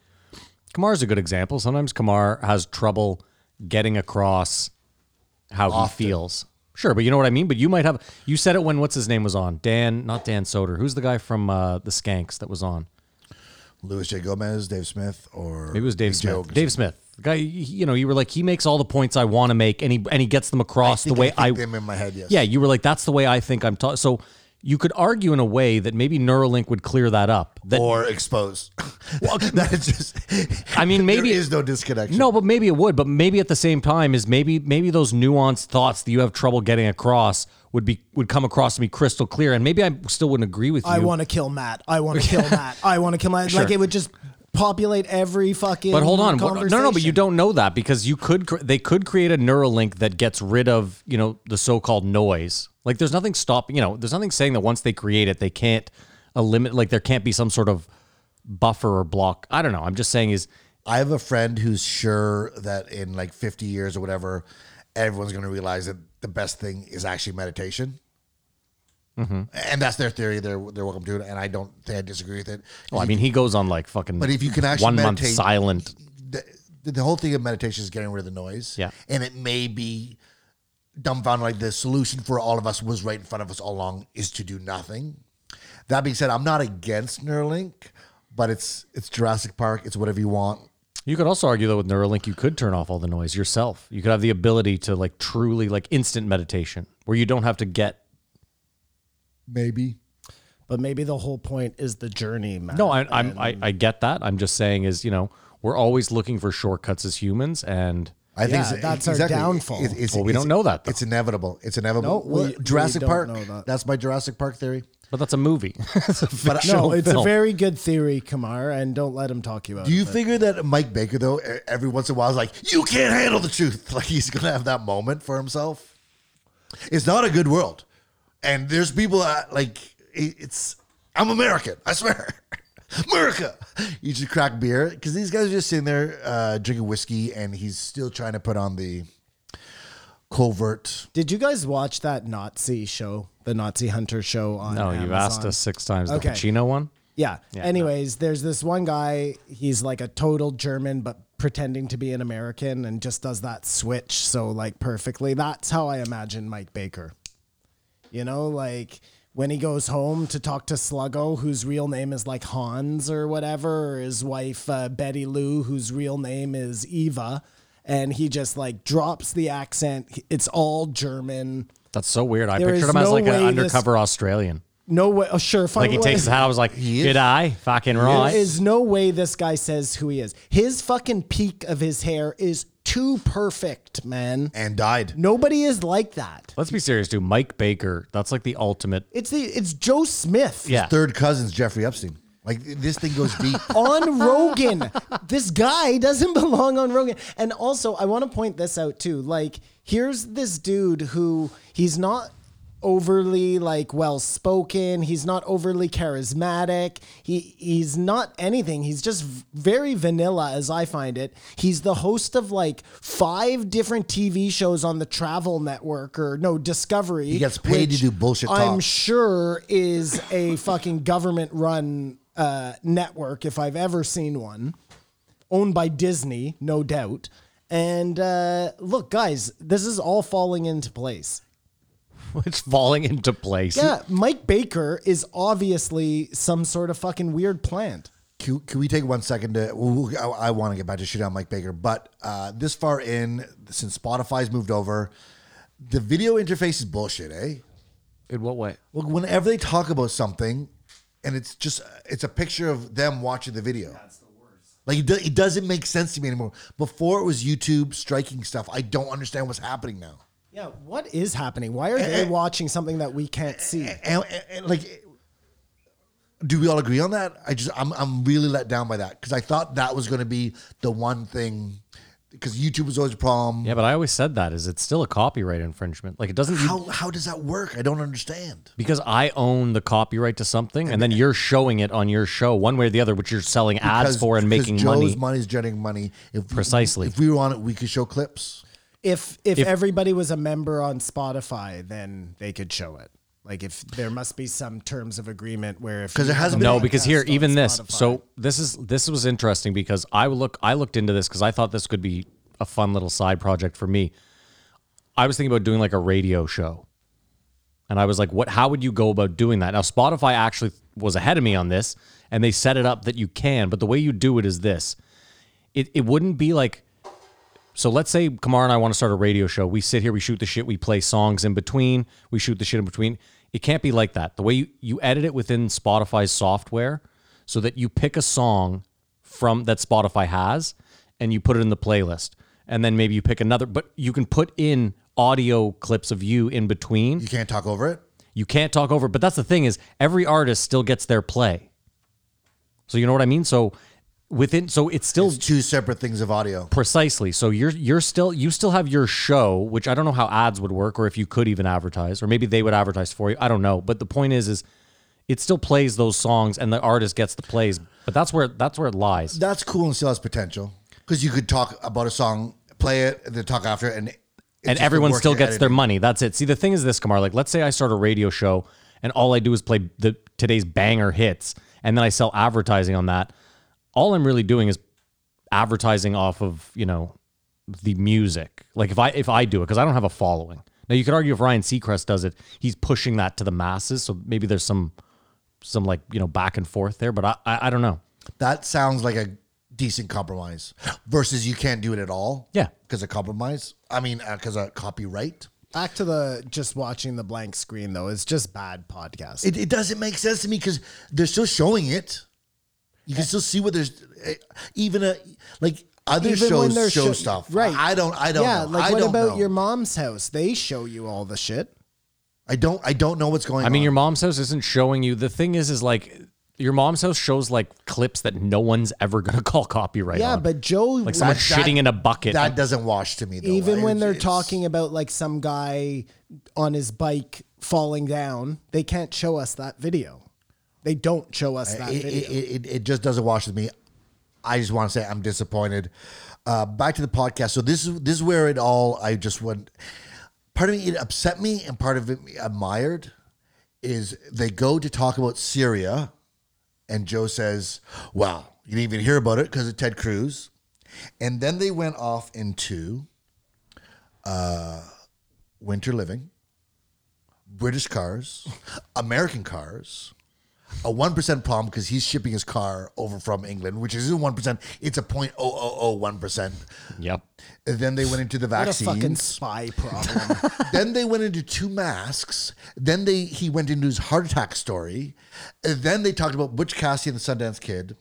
Kamar's a good example. Sometimes Kamar has trouble getting across how he feels. Sure, but you know what I mean? But you might have you said it when what's his name was on. Dan, not Dan Soder. Who's the guy from uh, the Skanks that was on?
Louis J. Gomez, Dave Smith, or
Maybe it was Dave
Big Joe
Smith.
Ogerson?
Dave Smith. The guy you know, you were like he makes all the points I want to make and he and he gets them across the
think
way
I
I,
think them in my head, yes.
Yeah, you were like that's the way I think I'm taught. So you could argue in a way that maybe Neuralink would clear that up. That
or expose. that is just.
I mean, maybe-
there is no disconnection.
No, but maybe it would. But maybe at the same time is maybe maybe those nuanced thoughts that you have trouble getting across would be would come across to me crystal clear, and maybe I still wouldn't agree with you.
I want to kill Matt. I want to kill Matt. I want to kill Matt. Like it would just populate every fucking.
but hold on, What- no, no, but you
conversation.
don't know that because you could cr- they could create a Neuralink that gets rid of you know the so-called noise. Like there's nothing stopping you know there's nothing saying that once they create it they can't eliminate like there can't be some sort of buffer or block. I don't know. I'm just saying is
I have a friend who's sure that in like 50 years or whatever, everyone's going to realize that the best thing is actually meditation.
Mm-hmm.
And that's their theory. They're they're welcome to it, and I don't think I disagree with it.
well, I mean he goes on like fucking
But if you can actually
one month
meditate-
silent
the, the whole thing of meditation is getting rid of the noise.
Yeah.
And it may be dumbfounded like the solution for all of us was right in front of us all along is to do nothing. That being said, I'm not against Neuralink, but it's it's Jurassic Park, it's whatever you want.
You could also argue that with Neuralink, you could turn off all the noise yourself. You could have the ability to like truly like instant meditation where you don't have to get.
Maybe.
But maybe the whole point is the journey, Matt.
No, I, I'm I, I get that. I'm just saying is you know we're always looking for shortcuts as humans, and
I think
Yeah,
it's-
that's our downfall.
it's,
Well, we don't know that, though.
It's inevitable. It's inevitable.
No, we-
Well,
we
Jurassic
don't
Park.
know that.
That's my Jurassic Park theory.
but that's a movie. it's a fictional
No, it's
film.
a very good theory, Kamar, and don't let him talk you out.
Do you
of it.
figure that Mike Baker though, e- every once in a while, is like, "You can't handle the truth." Like he's gonna have that moment for himself. It's not a good world, and there's people that like it- it's. I'm American. I swear, America. You should crack beer because these guys are just sitting there uh, drinking whiskey, and he's still trying to put on the covert.
Did you guys watch that Nazi show, the Nazi Hunter show on?
no, you've asked
Amazon?
us six times
Okay.
the Pacino one.
Yeah.
Yeah,
Anyways, there's this one guy. He's like a total German, but pretending to be an American, and just does that switch so like perfectly. That's how I imagine Mike Baker. You know, like when he goes home to talk to Sluggo, whose real name is like Hans or whatever, or his wife uh, Betty Lou, whose real name is Eva, and he just like drops the accent. It's all German.
That's so weird. I
There
pictured
is
him as
no
like an
way this-
undercover Australian.
No way. Oh, sure. Fine.
Like he takes the hat. I was like,
He is.
did I fucking right?
There is no way this guy says who he is. His fucking peak of his hair is too perfect, man.
And died.
Nobody is like that.
Let's be serious, dude. Mike Baker. That's like the ultimate.
It's the it's Joe Smith.
Yeah.
Third cousins Jeffrey Epstein. Like this thing goes deep.
on Rogan. This guy doesn't belong on Rogan. And also, I want to point this out too. Like, here's this dude who he's not overly like well spoken. He's not overly charismatic. He he's not anything. He's just v- very vanilla as I find it. He's the host of like five different TV shows on the Travel Network or no Discovery. He
gets paid to do bullshit
I'm
talk.
sure is a fucking government run uh, network if I've ever seen one, owned by Disney, no doubt. And uh, look, guys, this is all falling into place.
It's falling into place.
Yeah, Mike Baker is obviously some sort of fucking weird plant.
Can, can we take one second to? Ooh, I, I want to get back to shit on Mike Baker, but uh, this far in, since Spotify's moved over, the video interface is bullshit, eh?
In what way?
Look, whenever they talk about something, and it's just it's a picture of them watching the video. That's the worst. Like it, do, it doesn't make sense to me anymore. Before it was YouTube striking stuff. I don't understand what's happening now.
Yeah, what is happening? Why are they watching something that we can't see?
and, and- and, like do we all agree on that i just i'm, I'm really let down by that because i thought that was going to be the one thing because youtube was always a problem
Yeah, but I always said that is it's still a copyright infringement. Like it doesn't
how how does that work i don't understand
because I own the copyright to something, and then you're showing it on your show one way or the other, which you're selling ads
Because-
for and
because
making
Joe's
money.
money's generating money if we-
Precisely.
if we were on it we could show clips
If, if everybody was a member on Spotify, then they could show it. Like if there must be some terms of agreement where if
'Cause
you
there hasn't
have a
no, because here,
podcast on
even this.
Spotify-
So this is this was interesting because I look I looked into this because I thought this could be a fun little side project for me. I was thinking about doing like a radio show. And I was like, what how would you go about doing that? Now Spotify actually was ahead of me on this and they set it up that you can, but the way you do it is this. It it wouldn't be like so let's say Kamar and I want to start a radio show. We sit here, we shoot the shit, we play songs in between, we shoot the shit in between. It can't be like that. The way you, you edit it within Spotify's software so that you pick a song from that Spotify has and you put it in the playlist. And then maybe you pick another, but you can put in audio clips of you in between.
You can't talk over it.
You can't talk over. But that's the thing is, every artist still gets their play. So you know what I mean. So within, so it's still
It's two separate things of audio.
precisely. So you're you're still you still have your show, which I don't know how ads would work, or if you could even advertise, or maybe they would advertise for you. I don't know. But the point is, is it still plays those songs, and the artist gets the plays. But that's where that's where it lies.
That's cool and still has potential because you could talk about a song, play it, and then talk after, it, and it's
and
just a
everyone
work
still
in
gets their
editing.
money. That's it. See, the thing is this, Kamar. Like, let's say I start a radio show, and all I do is play the today's banger hits, and then I sell advertising on that. All I'm really doing is advertising off of you know the music. Like if I if I do it because I don't have a following. Now you could argue if Ryan Seacrest does it, he's pushing that to the masses. So maybe there's some some like you know back and forth there, but I I, I don't know.
That sounds like a decent compromise versus you can't do it at all.
Yeah.
because of compromise. I mean, because of copyright.
Back to the just watching the blank screen though. It's just bad podcast.
It, it doesn't make sense to me because they're still showing it. You can still see what there's eh, even a like other shows
they're
show
sho-
stuff.
right?
I don't. I don't.
Yeah,
know.
like
I
what
don't
about
know.
your mom's house? They show you all the shit.
I don't. I don't know what's going.
I mean,
on.
your mom's house isn't showing you. The thing is, is like your mom's house shows like clips that no one's ever gonna call copyright.
Yeah,
on.
but Joe,
like someone
That-
shitting in a bucket.
that doesn't wash to me. Though,
even
right?
when they're
It's-
talking about like some guy on his bike falling down, they can't show us that video. They don't show us that
it,
video.
it, it, it just doesn't wash with me. I just want to say I'm disappointed. Uh, back to the podcast. So this is this is where it all. I just went. Part of me it upset me, and part of it me admired. Is they go to talk about Syria, and Joe says, "Well, you didn't even hear about it because of Ted Cruz," and then they went off into uh, winter living, British cars, American cars a one percent problem because he's shipping his car over from England, which isn't one percent; it's a point oh oh oh one percent.
yep.
Then they went into the
what a fucking
vaccines.
spy problem.
then they went into two masks. Then they he went into his heart attack story. Then they talked about Butch Cassidy and the Sundance Kid.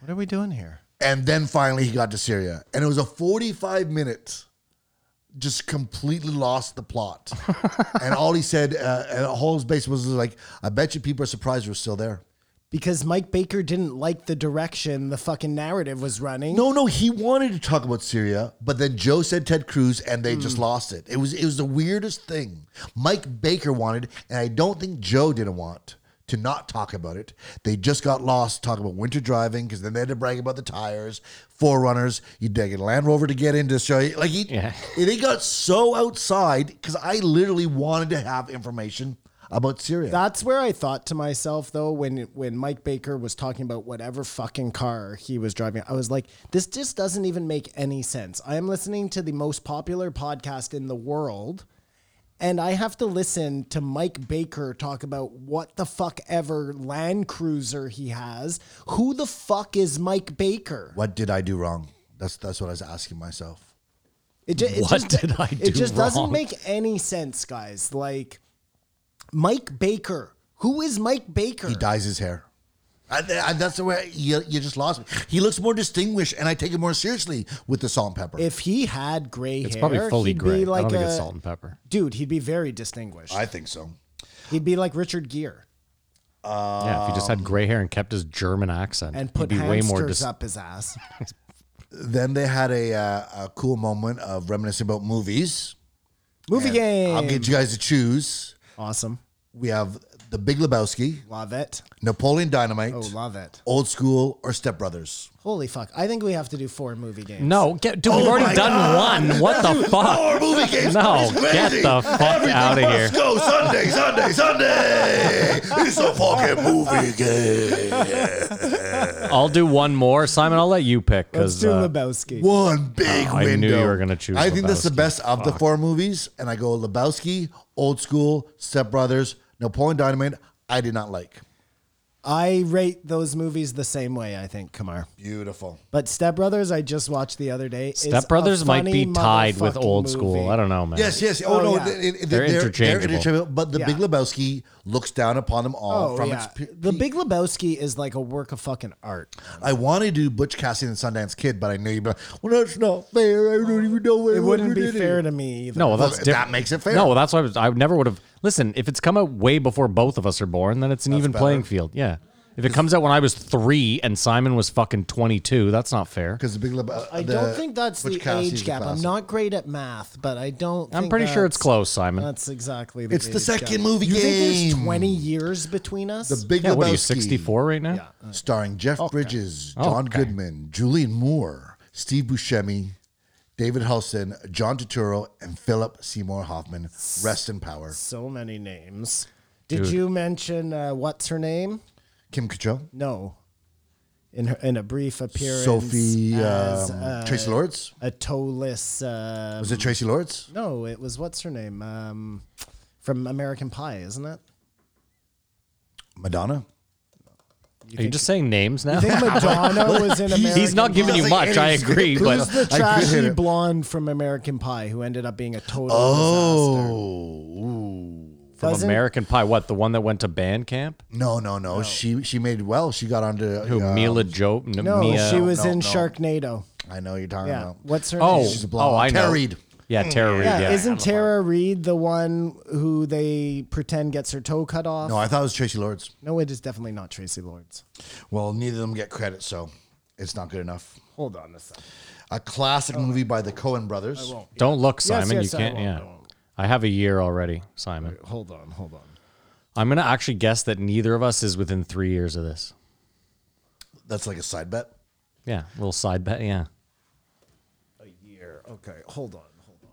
What are we doing here?
And then finally he got to Syria. And it was a 45 minute, just completely lost the plot. and all he said, uh, and all his base was like, I bet you people are surprised we're still there.
because Mike Baker didn't like the direction the fucking narrative was running.
No, no, he wanted to talk about Syria, but then Joe said Ted Cruz, and they just lost it. It was it was the weirdest thing. Mike Baker wanted, and I don't think Joe didn't want to not talk about it. They just got lost talking about winter driving because then they had to brag about the tires, forerunners. You dig a Land Rover to get into Syria. Like he,
Yeah.
they got so outside because I literally wanted to have information about Syria.
That's where I thought to myself though when when Mike Baker was talking about whatever fucking car he was driving, I was like, this just doesn't even make any sense. I am listening to the most popular podcast in the world and I have to listen to Mike Baker talk about what the fuck ever Land Cruiser he has. Who the fuck is Mike Baker?
what did I do wrong? That's that's what I was asking myself.
It, ju- it
What
just,
did I do
It just doesn't
wrong?
make any sense, guys. Like Mike Baker. Who is Mike Baker?
He dyes his hair. And th- and that's the way you, you just lost me. He looks more distinguished, and I take it more seriously with the salt and pepper.
If he had gray
It's
hair,
probably fully
he'd
gray.
Be like
I don't
a,
think it's salt and pepper.
Dude, he'd be very distinguished.
I think so.
he'd be like Richard Gere
yeah, if he just had gray hair and kept his German accent,
um, and put
he'd be way
hamsters
more. Dis-
up his ass.
Then they had a, uh, a cool moment of reminiscing about movies.
Movie game.
I'll get you guys to choose.
awesome.
We have The Big Lebowski,
Love it.
Napoleon Dynamite,
Oh, love it.
Old School, or Step Brothers.
Holy fuck. I think we have to do four movie games.
no, get, dude,
Oh
we've already done one. What the
More
fuck?
movie games.
No,
It's crazy.
get the fuck
Everything
out of here.
must Go Sunday, Sunday, Sunday. It's a fucking movie game.
I'll do one more, Simon. I'll let you pick because
Let's do
uh,
Lebowski.
One big
Oh, I knew
window.
you were gonna choose
I think that's the
Lebowski.
best of the four movies, and I go Lebowski, Old School, Step Brothers, Napoleon Dynamite. I did not like.
I rate those movies the same way. I think Kamar.
Beautiful.
But Step Brothers, I just watched the other day. is
Step
a
Brothers might
funny
be tied with
motherfucking
Old School.
movie.
I don't know, man.
Yes, yes. Oh,
Oh,
no,
yeah.
th- it- it-
They're interchangeable.
But the
Yeah.
Big Lebowski looks down upon them all
Oh,
from
yeah.
its pe-
the
peak.
Big Lebowski is like a work of fucking art.
I want to do Butch Cassidy and Sundance Kid, but I know you'd be like, well, that's not fair. I don't even know what
Oh. It
what you
wouldn't be
did
fair
here."
to me either.
No, well,
Well,
that's
that
different.
makes it fair.
No, well, that's why I, was, I never would have. Listen, if it's come out way before both of us are born, then it's an even
better.
playing field. Yeah. If it comes out when I was three and Simon was fucking 22, that's not fair.
Because the Big Lebowski.
I don't think that's the age gap. I'm not great at math, but I don't.
I'm
think
pretty sure it's
that's-
close, Simon.
That's exactly. The
It's the
age gap.
second movie
You
game.
think there's 20 years between us?
The Big
yeah,
Lebowski.
what are you, 64 right now?
starring Jeff Bridges, John
Okay.
Goodman, Julian Moore, Steve Buscemi, David Hudson, John Turturro, and Philip Seymour Hoffman. Rest in power.
so many names. Did you mention uh, what's her name?
Kim Cattrall,
No. In her, in a brief appearance,
Sophie,
as,
um,
uh,
Tracy Lords.
a toeless. Uh,
Was it Tracy Lords?
no, it was what's her name um, from American Pie, isn't it?
Madonna.
are you just saying names now?
I think Madonna was in American.
He's not giving
Pie.
you
Nothing
much. I
is-
agree,
Who's
but
Who's the
I could hit
trashy
it.
blonde from American Pie who ended up being a total disaster?
Oh. ooh.
Oh. from
Wasn't-
American Pie, what the one that went to band camp?
No, no, no, She she made well. She got onto
Who
uh,
Mila Jo? n-
No,
Mia,
she was
no,
in
no.
Sharknado.
I know you're talking
Yeah,
about.
what's her
Oh,
name?
She's a blonde.
oh, I know.
Tara Reid.
Yeah, Tara Reid.
Yeah,
Yeah,
isn't Tara Reed the one who they pretend gets her toe cut off?
No, I thought it was Tracy Lords.
No, it is definitely not Tracy Lords.
Well, neither of them get credit, so it's not good enough.
Hold on a second.
A classic movie by the Coen brothers. I won't.
Don't look, Simon.
yes,
you
I
can't.
won't,
yeah,
I won't.
I have a year already, Simon.
Hold on, hold on.
I'm gonna actually guess that neither of us is within three years of this.
That's like a side bet.
Yeah, little side bet. Yeah,
Here, okay, hold on, hold on.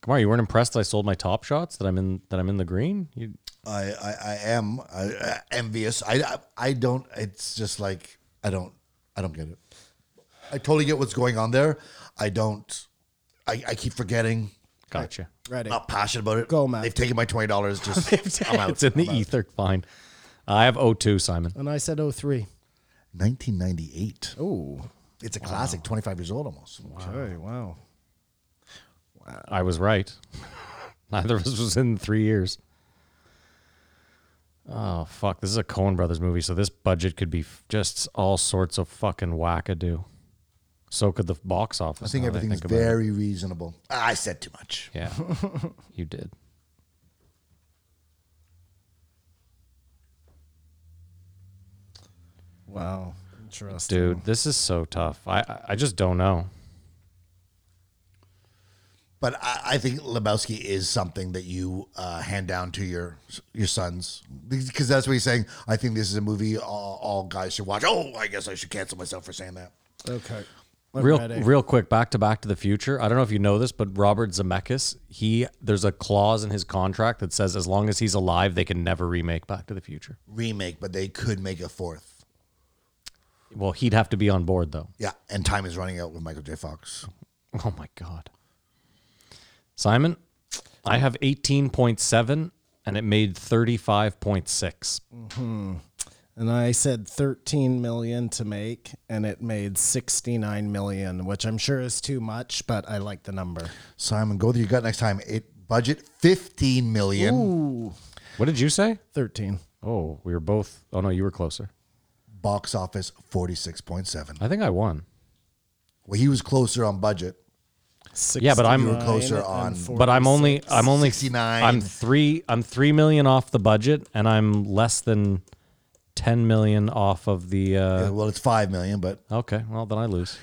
Kamar, you weren't impressed. That I sold my top shots. That I'm in. That I'm in the green. You,
I I, I am I, I, envious. I, I I don't. It's just like I don't I don't get it. I totally get what's going on there. I don't. I, I keep forgetting.
gotcha.
Ready?
Not passionate about it.
Go, Matt.
They've taken my twenty dollars. Just I'm out.
it's e- in the ether. Fine. I have 02, Simon.
And I said 03.
1998.
Oh,
It's a classic. 25 years old almost.
okay, wow.
I was right. Neither of us was in three years. Oh fuck! This is a Coen Brothers movie, so this budget could be f- just all sorts of fucking wackadoo. So could the box office.
I think
now that
everything's
about it.
very reasonable. I said too much.
Yeah, you did.
Wow. Interesting.
Dude, this is so tough. I- I I just don't know.
But I, I think Lebowski is something that you uh, hand down to your your sons because that's what he's saying. I think this is a movie all, all guys should watch. Oh, I guess I should cancel myself for saying that.
Okay.
real real quick back to back to the future i don't know if you know this but robert zemeckis he there's a clause in his contract that says as long as he's alive they can never remake back to the future
Remake, but they could make a fourth.
well he'd have to be on board though
Yeah, and time is running out with Michael J. Fox.
oh my god simon i have 18.7 and it made 35.6
And I said 13 million to make, and it made 69 million, which I'm sure is too much, but I like the number.
Simon, go with your gut next time. It budget fifteen million.
what did you say
13.
oh we were both oh no you were closer
Box office forty six point seven.
i think i won
Well, he was closer on budget.
yeah but i'm
You were closer
and
on.
but I'm only I'm only
69.
I'm three I'm three million off the budget, and I'm less than ten million off of the. Uh,
Well, it's five million, but
Okay, well then I lose.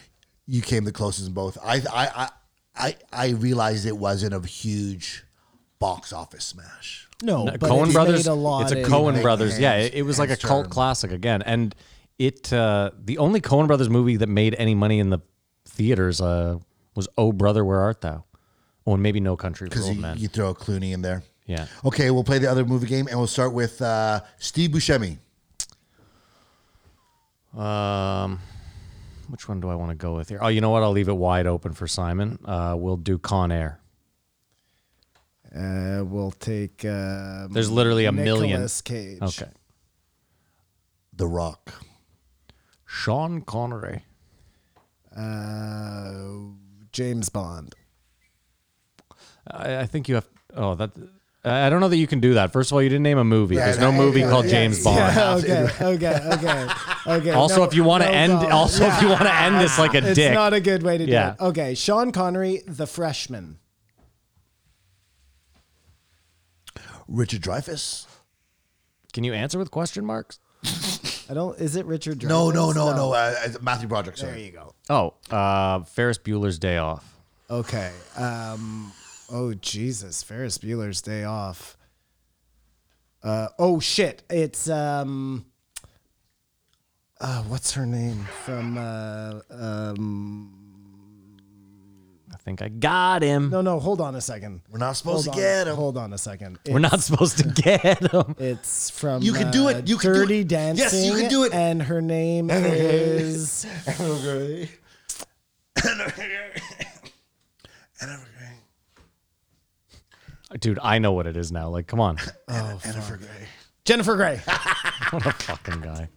you came the closest in both. I I I I, I realized it wasn't a huge box office smash.
No, Oh, but
Cohen
it's
Brothers.
made a lot.
it's a
in-
Cohen
Big
Brothers. Yeah,
hands-
it, it was like a
hands
cult
turn.
classic again, and it uh, the only Cohen Brothers movie that made any money in the theaters uh, was Oh Brother Where Art Thou? Oh, and maybe No Country for
Because
Old
you,
Men.
you throw a Clooney in there.
Yeah.
Okay, we'll play the other movie game, and we'll start with uh, Steve Buscemi.
Um, which one do I want to go with here? Oh, you know what? I'll leave it wide open for Simon. Uh, we'll do Con Air.
Uh, we'll take. Um,
There's literally a million.
Nicolas Cage.
Okay.
The Rock?
Sean Connery.
Uh, James Bond.
I, I think you have. Oh, that. I I don't know that you can do that. First of all, you didn't name a movie.
Yeah,
There's
no,
no movie
yeah,
called
yeah, yeah.
James Bond.
Yeah, okay, okay, okay, okay.
Also,
No-
if you want to
no
end,
Bond.
also if you want to end this like a
it's
dick,
not a good way to do
Yeah.
it. Okay, Sean Connery, the freshman.
Richard Dreyfuss?
can you answer with question marks?
I don't. Is it Richard? Dreyfuss?
No, no, no, no. Uh, uh, Matthew Broderick. Sorry.
There you go.
Oh, uh, Ferris Bueller's Day Off.
Okay. Um. Oh Jesus, Ferris Bueller's Day Off. Uh. Oh shit. It's um. Uh, what's her name from? Uh, um.
I think I got him.
No, no. Hold on a second.
We're not supposed
Hold
to
on-
get him.
Hold on a second.
We're not supposed to get him.
It's from.
You can do
uh,
it. You can do
Dirty
it. Yes,
Dancing.
you can do it.
And her name is.
Okay. And okay.
Dude, I know what it is now. Like, come on. Oh,
And I forget.
Jennifer Grey.
What a fucking guy.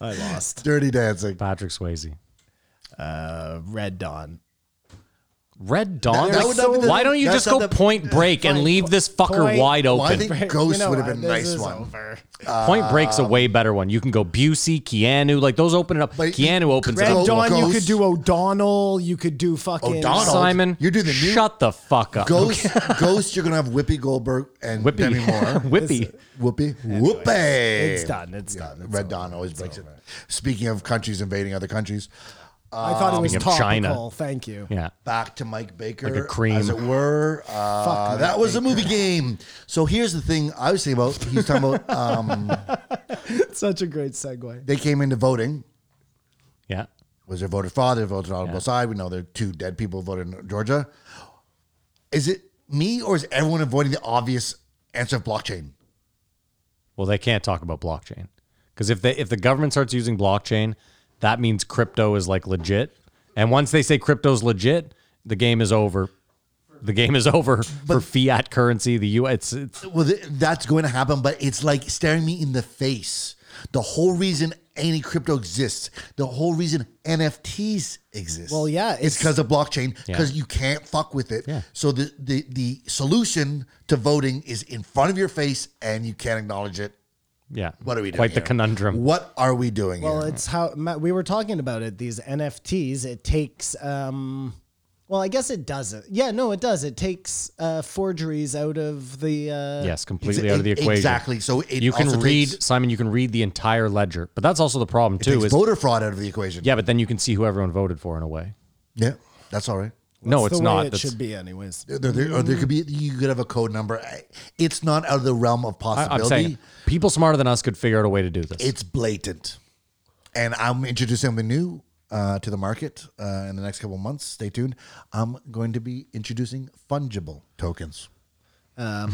I lost.
Dirty Dancing.
Patrick Swayze.
Uh, Red Dawn.
Red Dawn?
that
Like,
would not be the-
why don't you
that's
just go
not the-
point break and leave this fucker
Point-
wide
Well, I
open?
think Ghost
You know
would have
what?
been a
This
nice
is
one.
over.
point break's a way better one. You can go Busey, Keanu, like those open it up.
Um, But-
Keanu opens it
Red
up.
Dawn-
Don, you
Ghost.
could do O'Donnell. You could do fucking
O'Donnell?
Simon,
You do the new-
Shut the fuck up.
Ghost, Ghost, you're gonna have Whippy Goldberg and
Whippy.
Demi Moore.
Whippy.
Whoopi, Whoopi.
It's done. It's done. It's
Red Dawn always breaks it. Speaking of countries invading other countries,
I thought it was
Speaking of
topical.
China.
Thank you.
Yeah.
back to Mike Baker,
Like a cream.
as it were. Uh, that was a movie game. So here's the thing I was thinking about. He's talking about um,
Such a great segue.
they came into voting.
Yeah.
Was there voted for? They voted on both sides. We know there are two dead people voted in Georgia. Is it me or is everyone avoiding the obvious answer of blockchain?
Well, they can't talk about blockchain because if they if the government starts using blockchain, that means crypto is like legit. And once they say crypto's legit, the game is over. The game is over for fiat currency. The U. It's, it's
Well, th- that's going to happen, but it's like staring me in the face. The whole reason any crypto exists, the whole reason NFTs exist.
Well, yeah,
it's
it's-
because of blockchain.
Yeah.
Because you can't fuck with it.
Yeah.
So the, the the solution to voting is in front of your face, and you can't acknowledge it.
yeah.
What are we doing?
Quite the
here?
conundundrum.
What are we doing?
Well,
here?
it's how Matt, we were talking about it. These NFTs. It takes. um Well, I guess it doesn't. Yeah, no, it does. It takes uh forgeries out of the. uh
Yes, completely out of the equation.
Exactly. So it
You can
also
read
takes,
Simon. You can read the entire ledger, but that's also the problem too.
takes
Is
voter fraud out of the equation.
yeah, but then you can see who everyone voted for in a way.
yeah, that's all right.
no,
That's
it's
the
not.
Way it
That's-
should be, anyways.
There, there, or there could be you could have a code number. I- It's not out of the realm of
I-
possibility.
I'm saying people smarter than us could figure out a way to do this.
it's blatant. And I'm introducing something new uh, to the market uh, in the next couple of months. Stay tuned. I'm going to be introducing fungible tokens.
Um,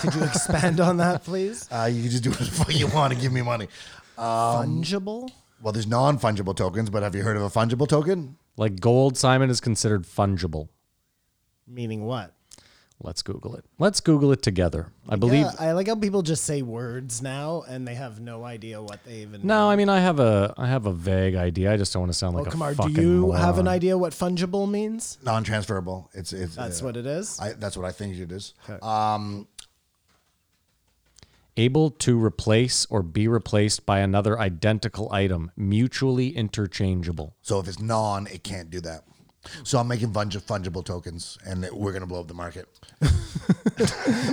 could you expand on that, please?
Uh, you can just do what the fuck you want and give me money. Uh,
Fungible.
Well, there's non fungible tokens, but have you heard of a fungible token?
like gold, Simon is considered fungible.
Meaning what?
Let's Google it. Let's Google it together. I believe.
Yeah, I like how people just say words now and they have no idea what they even.
no, I mean I have a I have a vague idea. I just don't want to sound like
Oh,
a
Kamar, do
fucking
you have an
moron.
idea what fungible means?
Non transferable. It's it's uh,
That's what it is.
I, that's what I think it is. Uh,
Able to replace or be replaced by another identical item, mutually interchangeable.
So if it's non, it can't do that. So I'm making bunch of fungible tokens, and we're gonna blow up the market.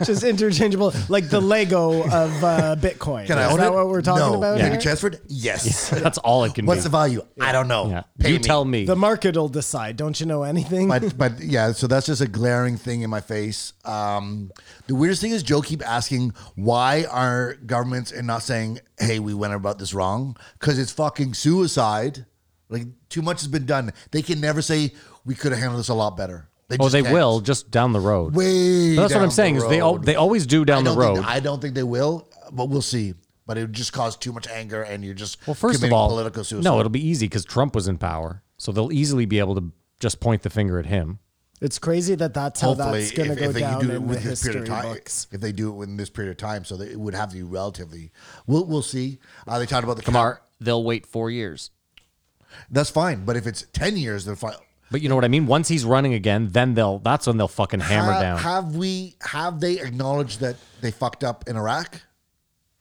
just interchangeable, like the Lego of uh, Bitcoin.
Can I
is
own
that
it?
what we're talking
no.
about?
Can
here?
it be transferred? Yes.
That's all it can
What's
be.
the value? I don't know.
yeah.
Pay
you
me.
tell me.
The market will decide. Don't you know anything?
but but yeah, so that's just a glaring thing in my face. Um, the weirdest thing is Joe keep asking why are governments and not saying, "Hey, we went about this wrong," because it's fucking suicide. Like too much has been done. They can never say we could have handled this a lot better.
oh,
just
they
can't.
will just down the road.
Way
But that's what
down
I'm
the
saying is they al-
road.
they always do down
I
the
don't think-
road.
I don't think they will, but we'll see. But it would just cause too much anger, and you're just
well, first of
committing
all,
political suicide.
no, it'll be easy because Trump was in power, so they'll easily be able to just point the finger at him.
It's crazy that that's how
Hopefully,
that's going to
if,
go
if they
down
do it
in the
within this period
history
of time,
books.
if they do it within this period of time, so that it would have to be relatively. We'll we'll see. Uh, they talked about the
Kamar, they'll wait four years.
That's fine, but if it's ten years, then fine.
But you know what I mean? Once he's running again, then they'll that's when they'll fucking hammer
have,
down.
Have we? Have they acknowledged that they fucked up in Iraq,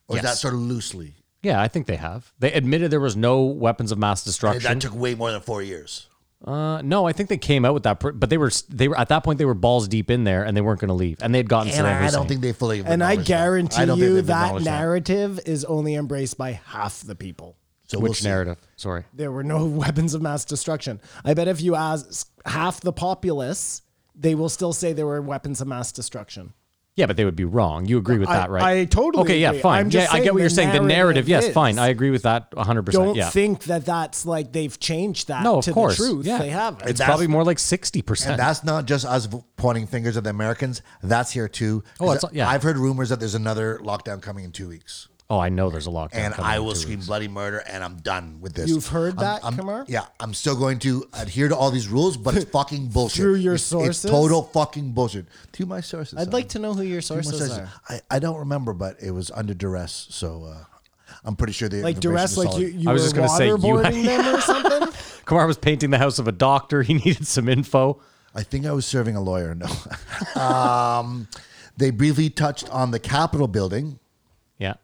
or is that
Yes.
sort of loosely?
yeah, I think they have. They admitted there was no weapons of mass destruction.
That took way more than four years.
uh, no, I think they came out with that, pr- but they were they were at that point they were balls deep in there and they weren't going to leave, and they had gotten
And
to
I
everything.
don't think they fully.
And I
acknowledged that.
guarantee
I don't think
you
they've
that
acknowledged
narrative is only embraced by half the people.
So we'll
which
see.
narrative? Sorry,
There were no weapons of mass destruction. I bet if you ask half the populace, they will still say there were weapons of mass destruction.
yeah, but they would be wrong. You agree with
I-
that, right?
I totally
okay. Yeah,
agree.
fine.
I'm
Yeah,
just
I
saying
get what
the
you're saying. The
narrative
narrative, yes,
is.
fine. I agree with that 100. percent
Don't
Yeah,
think that that's like they've changed that
no, of
to
course.
the truth.
Yeah,
They haven't.
It's
That's-
probably more like
And
60%.
that's not just us v- pointing fingers at the Americans. That's here too. 'Cause
Oh, it's- yeah.
I've heard rumors that there's another lockdown coming in two weeks,
oh, I know there's a lockdown.
and
coming
I
in
will
two
scream
weeks.
bloody murder, and I'm done with this.
You've heard
I'm-
that,
I'm-
Kamar?
Yeah, I'm still going to adhere to all these rules, but it's fucking bullshit.
Through your
It's-
sources?
it's total fucking bullshit. Through my sources,
I'd like to know who your sources are.
I, I don't remember, but it was under duress, so uh, I'm pretty sure the
Like
information
duress,
was
like you,
solid.
you
I was
were
just gonna say you-
waterboarding them or something.
Kamar was painting the house of a doctor. He needed some info.
I think I was serving a lawyer. No, um, they briefly touched on the Capitol building.
Yeah.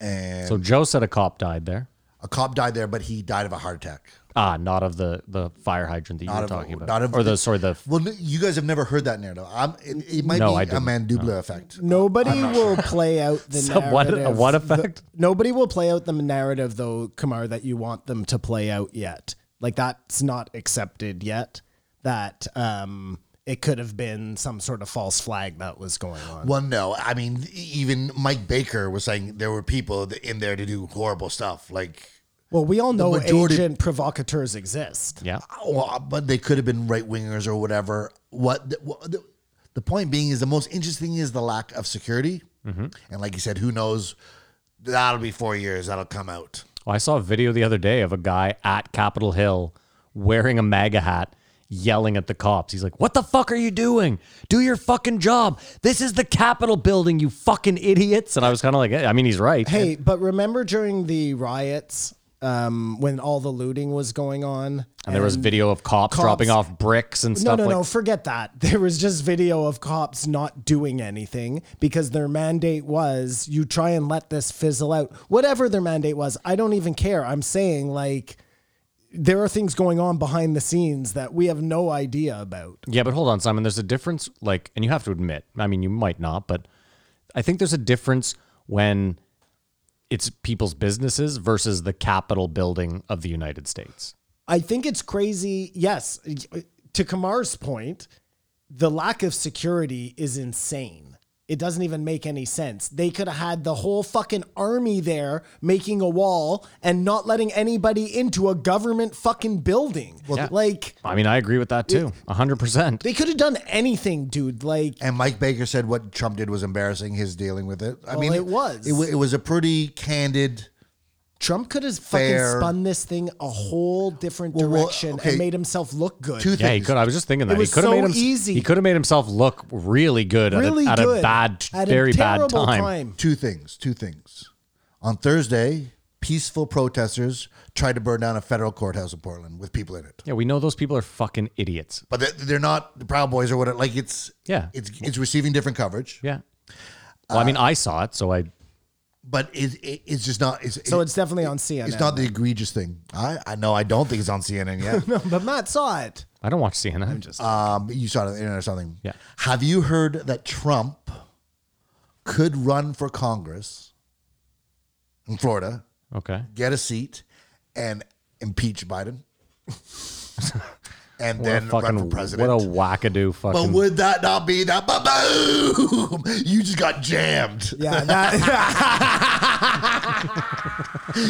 And
So Joe said a cop died there.
A cop died there, but he died of a heart attack.
Ah, not of the the fire hydrant that you were talking about.
not of-
or the sorry the
Well, n- you guys have never heard that narrative. I'm, it, it might
No, I
be a
didn't.
Mandubla effect.
Nobody will play out the
So what- a
narrative.
what
the-
effect?
nobody will play out the narrative though, Kamar, that you want them to play out yet. Like that's not accepted yet. That um, it could have been some sort of false flag that was going on.
Well, no, I mean, e- even Mike Baker was saying there were people th- in there to do horrible stuff. Like,
Well, we all know
majority-
agent provocateurs exist.
yeah.
well, oh, uh, but they could have been right wingers or whatever. What the, what the, the point being is the most interesting is the lack of security.
Mm-hmm.
And like you said, who knows? That'll be four years. That'll come out.
Oh, I saw a video the other day of a guy at Capitol Hill wearing a MAGA hat yelling at the cops. He's like, What the fuck are you doing? Do your fucking job. This is the Capitol building, you fucking idiots. And I was kind of like, eh, I mean, he's right.
Hey, but remember during the riots um, when all the looting was going on,
and there was video of cops,
cops-
dropping off bricks and
No,
stuff
no,
like
no. Forget that. There was just video of cops not doing anything because their mandate was you try and let this fizzle out. Whatever their mandate was, I don't even care. I'm saying like there are things going on behind the scenes that we have no idea about.
Yeah, but hold on, Simon. There's a difference, like, and you have to admit, I mean, you might not, but I think there's a difference when it's people's businesses versus the Capitol building of the United States.
I think it's crazy. Yes, to Kamar's point, the lack of security is insane. It doesn't even make any sense. They could have had the whole fucking army there making a wall and not letting anybody into a government fucking building. Like
I mean, I agree with that too, 100%.
they could have done anything, dude. Like
And Mike Baker said what Trump did was embarrassing. His dealing with it. I mean,
it was.
It, wa- it was a pretty candid.
Trump could have fucking
Fair.
spun this thing a whole different
Well, well,
direction
okay.
and made himself look good.
Two
Yeah, he
things.
could. I was just thinking that
was
he could have
so
made him
easy.
He could have made himself look really good
really
at, a, at
good
a bad,
at a
very bad
terrible
time.
Two things. Two things. On Thursday, peaceful protesters tried to burn down a federal courthouse in Portland with people in it.
Yeah, we know those people are fucking idiots.
But they- they're not the Proud Boys or whatever. Like it's
Yeah.
it's it's receiving different coverage.
Yeah. Well,
Uh,
I mean, I saw it, so I.
But it, it it's just not. It's,
So it's definitely on CNN.
it's not the egregious thing. I I know. I don't think it's on CNN yet.
but Matt saw it.
I don't watch CNN. I'm just
um, you saw it on the internet or something.
Yeah.
Have you heard that Trump could run for Congress in Florida,
okay.
get a seat, and impeach Biden, and
What a
then run for president?
What a wackadoo fucking.
but would that not be that? Boom! You just got jammed.
Yeah, that,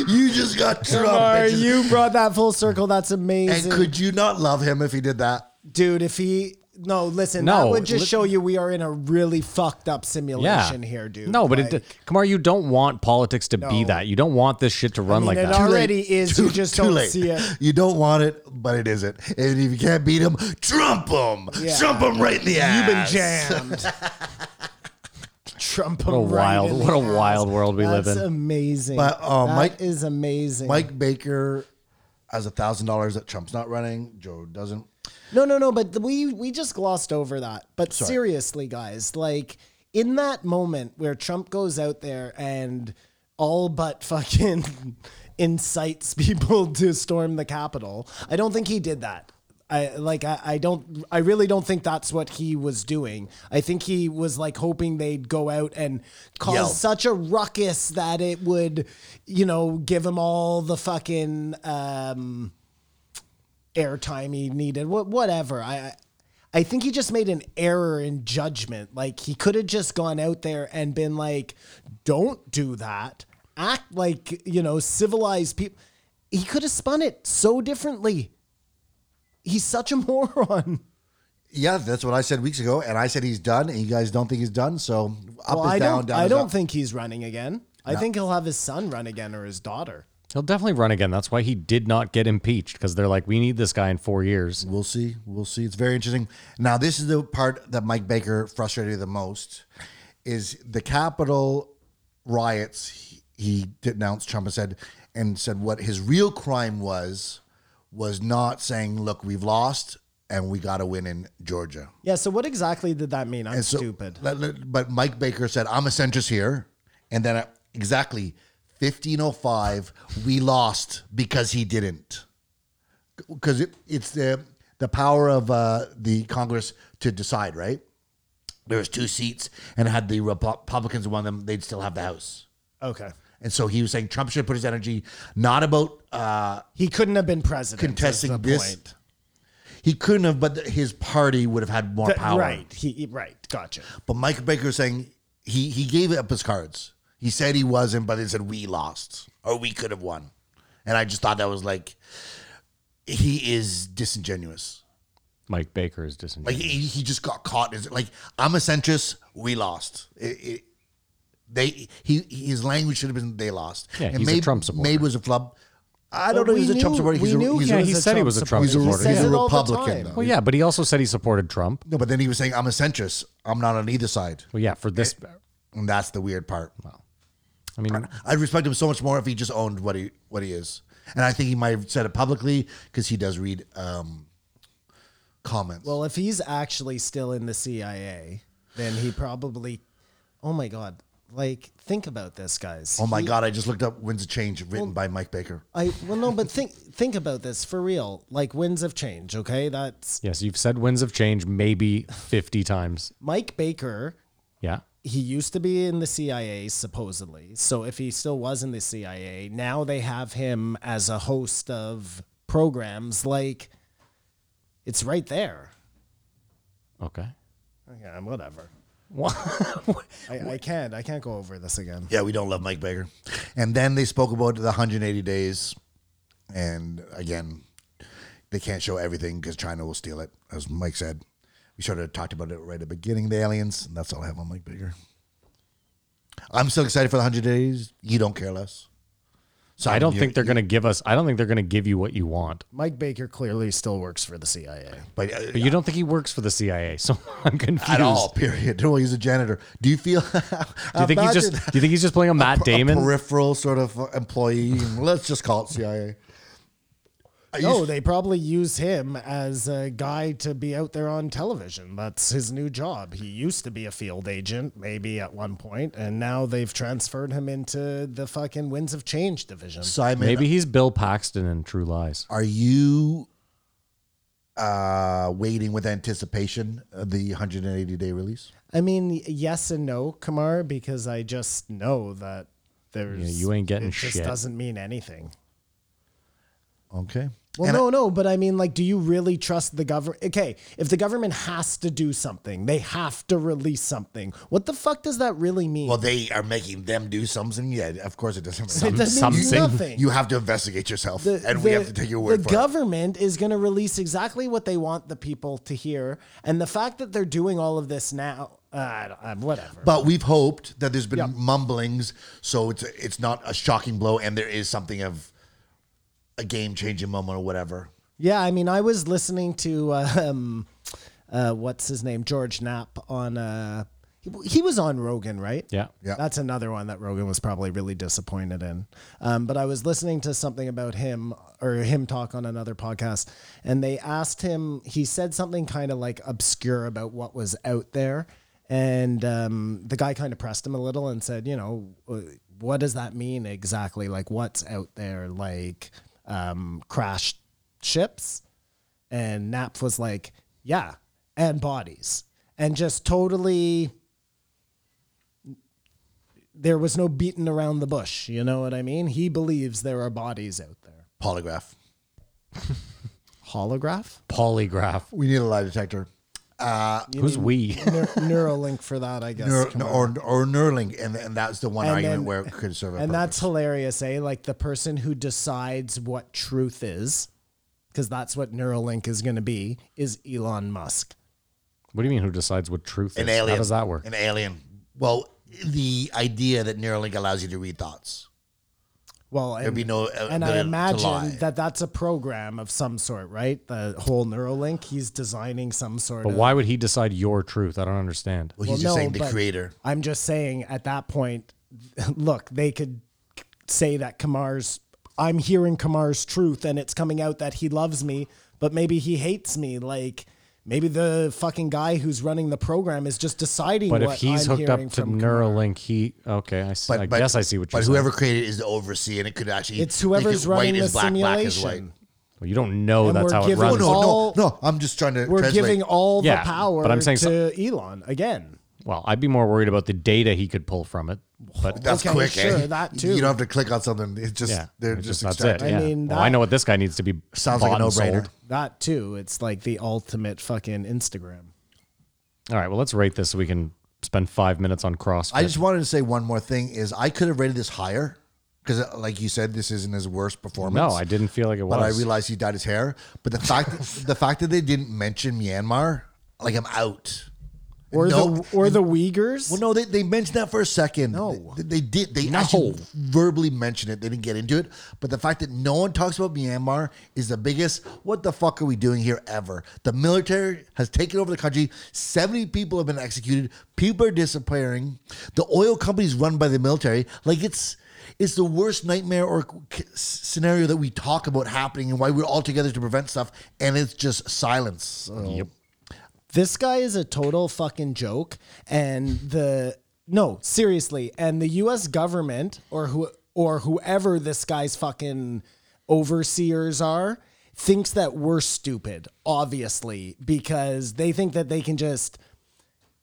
You just got Trump.
Omar,
bitches.
you brought that full circle. That's
and
amazing,
could you not love him if he did that?
dude. If he No, listen,
No,
that would just
li-
show you we are in a really fucked up simulation here, dude.
No, but
Like,
it, Kamar, you don't want politics to be
No.
that. You don't want this shit to run
mean,
like
it
that.
al-
Too late.
already is, you just don't see it.
You don't want it, but it isn't. And if you can't beat him, trump him.
Yeah.
Trump him right in the ass.
you've been jammed. Trump.
what a wild, what a wild world we live
That's
in.
amazing.
But, uh,
That
Mike-
is amazing.
Mike Baker has a thousand dollars that Trump's not running. Joe doesn't.
No, no, no. But the- we we just glossed over that. But
Sorry.
seriously, guys, like in that moment where Trump goes out there and all but fucking incites people to storm the Capitol, I don't think he did that. I like I, I don't I really don't think that's what he was doing. I think he was like hoping they'd go out and cause
Yell.
such a ruckus that it would, you know, give him all the fucking um airtime he needed. What whatever. I I- I think he just made an error in judgment. Like he could have just gone out there and been like, "Don't do that. Act like you know civilized people." He could have spun it so differently. He's such a moron.
Yeah, that's what I said weeks ago, and I said he's done, and you guys don't think he's done. So up
Well,
is
I
down,
don't.
down
I
is
don't
up.
think he's running again. I think he'll have his son run again or his daughter.
He'll definitely run again. That's why he did not get impeached because they're like, we need this guy in four years.
We'll see. We'll see. It's very interesting. Now, this is the part that Mike Baker frustrated the most is the Capitol riots. He, he denounced Trump and said and said what his real crime was was not saying, "Look, we've lost and we got to win in Georgia."
Yeah. So what exactly did that mean? I'm
And so-
stupid.
let- let- But Mike Baker said, "I'm a centrist here," and then at exactly 1505, we lost because he didn't, because it, it's the the power of uh, the Congress to decide, right? There was two seats, and had the Repu- Republicans won them, they'd still have the House.
Okay.
And so he was saying Trump should put his energy not about uh,
He couldn't have been president. is the
contesting this.
point.
He couldn't have, but his party would have had more
Th-
power.
Right. He he- right. Gotcha.
But Mike Baker was saying he he gave up his cards. He said he wasn't, but he said we lost or we could have won. And I just thought that was like he is disingenuous.
Mike Baker is
Like
disingenuous.
he, he just got caught. Is like I'm a centrist. We lost. It- it- they he his language should have been they lost.
Yeah, he's a Trump supporter.
May was a flub. I don't
But
know. He's
we
a Trump
knew-
supporter. He's
we
a,
knew
he's a-
he
yeah,
was
he
a
said he
Trump
was a Trump
He's
supporter.
a
He
supporter.
says
He's a
it all the
Republican,
time.
though.
Well, yeah, but he also said he supported Trump.
no, but then he was saying I'm a centrist. I'm not on either side,
Well, yeah, for
Eh.
this.
and that's the weird part.
I mean,
I'd respect him so much more if he just owned what he what he is, and I think he might have said it publicly because he does read um, comments.
Well, if he's actually still in the CIA, then he probably. Oh my God. Like, think about this, guys.
oh my
He-
god, I just looked up "Winds of Change" written by Mike Baker.
I well no, but think think about this for real. Like winds of change, okay? That's
yes, you've said winds of change maybe 50 times.
Mike Baker.
Yeah.
He used to be in the CIA supposedly. So if he still was in the CIA, now they have him as a host of programs. Like, it's right there.
Okay.
Yeah, whatever.
Well,
I, I can't. I can't go over this again.
Yeah, we don't love Mike Baker. And then they spoke about the 180 days, and again, they can't show everything because China will steal it, as Mike said. We sort of talked about it right at the beginning, the aliens, and that's all I have on Mike Baker. I'm still excited for the 100 days. You don't care less. So
I don't
you're-
think they're going to give us, I don't think they're going to give you what you want.
Mike Baker clearly still works for the CIA.
But, uh,
But you don't think he works for the CIA, so I'm confused.
at all. Period. No, he's a janitor. Do you feel? do
Do you think he's just? Do you think he's just playing a Matt Damon?
peripheral sort of employee? Let's just call it CIA. I
No,
used-
they probably use him as a guy to be out there on television. That's his new job. He used to be a field agent, maybe at one point, and now they've transferred him into the fucking Winds of Change division.
Simon,
Maybe he's Bill Paxton in True Lies.
are you uh, waiting with anticipation of the 180 day release?
I mean, yes and no, Kamar, because I just know that there's
Yeah, you ain't getting
it just
shit.
doesn't mean anything.
Okay.
Well,
And
no, no, but I mean, like, do you really trust the government? Okay, if the government has to do something, they have to release something. What the fuck does that really mean?
Well, they are making them do something. Yeah, of course it doesn't.
it
Some,
means
something.
nothing.
you have to investigate yourself,
The-
and we
the-
have to take your word
The
for
government is going to release exactly what they want the people to hear, and the fact that they're doing all of this now, uh, I don't- uh, whatever.
it. But we've hoped that there's been
Yeah.
mumblings, so it's it's not a shocking blow, and there is something of a game changing moment or whatever.
Yeah, I mean, I was listening to uh, um, uh, what's his name, George Knapp on. Uh, he, he was on Rogan, right?
Yeah.
Yeah.
That's another one that Rogan was probably really disappointed in. Um, but I was listening to something about him or him talk on another podcast, and they asked him. He said something kind of like obscure about what was out there, and um, the guy kind of pressed him a little and said, you know, uh, what does that mean exactly? Like, what's out there? Like, um, crashed ships. And Nap was like, yeah, and bodies. And just totally, there was no beating around the bush. You know what I mean? He believes there are bodies out there.
Polygraph.
Holograph?
Polygraph.
We need a lie detector,
Who's we?
Neur- Neuralink for that, I guess.
Neur-
Come on.
or or Nerling, and and that's the one
And
argument
then-
where it could serve. A
and that's
purpose.
hilarious, eh? Like the person who decides what truth is, because that's what Neuralink is going to be, is Elon Musk.
What do you mean? Who decides what truth
an
is?
alien.
How does that work?
An alien. Well, the idea that Neuralink allows you to read thoughts.
Well, and,
be no, uh,
and
the-
I
to lie.
imagine that that's a program of some sort, right? The whole Neuralink, he's designing some sort
But
of.
why would he decide your truth? I don't understand.
Well, he's just
Well, no,
saying the
but
creator.
I'm just saying at that point, look, they could say that Kamar's. I'm hearing Kamar's truth, and it's coming out that he loves me, but maybe he hates me. Like maybe the fucking guy who's running the program is just deciding.
But
what
if he's
I'm
hooked up
hearing
to
from Kamar.
Neuralink, he okay. I, see, I guess I see what you're
But
saying.
whoever created it is the overseer, and it could actually.
it's whoever's running the simulation.
Well, you don't know
And
that's
we're
how it
giving
Oh,
runs.
no,
all-
no, no! I'm just trying to.
We're
translate.
giving all
Yeah,
the power
but I'm saying
to Elon again.
Well, I'd be more worried about the data he could pull from it. But
That's
okay,
quick. eh?
sure, that too.
You don't have to click on something. It's just
yeah,
they're
it's
just,
that's it.
extracting.
yeah.
I mean,
Well,
that-
I know what this guy needs to be.
Sounds like a
bought and sold.
no-brainer.
That too. It's like the ultimate fucking Instagram.
All right, well, let's rate this so we can spend five minutes on CrossFit.
I just wanted to say one more thing: is I could have rated this higher because, like you said, this isn't his worst
no,
performance.
I didn't feel like it was.
but I realized he dyed his hair. But the fact the fact that they didn't mention Myanmar, like I'm out.
Or
No,
the or the Uyghurs.
Well, no, they, they mentioned that for a second. No, they, they did. They actually verbally mentioned it. They didn't get into it. But the fact that no one talks about Myanmar is the biggest. What the fuck are we doing here? Ever the military has taken over the country. Seventy people have been executed. People are disappearing. The oil companies run by the military. Like it's it's the worst nightmare or c- scenario that we talk about happening and why we're all together to prevent stuff. And it's just silence. Oh, So,
Yep.
this guy is a total fucking joke and the no seriously and the us government or who or whoever this guy's fucking overseers are thinks that we're stupid obviously because they think that they can just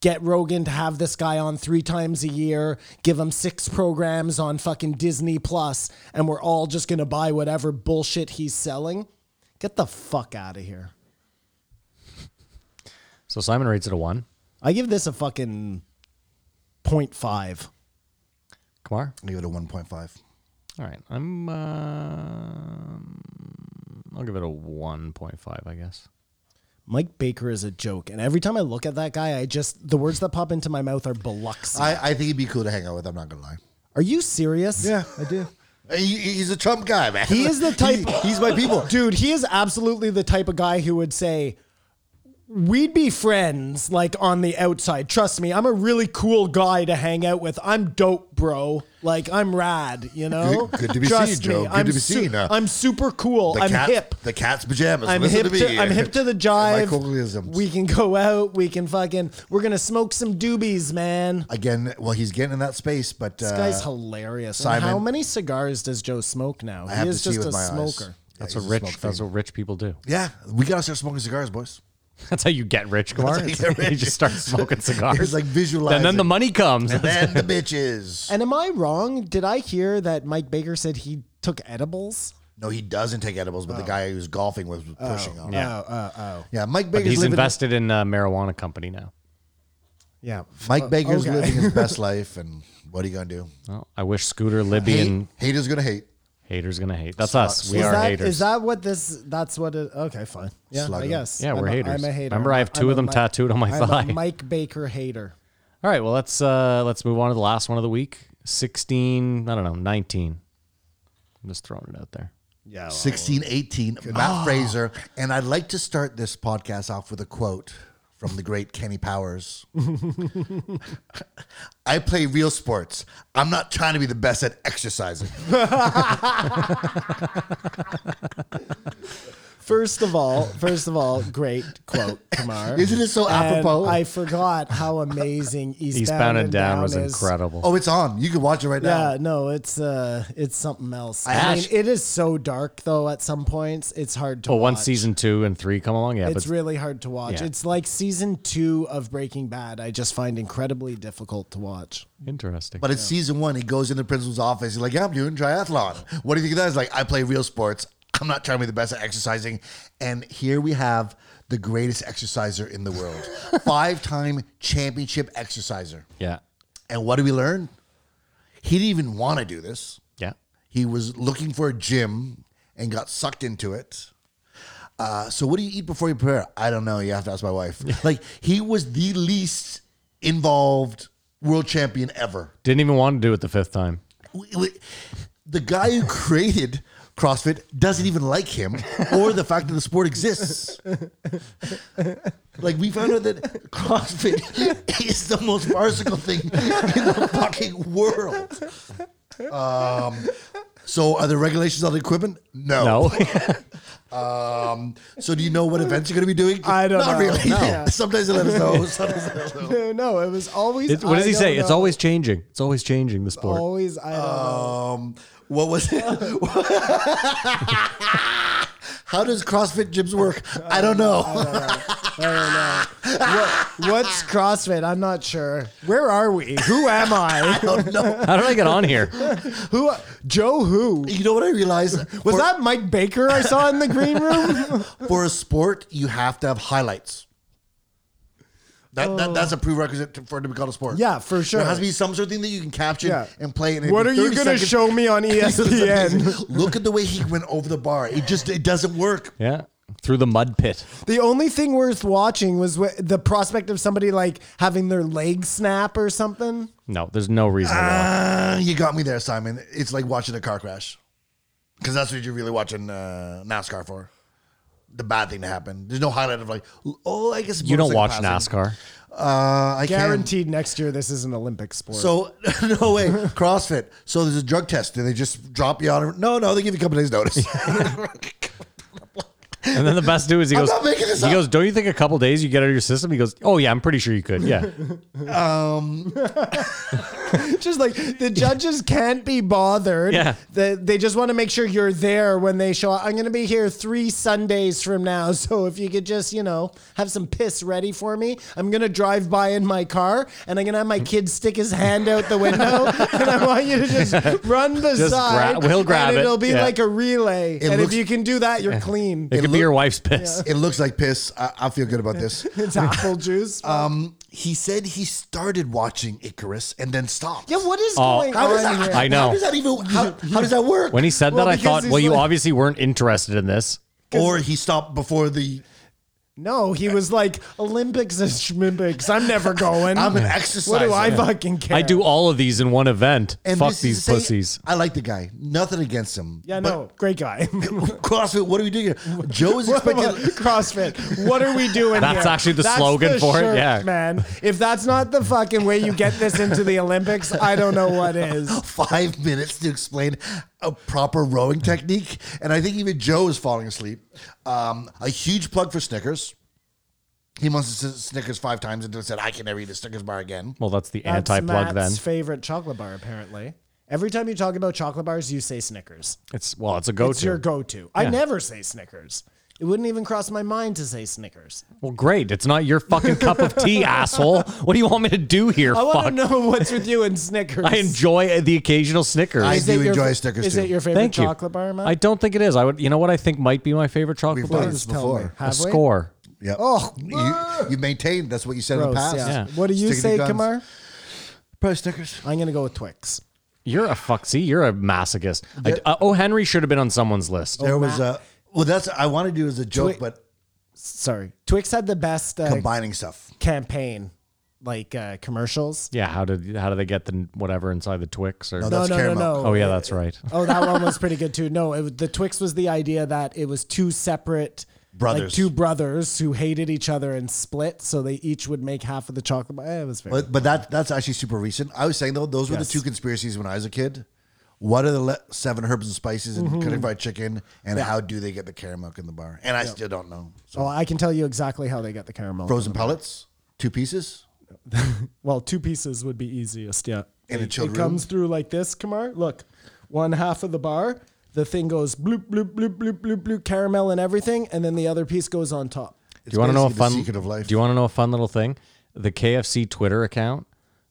get Rogan to have this guy on three times a year, give him six programs on fucking Disney Plus, and we're all just gonna buy whatever bullshit he's selling. Get the fuck out of here.
so Simon rates it a one.
I give this a fucking 0.5.
Kamar?
I give it a one point five.
All right, I'm. Uh, I'll give it a 1.5, I guess.
Mike Baker is a joke, and every time I look at that guy, I just the words that pop into my mouth are Biloxi.
I, I think it'd be cool to hang out with. I'm not gonna lie.
are you serious?
I do. he's a Trump guy, man.
He is the type-
He- he's my people.
Dude, he is absolutely the type of guy who would say, We'd be friends like on the outside. Trust me, I'm a really cool guy to hang out with. I'm dope, bro. Like I'm rad, you know?
Good- good to be
Trust
seen, Joe.
me,
Good
I'm
to be seen, uh,
I'm super cool.
The
I'm
cat-
hip.
The cat's pajamas.
I'm
Listen
hip
to
to,
me.
I'm hip to the
My
jive.
colloquialisms.
We can go out. We can fucking. We're gonna smoke some doobies, man.
Again, well, he's getting in that space, but
This
uh,
guy's hilarious. And
Simon-
how many cigars does Joe smoke now?
I have
he
to
is
see
just
with
a
my
smoker.
eyes.
That's
Yeah, he's
what
a
rich.
smoke
That's
fiend.
what rich people do.
Yeah, we gotta start smoking cigars, boys.
That's how you get rich, Kamar.
how you get
you
rich.
just start smoking cigars.
It's like
And then the
visualizing.
money comes.
And then the bitches.
And am I wrong? Did I hear that Mike Baker said he took edibles?
No, he doesn't take edibles, but the guy he was golfing with was pushing on. him.
Yeah.
Oh, oh, oh.
Yeah, Mike
But
Baker's
he's
living.
invested in a marijuana company now.
Yeah.
Mike Baker's
Oh, okay.
living his best life, and what are you gonna do?
Well, I wish Scooter, Libby,
Hate,
and
haters gonna hate.
haters gonna hate. That's us. We
is
are
that,
haters.
Is that what this? That's what it. Okay, fine. Yeah,
Slugger.
I guess.
Yeah,
I'm
we're
a,
haters.
I'm a hater.
Remember, I have
I'm a-
two of
I'm
them
a Mi-
tattooed on my
I'm a
thigh.
Mike Baker hater.
All right. Well, let's uh let's move on to the last one of the week. Sixteen. I don't know. Nineteen. I'm just throwing it out there.
Yeah.
1618, Matt Fraser. And I'd like to start this podcast off with a quote from the great Kenny Powers. I play real sports. I'm not trying to be the best at exercising.
First of all, first of all, great quote, Kamar.
Isn't it so
And
apropos?
I forgot how amazing Eastbound,
Eastbound and Down was
is.
incredible.
oh, it's on. You can watch it right now.
Yeah, no, it's uh, it's something else. I
Ash-
mean, it is so dark though. At some points, it's hard to.
Oh,
watch.
once season two and three come along, yeah,
it's
but
really hard to watch.
Yeah.
It's like season two of Breaking Bad. I just find incredibly difficult to watch.
interesting.
But it's season one. He goes in the principal's office. He's like, yeah, I'm doing triathlon. What do you think of that? He's like, I play real sports. I'm not trying to be the best at exercising. And here we have the greatest exerciser in the world. Five time championship exerciser.
yeah,
And what did we learn? He didn't even want to do this.
yeah.
He was looking for a gym and got sucked into it. Uh, so, what do you eat before you prepare? I don't know. You have to ask my wife. like, he was the least involved world champion ever.
Didn't even want to do it the fifth time.
W- w- The guy who created CrossFit doesn't even like him or the fact that the sport exists. Like, we found out that CrossFit is the most farcical thing in the fucking world. Um, So, are there regulations on the equipment? No.
No,
Um, so, do you know what events you're going to be doing?
I don't
Not
know.
really.
No.
Sometimes they let us know. Sometimes they let us know.
No, no, it was always.
It- what does
I
he
don't
say? It's
know. Oh.
always changing. It's always changing. The sport.
always. I don't know.
Um, what was it? How does CrossFit gyms work? I don't know.
What, what's CrossFit? I'm not sure. Where are we? Who am I?
I don't know.
How did I get on here?
Who? Joe? Who?
You know what I realized?
Was
for,
that Mike Baker I saw in the green room?
for a sport? You have to have highlights. That, that, that's a prerequisite to, for it to be called a sport.
Oh. Yeah, for sure.
There has to be some sort of thing that you can capture
Yeah.
and play. And it'd
what
be
are you
30
going to
seconds.
show me on E
It's
ESPN?
amazing. Look at the way he went over the bar. It just it doesn't work.
Yeah, through the mud pit.
the only thing worth watching was wh- the prospect of somebody like having their leg snap or something.
No, there's no reason. to watch.
Uh, you got me there, Simon. It's like watching a car crash. Because that's what you're really watching uh, NASCAR for. The bad thing to happen. There's no highlight of like, oh, I guess a
You don't watch
motorcycle passing.
NASCAR.
Uh, I guarantee.
Guaranteed next year this is an Olympic sport.
So no way, CrossFit. So there's a drug test. Do they just drop you on? No, no, they give you a couple days notice.
And then the best dude is he
I'm
goes.
not making this
he
up.
goes. Don't you think a couple days you get out of your system? He goes. Oh yeah, I'm pretty sure you could. Yeah.
just like the judges can't be bothered.
Yeah.
The, they just want to make sure you're there when they show up. I'm going to be here three Sundays from now. So if you could just, you know, have some piss ready for me, I'm going to drive by in my car and I'm going to have my kid stick his hand out the window. and I want you to just run beside.
gra- we'll grab
and
it.
It'll be
Yeah.
like a relay. and
looks-
if you can do that, you're clean.
It, could be your wife's piss.
it looks like piss. I, I feel good about this.
It's apple juice.
He said he started watching Icarus and then stopped.
yeah, what is
Oh,
going
How does
on
that?
here?
I know.
How does that even? How, how does that work?
When he said
Well,
that, I
because
thought,
he's
well, you
like-
obviously weren't interested in this.
or he stopped before the
No, he was like Olympics and Schmimpics. I'm never going.
I'm an
What
exerciser.
do I fucking care?
I do all of these in one event.
And
Fuck
this is
these
the thing-
pussies.
I like the guy. Nothing against him.
Yeah, no, great guy.
CrossFit, what are we doing here? Joe is expected.
CrossFit. What are we doing?
That's
here?
actually the slogan for it,
shirt,
yeah.
man. If that's not the fucking way you get this into the Olympics, I don't know what is.
Five minutes to explain a proper rowing technique, and I think even Joe is falling asleep. Um, a huge plug for Snickers. He must have said Snickers five times until he said, "I can never eat a Snickers bar again."
Well, that's the
That's
anti plug then.
Matt's favorite chocolate bar, apparently. Every time you talk about chocolate bars, you say Snickers.
It's well, it's a go
It's your
to.
go-to. I never say Snickers. It wouldn't even cross my mind to say Snickers.
Well, great. It's not your fucking cup of tea, asshole. What do you want me to do here?
I want
Fuck.
to know what's with you and Snickers.
I enjoy the occasional Snickers.
I
it
do
your-
enjoy Snickers
Is
too.
it your favorite
Thank you.
chocolate bar, Matt?
I don't think it is. I would. You know what? I think might be my favorite chocolate
We've
bar.
done this
Please tell me.
before.
A
Have we?
score.
Yeah.
Oh,
you, you maintained. That's what you said in
Gross,
the past.
yeah.
Yeah.
What do you
Stickity
say,
guns.
Kamar?
Probably Snickers.
I'm gonna go with Twix.
You're a fuck. See, you're a masochist. I- uh, oh, Henry should have been on someone's list.
There
Oh,
was a. Well, that's I wanted to do as a joke,
Twi-
but
Sorry, Twix had the best uh,
combining stuff.
campaign, like uh, commercials.
Yeah. How did how do they get the whatever inside the Twix or?
No,
No,
that's
no, no,
caramel.
no.
oh yeah, that's right.
Oh, that one was pretty good too. No, it, was- the Twix was the idea that it was two separate
Brothers.
like two brothers who hated each other and split, so they each would make half of the chocolate. bar. Eh, It was fair.
But but that that's actually super recent. I was saying though, those were
Yes.
the two conspiracies when I was a kid. What are the le- seven herbs and spices in
Mm-hmm.
Kentucky Fried Chicken, and how do they get the caramel in the bar? And I still don't know. So
oh, I can tell you exactly how they got the caramel.
frozen pellets, two pieces.
Well, two pieces would be easiest. Yeah.
In a
it,
chilled
it comes through like this, Kamar. Look, one half of the bar, the thing goes bloop bloop bloop bloop bloop bloop caramel and everything, and then the other piece goes on top.
It's
do you want to know a
basically
fun?
the secret of life?
Do you want to know a fun little thing? The KFC Twitter account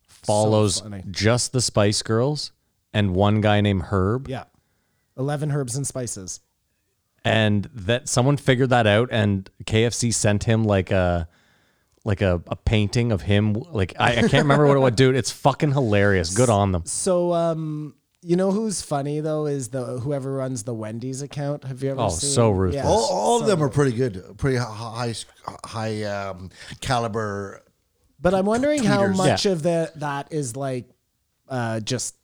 follows
funny.
just the Spice Girls and one guy named Herb.
Yeah. Eleven herbs and spices.
and that someone figured that out and KFC sent him like a like a, a painting of him like I, I can't remember what it was dude it's fucking hilarious good on them
So um you know who's funny though is the whoever runs the Wendy's account. Have you ever
Oh,
seen?
so ruthless.
all all of them are pretty good, pretty high high um, caliber.
But I'm wondering how
Tweeters.
much
Yeah.
of that that is like uh just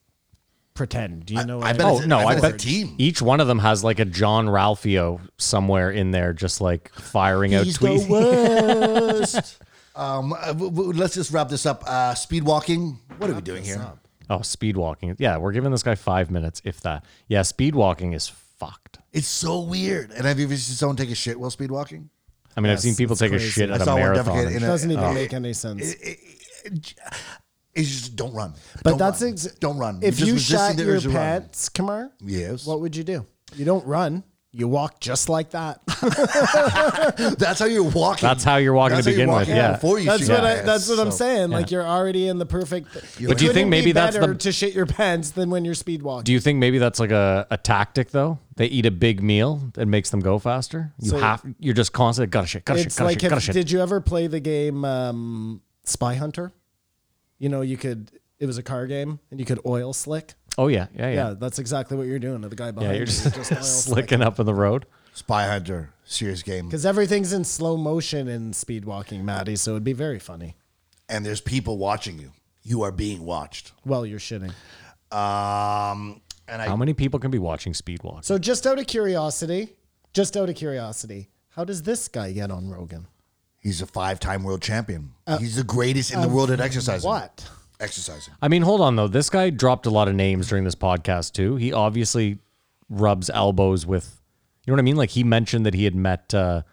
pretend. Do you know what
I
I,
bet
mean?
oh
it's-
no I
it's a
bet
team.
each one of them has like a John Ralphio somewhere in there just like firing
He's
out tweets
the worst. um, uh, w- w- let's just wrap this up. Uh, speed walking. What are we doing here?
oh speed walking yeah we're giving this guy five minutes if that yeah speed walking is fucked
It's so weird. And have you ever seen someone take a shit while speed walking?
I mean I've seen people take a shit at a marathon
defecate
and-
in a-
Doesn't even make any sense.
It's just don't run.
But
Don't
that's
run.
ex-
don't run.
If
You're
you
just resisting
shot
the
your
urge to run.
pants, Kamar,
Yes.
what would you do? You don't run. You walk just like that.
that's how you're walking.
That's how you're walking
That's
to
how you're
begin with,
walking
yeah.
Before you
that's
shoot
what
your
I,
pants.
that's what I'm
So-
saying. Like you're already in the perfect.
But do you
Couldn't
think
be
maybe that's
better
the-
to shit your pants than when you're speed walking?
do you think maybe that's like a, a tactic though they eat a big meal that makes them go faster you
So-
have you're just constantly gotta shit gotta shit
it's
gotta
like
shit gotta
if-
shit
did you ever play the game um, Spy Hunter? You know, you could. It was a car game, and you could oil slick.
Oh yeah, yeah, yeah.
Yeah,
Yeah,
that's exactly what you're doing to the guy behind
you're
you.
just,
Just oil slick.
slicking up in the road.
Spy Hunter, serious game.
Because everything's in slow motion in speed walking, Maddie. So it'd be very funny.
And there's people watching you. You are being watched.
Well, you're shitting.
Um, and I
How many people can be watching speed walk?
So just out of curiosity, just out of curiosity, how does this guy get on Rogan?
he's a five-time world champion. he's the greatest in the world at exercising.
Uh, um, What?
Exercising.
I mean, hold on though. This guy dropped a lot of names during this podcast too. He obviously rubs elbows with, you know what I mean? Like he mentioned that he had met uh,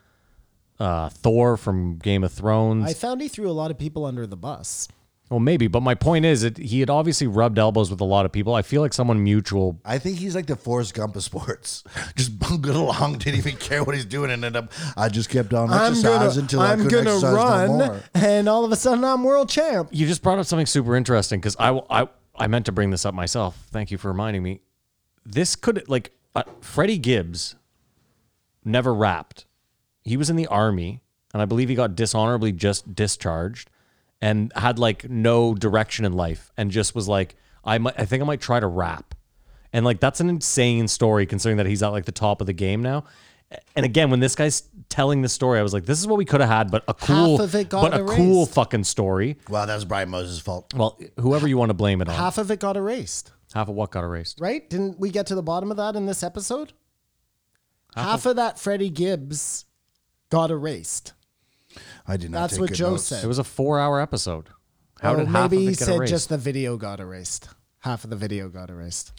uh, Thor from Game of Thrones.
I found he threw a lot of people under the bus.
well, maybe, but my point is that he had obviously rubbed elbows with a lot of people. I feel like someone mutual.
I think he's like the Forrest Gump of sports. Just bungled along, didn't even care what he's doing, and end up. I just kept on
I'm
exercise
gonna,
until I
I'm
couldn't
gonna
exercise
run,
no more.
and all of a sudden I'm world champ.
You just brought up something super interesting because I, I I meant to bring this up myself. Thank you for reminding me. This could like uh, Freddie Gibbs never rapped. He was in the army, and I believe he got dishonorably just discharged, and had like no direction in life, and just was like, I might, I think I might try to rap, and like that's an insane story considering that he's at like the top of the game now. And again, when this guy's telling the story, I was like, this is what we could have had, but a cool,
of it got
but a cool
erased.
fucking story.
Wow, that was Brian Moses' fault.
Well, whoever you want to blame it on, half,
Half of it got erased,
of what got erased.
right? Didn't we get to the bottom of that in this episode? Half, of, that Freddie Gibbs got erased.
I did not.
That's
take
what
good
Joe
notes.
said.
It was a four-hour episode. How
Oh,
did
maybe
half of it
he
get
said
erased?
just the video got erased. Half of the video got erased.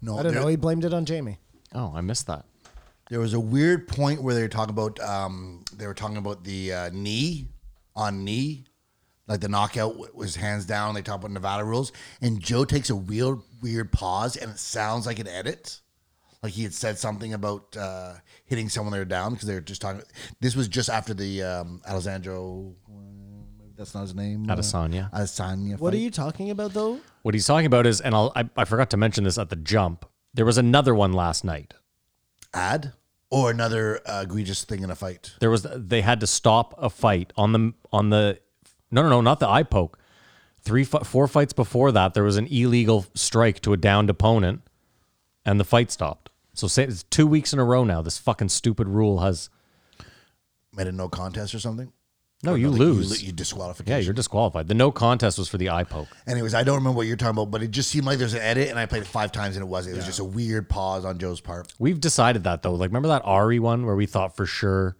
No,
I don't
there,
know. He blamed it on Jamie.
oh, I missed that.
there was a weird point where they were talking about. Um, they were talking about the uh, knee on knee, like the knockout w- was hands down. They talk about Nevada rules, and Joe takes a real weird pause, and it sounds like an edit. Like he had said something about uh, hitting someone they were down because they were just talking. This was just after the um, Alessandro. That's not his name.
Adesanya.
Uh, Adesanya.
What are
fight.
you talking about though?
What he's talking about is, and I'll, I, I forgot to mention this at the jump. There was another one last night.
ad or another uh, egregious thing in a fight?
There was they had to stop a fight on the on the no no no not the eye poke. Three fi- four fights before that, there was an illegal strike to a downed opponent, and the fight stopped. So say it's two weeks in a row now. This fucking stupid rule has
Made a no contest or something?
no. You
Like,
lose.
You, you
yeah,
disqualification.
you're disqualified. The no contest was for the eye poke.
Anyways, I don't remember what you're talking about, but it just seemed like there's an edit, and I played it five times, and it wasn't. It was just a weird pause on Joe's part.
We've decided that though. Like remember that Ari one where we thought for sure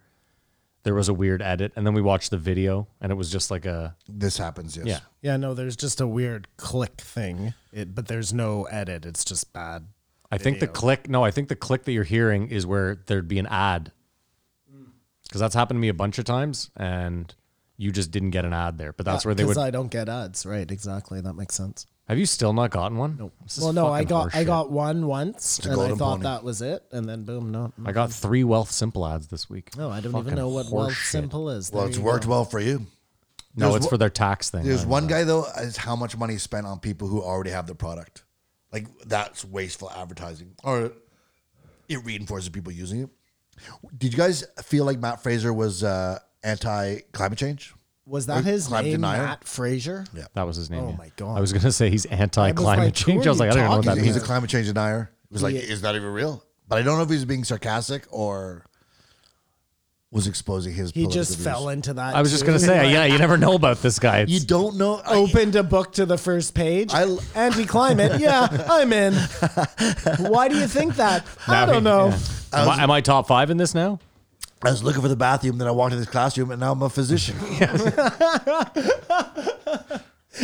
there was a weird edit, and then we watched the video, and it was just like a
This happens, yes.
yeah.
Yeah, no, there's just a weird click thing, it, but there's no edit. It's just bad.
I think the click. No, I think the click that you're hearing is where there'd be an ad,
Hmm.
because that's happened to me a bunch of times, and you just didn't get an ad there. But that's where they would.
Because I don't get ads. Right, exactly. That makes sense.
have you still not gotten one? No.
Well, no, I got I got one once, and I
golden
thought
pony.
that was it, and then boom, no,
I got three Wealth Simple ads this week.
no, I don't
Fucking
even know what Wealth
horseshit.
Simple is.
Well,
There
it's
you
worked
go.
well for you.
No,
There's
it's
one-
for their tax thing.
There's
I-
one guy though, is how much money is spent on people who already have the product. Like that's wasteful advertising, or it reinforces people using it. Did you guys feel like Matt Fraser was uh, anti climate change?
Was that
Or
his
climate
name,
denial?
Matt Fraser? Yeah.
That was his name.
Oh
yeah.
my God.
I was gonna say he's anti-climate
like, who
change.
are
I was
you
like, I don't even know
talking
what that
He's,
to?
means.
he's a climate change denier. It was like,
Yeah.
is that even real? But I don't know if he's being sarcastic or was exposing his.
He
political
just
views.
fell into that.
I was just
too.
gonna say,
Like,
yeah, you never know about this guy.
You
It's-
don't know. I-
Opened a book to the first page.
I-
Anti-climate. yeah, I'm in. Why do you think that? I
now
don't
he-
know.
yeah. Am, I, am I top five in this now?
I was looking for the bathroom, then I walked in this classroom, and now I'm a physician.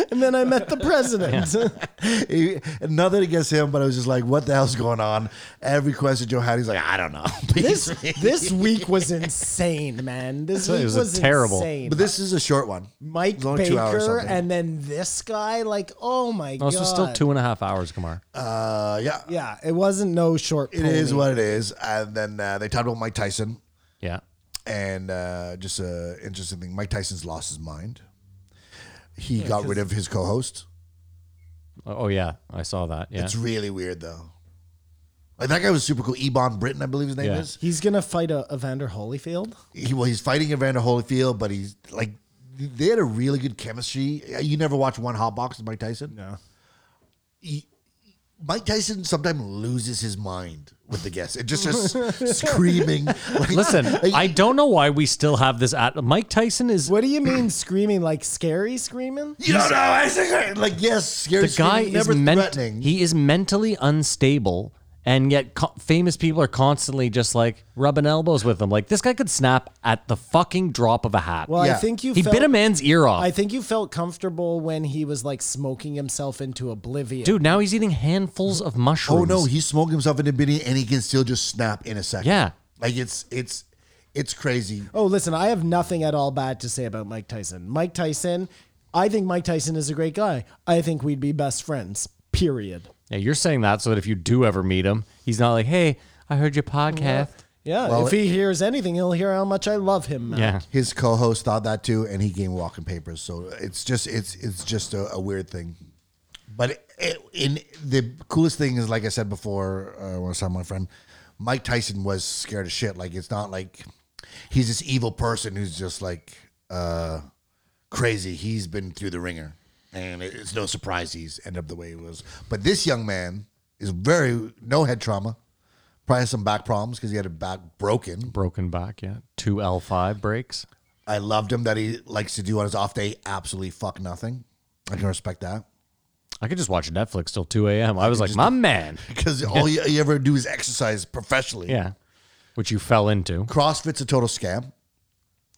And then I met the president.
He- nothing against him, but I was just like, what the hell's going on? Every question Joe had, he's like, I don't know.
This this week was insane, man. This
It
week
was
was,
a terrible-
insane.
but this is a short one.
Mike
Long two hours
Baker
something.
and then this guy, like, oh my
No,
god.
this was still two and a half hours, Kamar.
Uh, yeah,
Yeah, it wasn't no short.
it is what it is. And then uh, they talked about Mike Tyson,
yeah.
and uh, just an interesting thing. Mike Tyson's lost his mind. He got rid of his co-host.
Oh yeah, I saw that. Yeah.
It's really weird though. Like that guy was super cool. Ebon Britton, I believe his name
Yeah.
is.
He's gonna fight a Evander Holyfield.
He well, he's fighting Evander Holyfield, but he's like they had a really good chemistry. You never watch one hot box with Mike Tyson? No. Mike Tyson sometimes loses his mind with the guests. It just just screaming. Like,
Listen,
like,
I don't know why we still have this at Mike Tyson is
What do you mean screaming like scary screaming?
you don't know. I think- Like yes, scary.
the guy
screaming,
is
never
ment-
threatening.
he is mentally unstable and yet co- famous people are constantly just like rubbing elbows with him like this guy could snap at the fucking drop of a hat
Well, I
Yeah.
think you
he
felt,
bit a man's ear off
I think you felt comfortable when he was like smoking himself into oblivion.
dude now he's eating handfuls of mushrooms
Oh no, he smoked himself into biddy and he can still just snap in a second.
Yeah.
Like it's it's it's crazy.
Oh, listen, I have nothing at all bad to say about Mike Tyson. Mike Tyson, I think Mike Tyson is a great guy. I think we'd be best friends. Period.
yeah you're saying that so that if you do ever meet him he's not like hey i heard your podcast
Yeah,
Well,
if he hears anything, he'll hear how much I love him. Matt.
yeah
His co-host thought that too, and he gave him walking papers. So it's just it's it's just a, a weird thing. But it, it, in the coolest thing is, like I said before, uh, when I saw my friend, Mike Tyson was scared of shit. Like it's not like he's this evil person who's just like uh, crazy. He's been through the ringer, and it- it's no surprise he's ended up the way he was. But this young man is very no head trauma. Probably has some back problems because he had a back broken.
broken back yeah two l5 breaks
I loved him that he likes to do on his off day absolutely fuck nothing. I can respect that
i could just watch netflix till 2 a.m i was like my man
because all you, you ever do is exercise professionally.
yeah which you fell into
CrossFit's a total scam.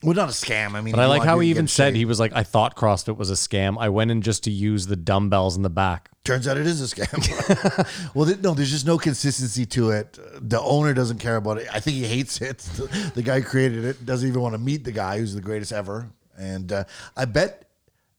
Well, not a scam. I mean,
But I like how he even said
he
he was like, I thought CrossFit was a scam. I went in just to use the dumbbells in the back.
turns out it is a scam. well, th- no, there's just no consistency to it. The owner doesn't care about it. I think he hates it. The, the guy who created it doesn't even want to meet the guy who's the greatest ever. And uh, I bet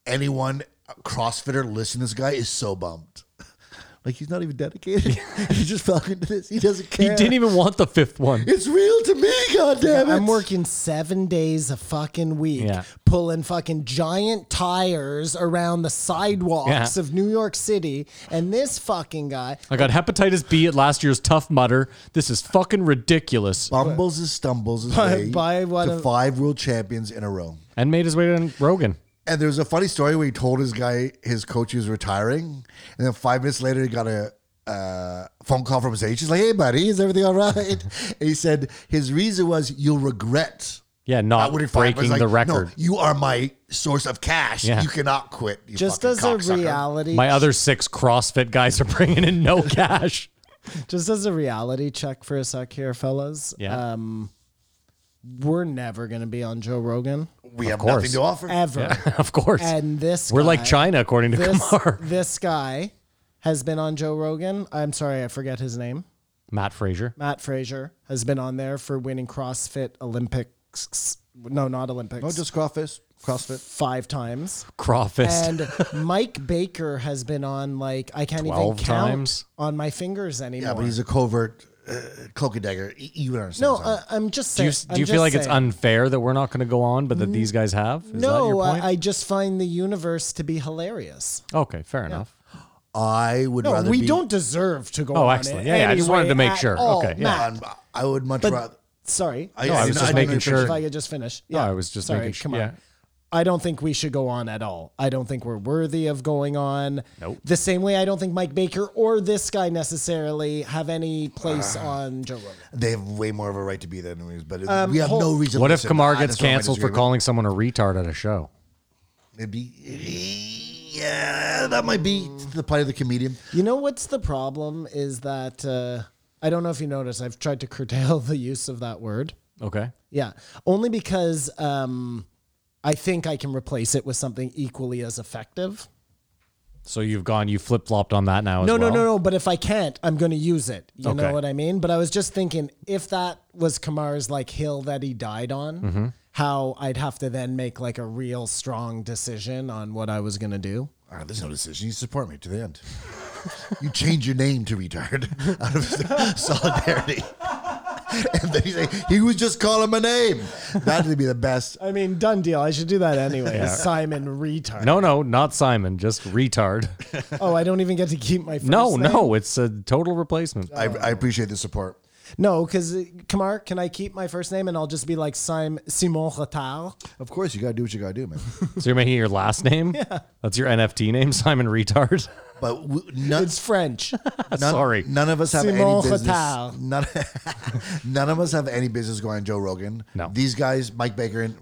anyone a CrossFitter listening to this guy is so bummed. Like he's not even dedicated. he's just fucking to this. He doesn't
He
care.
didn't even want the fifth one.
It's real to me, goddamn it.
I'm working seven days a fucking week,
Yeah.
pulling fucking giant tires around the sidewalks
Yeah.
of New York City, and this fucking guy.
I got hepatitis B at last year's Tough Mudder. This is fucking ridiculous.
Bumbles and stumbles his
By-
way
by what
to
a-
five world champions in a row.
And made his way to Rogan.
And there was a funny story where he told his guy his coach he was retiring, and then five minutes later he got a uh, phone call from his agent. He's like, "Hey, buddy, is everything all right?" and he said his reason was, "You'll regret."
Yeah, not
when he fired him." It's
breaking the record.
you are my source of cash.
Yeah.
You cannot quit. You
Just as
fucking
a
cocksucker."
reality,
My other six CrossFit guys are bringing in no cash.
just as a reality check for a sec here, fellas.
Yeah.
Um, we're never gonna be on Joe Rogan
we have
course.
nothing to offer.
ever.
of course.
And this
We're like
guy-
China, according to
This
Kumar.
this guy has been on Joe Rogan. I'm sorry, I forget his name.
Matt Frazier.
Matt Frazier has been on there for winning CrossFit Olympics. No, not Olympics.
no, Oh, just CrossFit. CrossFit.
five times.
Crawfist.
And Mike Baker has been on like I can't even
12
count
times?
on my fingers anymore.
Yeah, but he's a covert uh, cloak and dagger. Y- You would understand.
no,
what I'm
uh, I'm just
do
saying.
you,
I'm
do you feel
just
like it's
saying. Mm-hmm.
unfair that we're not going to go on, but that these guys have? Is that
No,
your
I,
point?
I just find the universe to be hilarious.
okay, fair enough.
I would
No,
rather
we
be
don't deserve to go.
Oh,
on
excellent.
it
Yeah, yeah, I just wanted
anyway
to make
at
sure.
all.
Okay, yeah.
Matt,
on- I would much
But-
rather.
sorry.
I,
No, I was
didn't-
just
didn't
making
understand.
sure.
If I could just finish.
No, I was just
sorry,
making sure-
Come on.
yeah.
I don't think we should go on at all. I don't think we're worthy of going on.
Nope.
The same way I don't think Mike Baker or this guy necessarily have any place
Ah.
on Joe Rogan.
They have way more of a right to be there, anyways. But we have
hold-
no reason. to
What if
listen.
Kamar
I-
gets
that's what my
canceled for
disagreement.
calling someone a retard at a show?
It'd be, yeah, that might be the plight of the comedian.
You know what's the problem is that uh, I don't know if you noticed. I've tried to curtail the use of that word.
Okay.
Yeah, only because um, I think I can replace it with something equally as effective.
So you've gone, you flip flopped on that now as
No,
well.
no, no, no. But if I can't, I'm going to use it. You
Okay.
know what I mean? But I was just thinking if that was Kamar's like hill that he died on,
Mm-hmm.
how I'd have to then make like a real strong decision on what I was going to do.
Ah, there's no decision. You support me to the end. you change your name to retard out of solidarity. and then you say, he was just calling my name. That'd be the best.
I mean, done deal. I should do that anyway. Simon retard.
No, no, not Simon, just retard.
Oh, I don't even get to keep my first
no,
name?
no, it's a total replacement.
I, I appreciate the support.
No, because Kamar, can I keep my first name and I'll just be like Simon Simon Retard?
Of course, you got to do what you got to do, man.
So you're making it your last name? That's your NFT name, Simon Retard.
But w- none,
It's French.
none,
Sorry.
none of us have
Simon
any business.
Rattle.
None, none of us have any business going on Joe Rogan.
No.
These guys, Mike Baker and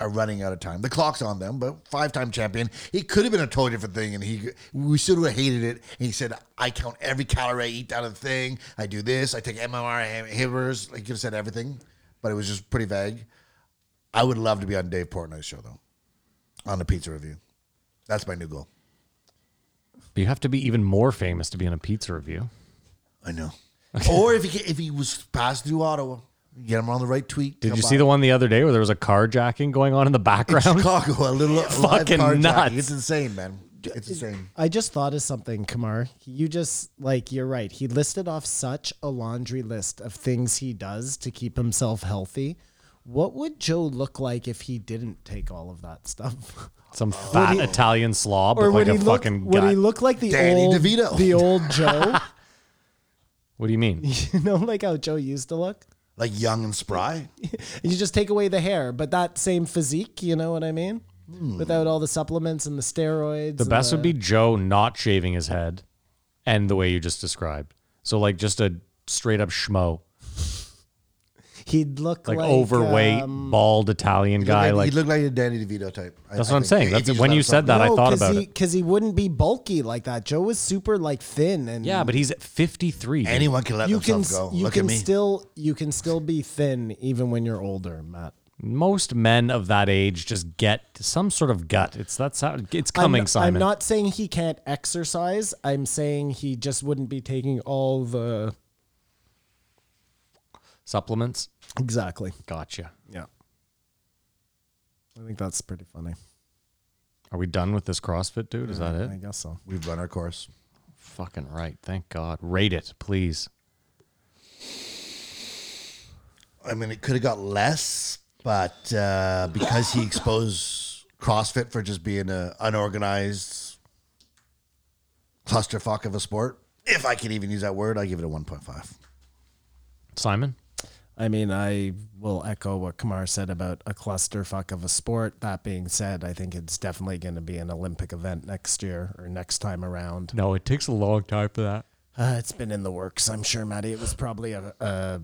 are running out of time. The clock's on them, but five-time champion. He could have been a totally different thing, and he we should have hated it. And he said, "I count every calorie I eat out of the thing. I do this. I take MMR inhib- inhibitors." Like he could have said everything, but it was just pretty vague. I would love to be on Dave Portnoy's show though, on the pizza review. That's my new goal.
You have to be even more famous to be in a pizza review.
I know. or if he ca- if he was passed through Ottawa, get him on the right tweet.
Did you see the one the other day where there was a carjacking going on in the
in
background?
Chicago? A little a live
Fucking
carjacking.
nuts.
It's insane, man. It's insane.
I just thought of something, Kamar. You just like you're right. He listed off such a laundry list of things he does to keep himself healthy. What would Joe look like if he didn't take all of that stuff?
Some fat Italian slob
Or
with like
would
a
he look?
fucking
Would he
gut.
look like the
Danny
old
DeVito.
the old Joe?
What do you mean?
you know, like how Joe used to look.
Like young and spry.
You just take away the hair, but that same physique. You know what I mean?
Hmm.
Without all the supplements and the steroids.
The best would be Joe not shaving his head and the way you just described. So like just a straight up schmo.
he'd look
Like,
like,
overweight,
um,
bald Italian guy.
he
like
looked like a Danny DeVito type. I-
that's
I
what I'm
think.
saying.
If
That's
he just
when
let
you
himself
said that I thought about it.
because he wouldn't be bulky like that. Joe was super like thin and
Yeah, but he's at 53.
go.
dude.
anyone can let
you can
themselves go.
you
Look
can
at me.
still you can still be thin even when you're older, Matt.
Most men of that age just get some sort of gut. It's that's how it's coming,
I'm,
Simon.
I'm not saying he can't exercise. I'm saying he just wouldn't be taking all the
Supplements.
exactly.
Gotcha.
Yeah, I think that's pretty funny.
Are we done with this CrossFit, dude? Is that
I
it?
guess so.
We've run our course.
Fucking right. Thank God. Rate it, please.
I mean, it could have got less, but uh, because he exposed CrossFit for just being an unorganized clusterfuck of a sport, if I can even use that word, I give it a 1.5.
Simon?
I mean, I will echo what Kamar said about a clusterfuck of a sport. That being said, I think it's definitely going to be an Olympic event next year or next time around.
No, it takes a long time for that.
Uh, it's been in the works, I'm sure, Maddie. It was probably a, a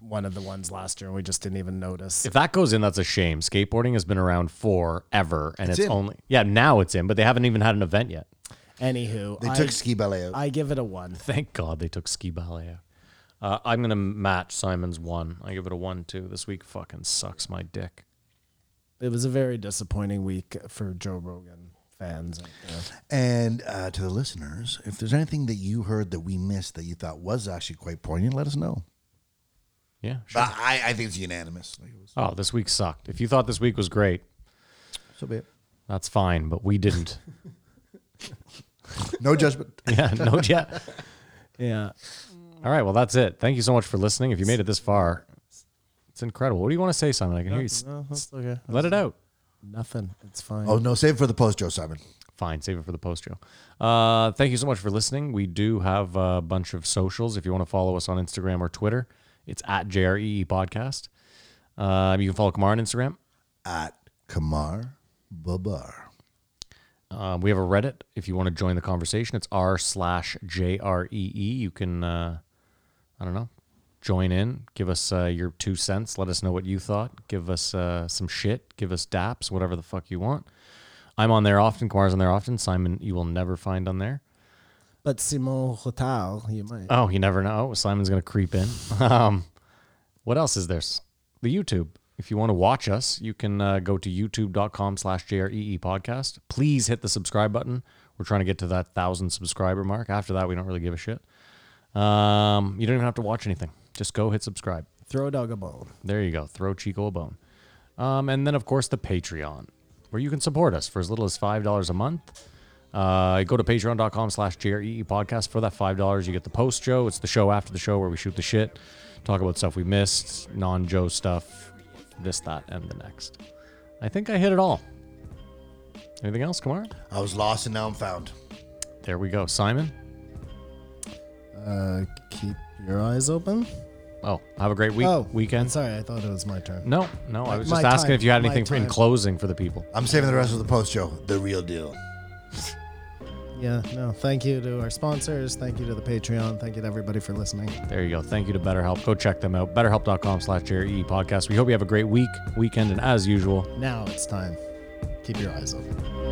one of the ones last year, and we just didn't even notice.
If that goes in, that's a shame. Skateboarding has been around forever, and it's,
in.
only yeah now it's in, but they haven't even had an event yet.
Anywho,
They
I,
took Ski Ballet out.
I give it a one.
Thank God they took ski ballet. out. Uh, I'm gonna match Simon's one. I give it a one two. This week fucking sucks my dick.
It was a very disappointing week for Joe Rogan fans. out there.
and uh, to the listeners, if there's anything that you heard that we missed that you thought was actually quite poignant, let us know.
Yeah. Sure.
But I, I think it's unanimous. Like it was,
Oh, this week sucked. If you thought this week was great,
so be it.
that's fine, but we didn't.
No judgment.
yeah. No. Yeah.
Yeah.
All right. Well, that's it. Thank you so much for listening. If you made it this far, it's incredible. What do you want to say, Simon? I can hear you. s- s-
okay.
Let it out.
Nothing. It's fine.
Oh, no, save it for the post, Joe Simon.
Fine, save it for the post show. Uh, thank you so much for listening. We do have a bunch of socials. If you want to follow us on Instagram or Twitter, it's at JREE E Podcast. Um, you can follow Kamar on Instagram.
At Kamar Babar.
Um, we have a Reddit. If you want to join the conversation, it's r slash JREE. You can, uh, I don't know, join in, give us uh, your two cents, let us know what you thought, give us uh, some shit, give us daps, whatever the fuck you want. I'm on there often. Kamar's on there often. Simon, you will never find on there.
But Simon Hotal, you might.
Oh, you never know. Simon's gonna creep in. Um, what else is there? The YouTube. If you want to watch us, you can uh, go to youtube.com slash JREE E podcast. Please hit the subscribe button. We're trying to get to that thousand subscriber mark. After that, we don't really give a shit. Um, you don't even have to watch anything. Just go hit subscribe.
Throw a dog a bone.
There you go. Throw Chico a bone. Um, and then, of course, the Patreon, where you can support us for as little as $5 a month. Uh, go to patreon.com slash JREE E podcast. For that $5, you get the post show. It's the show after the show where we shoot the shit, talk about stuff we missed, non Joe stuff, this, that, and the next. I think I hit it all. Anything else, Kamar?
I was lost and now I'm found.
There we go. Simon?
Uh, keep your eyes open.
Oh, have a great week.
Oh,
weekend.
Sorry, I thought it was my turn.
No, no. I was
My
just asking
time.
if you had
My
anything for in
time.
closing for the people.
I'm saving the rest of the post, Joe. The real deal.
Yeah, no. Thank you to our sponsors. Thank you to the Patreon. Thank you to everybody for listening.
There you go. Thank you to BetterHelp. Go check them out. BetterHelp.com slash E JRE podcast. We hope you have a great week, weekend, and as usual,
Now it's time. Keep your eyes open.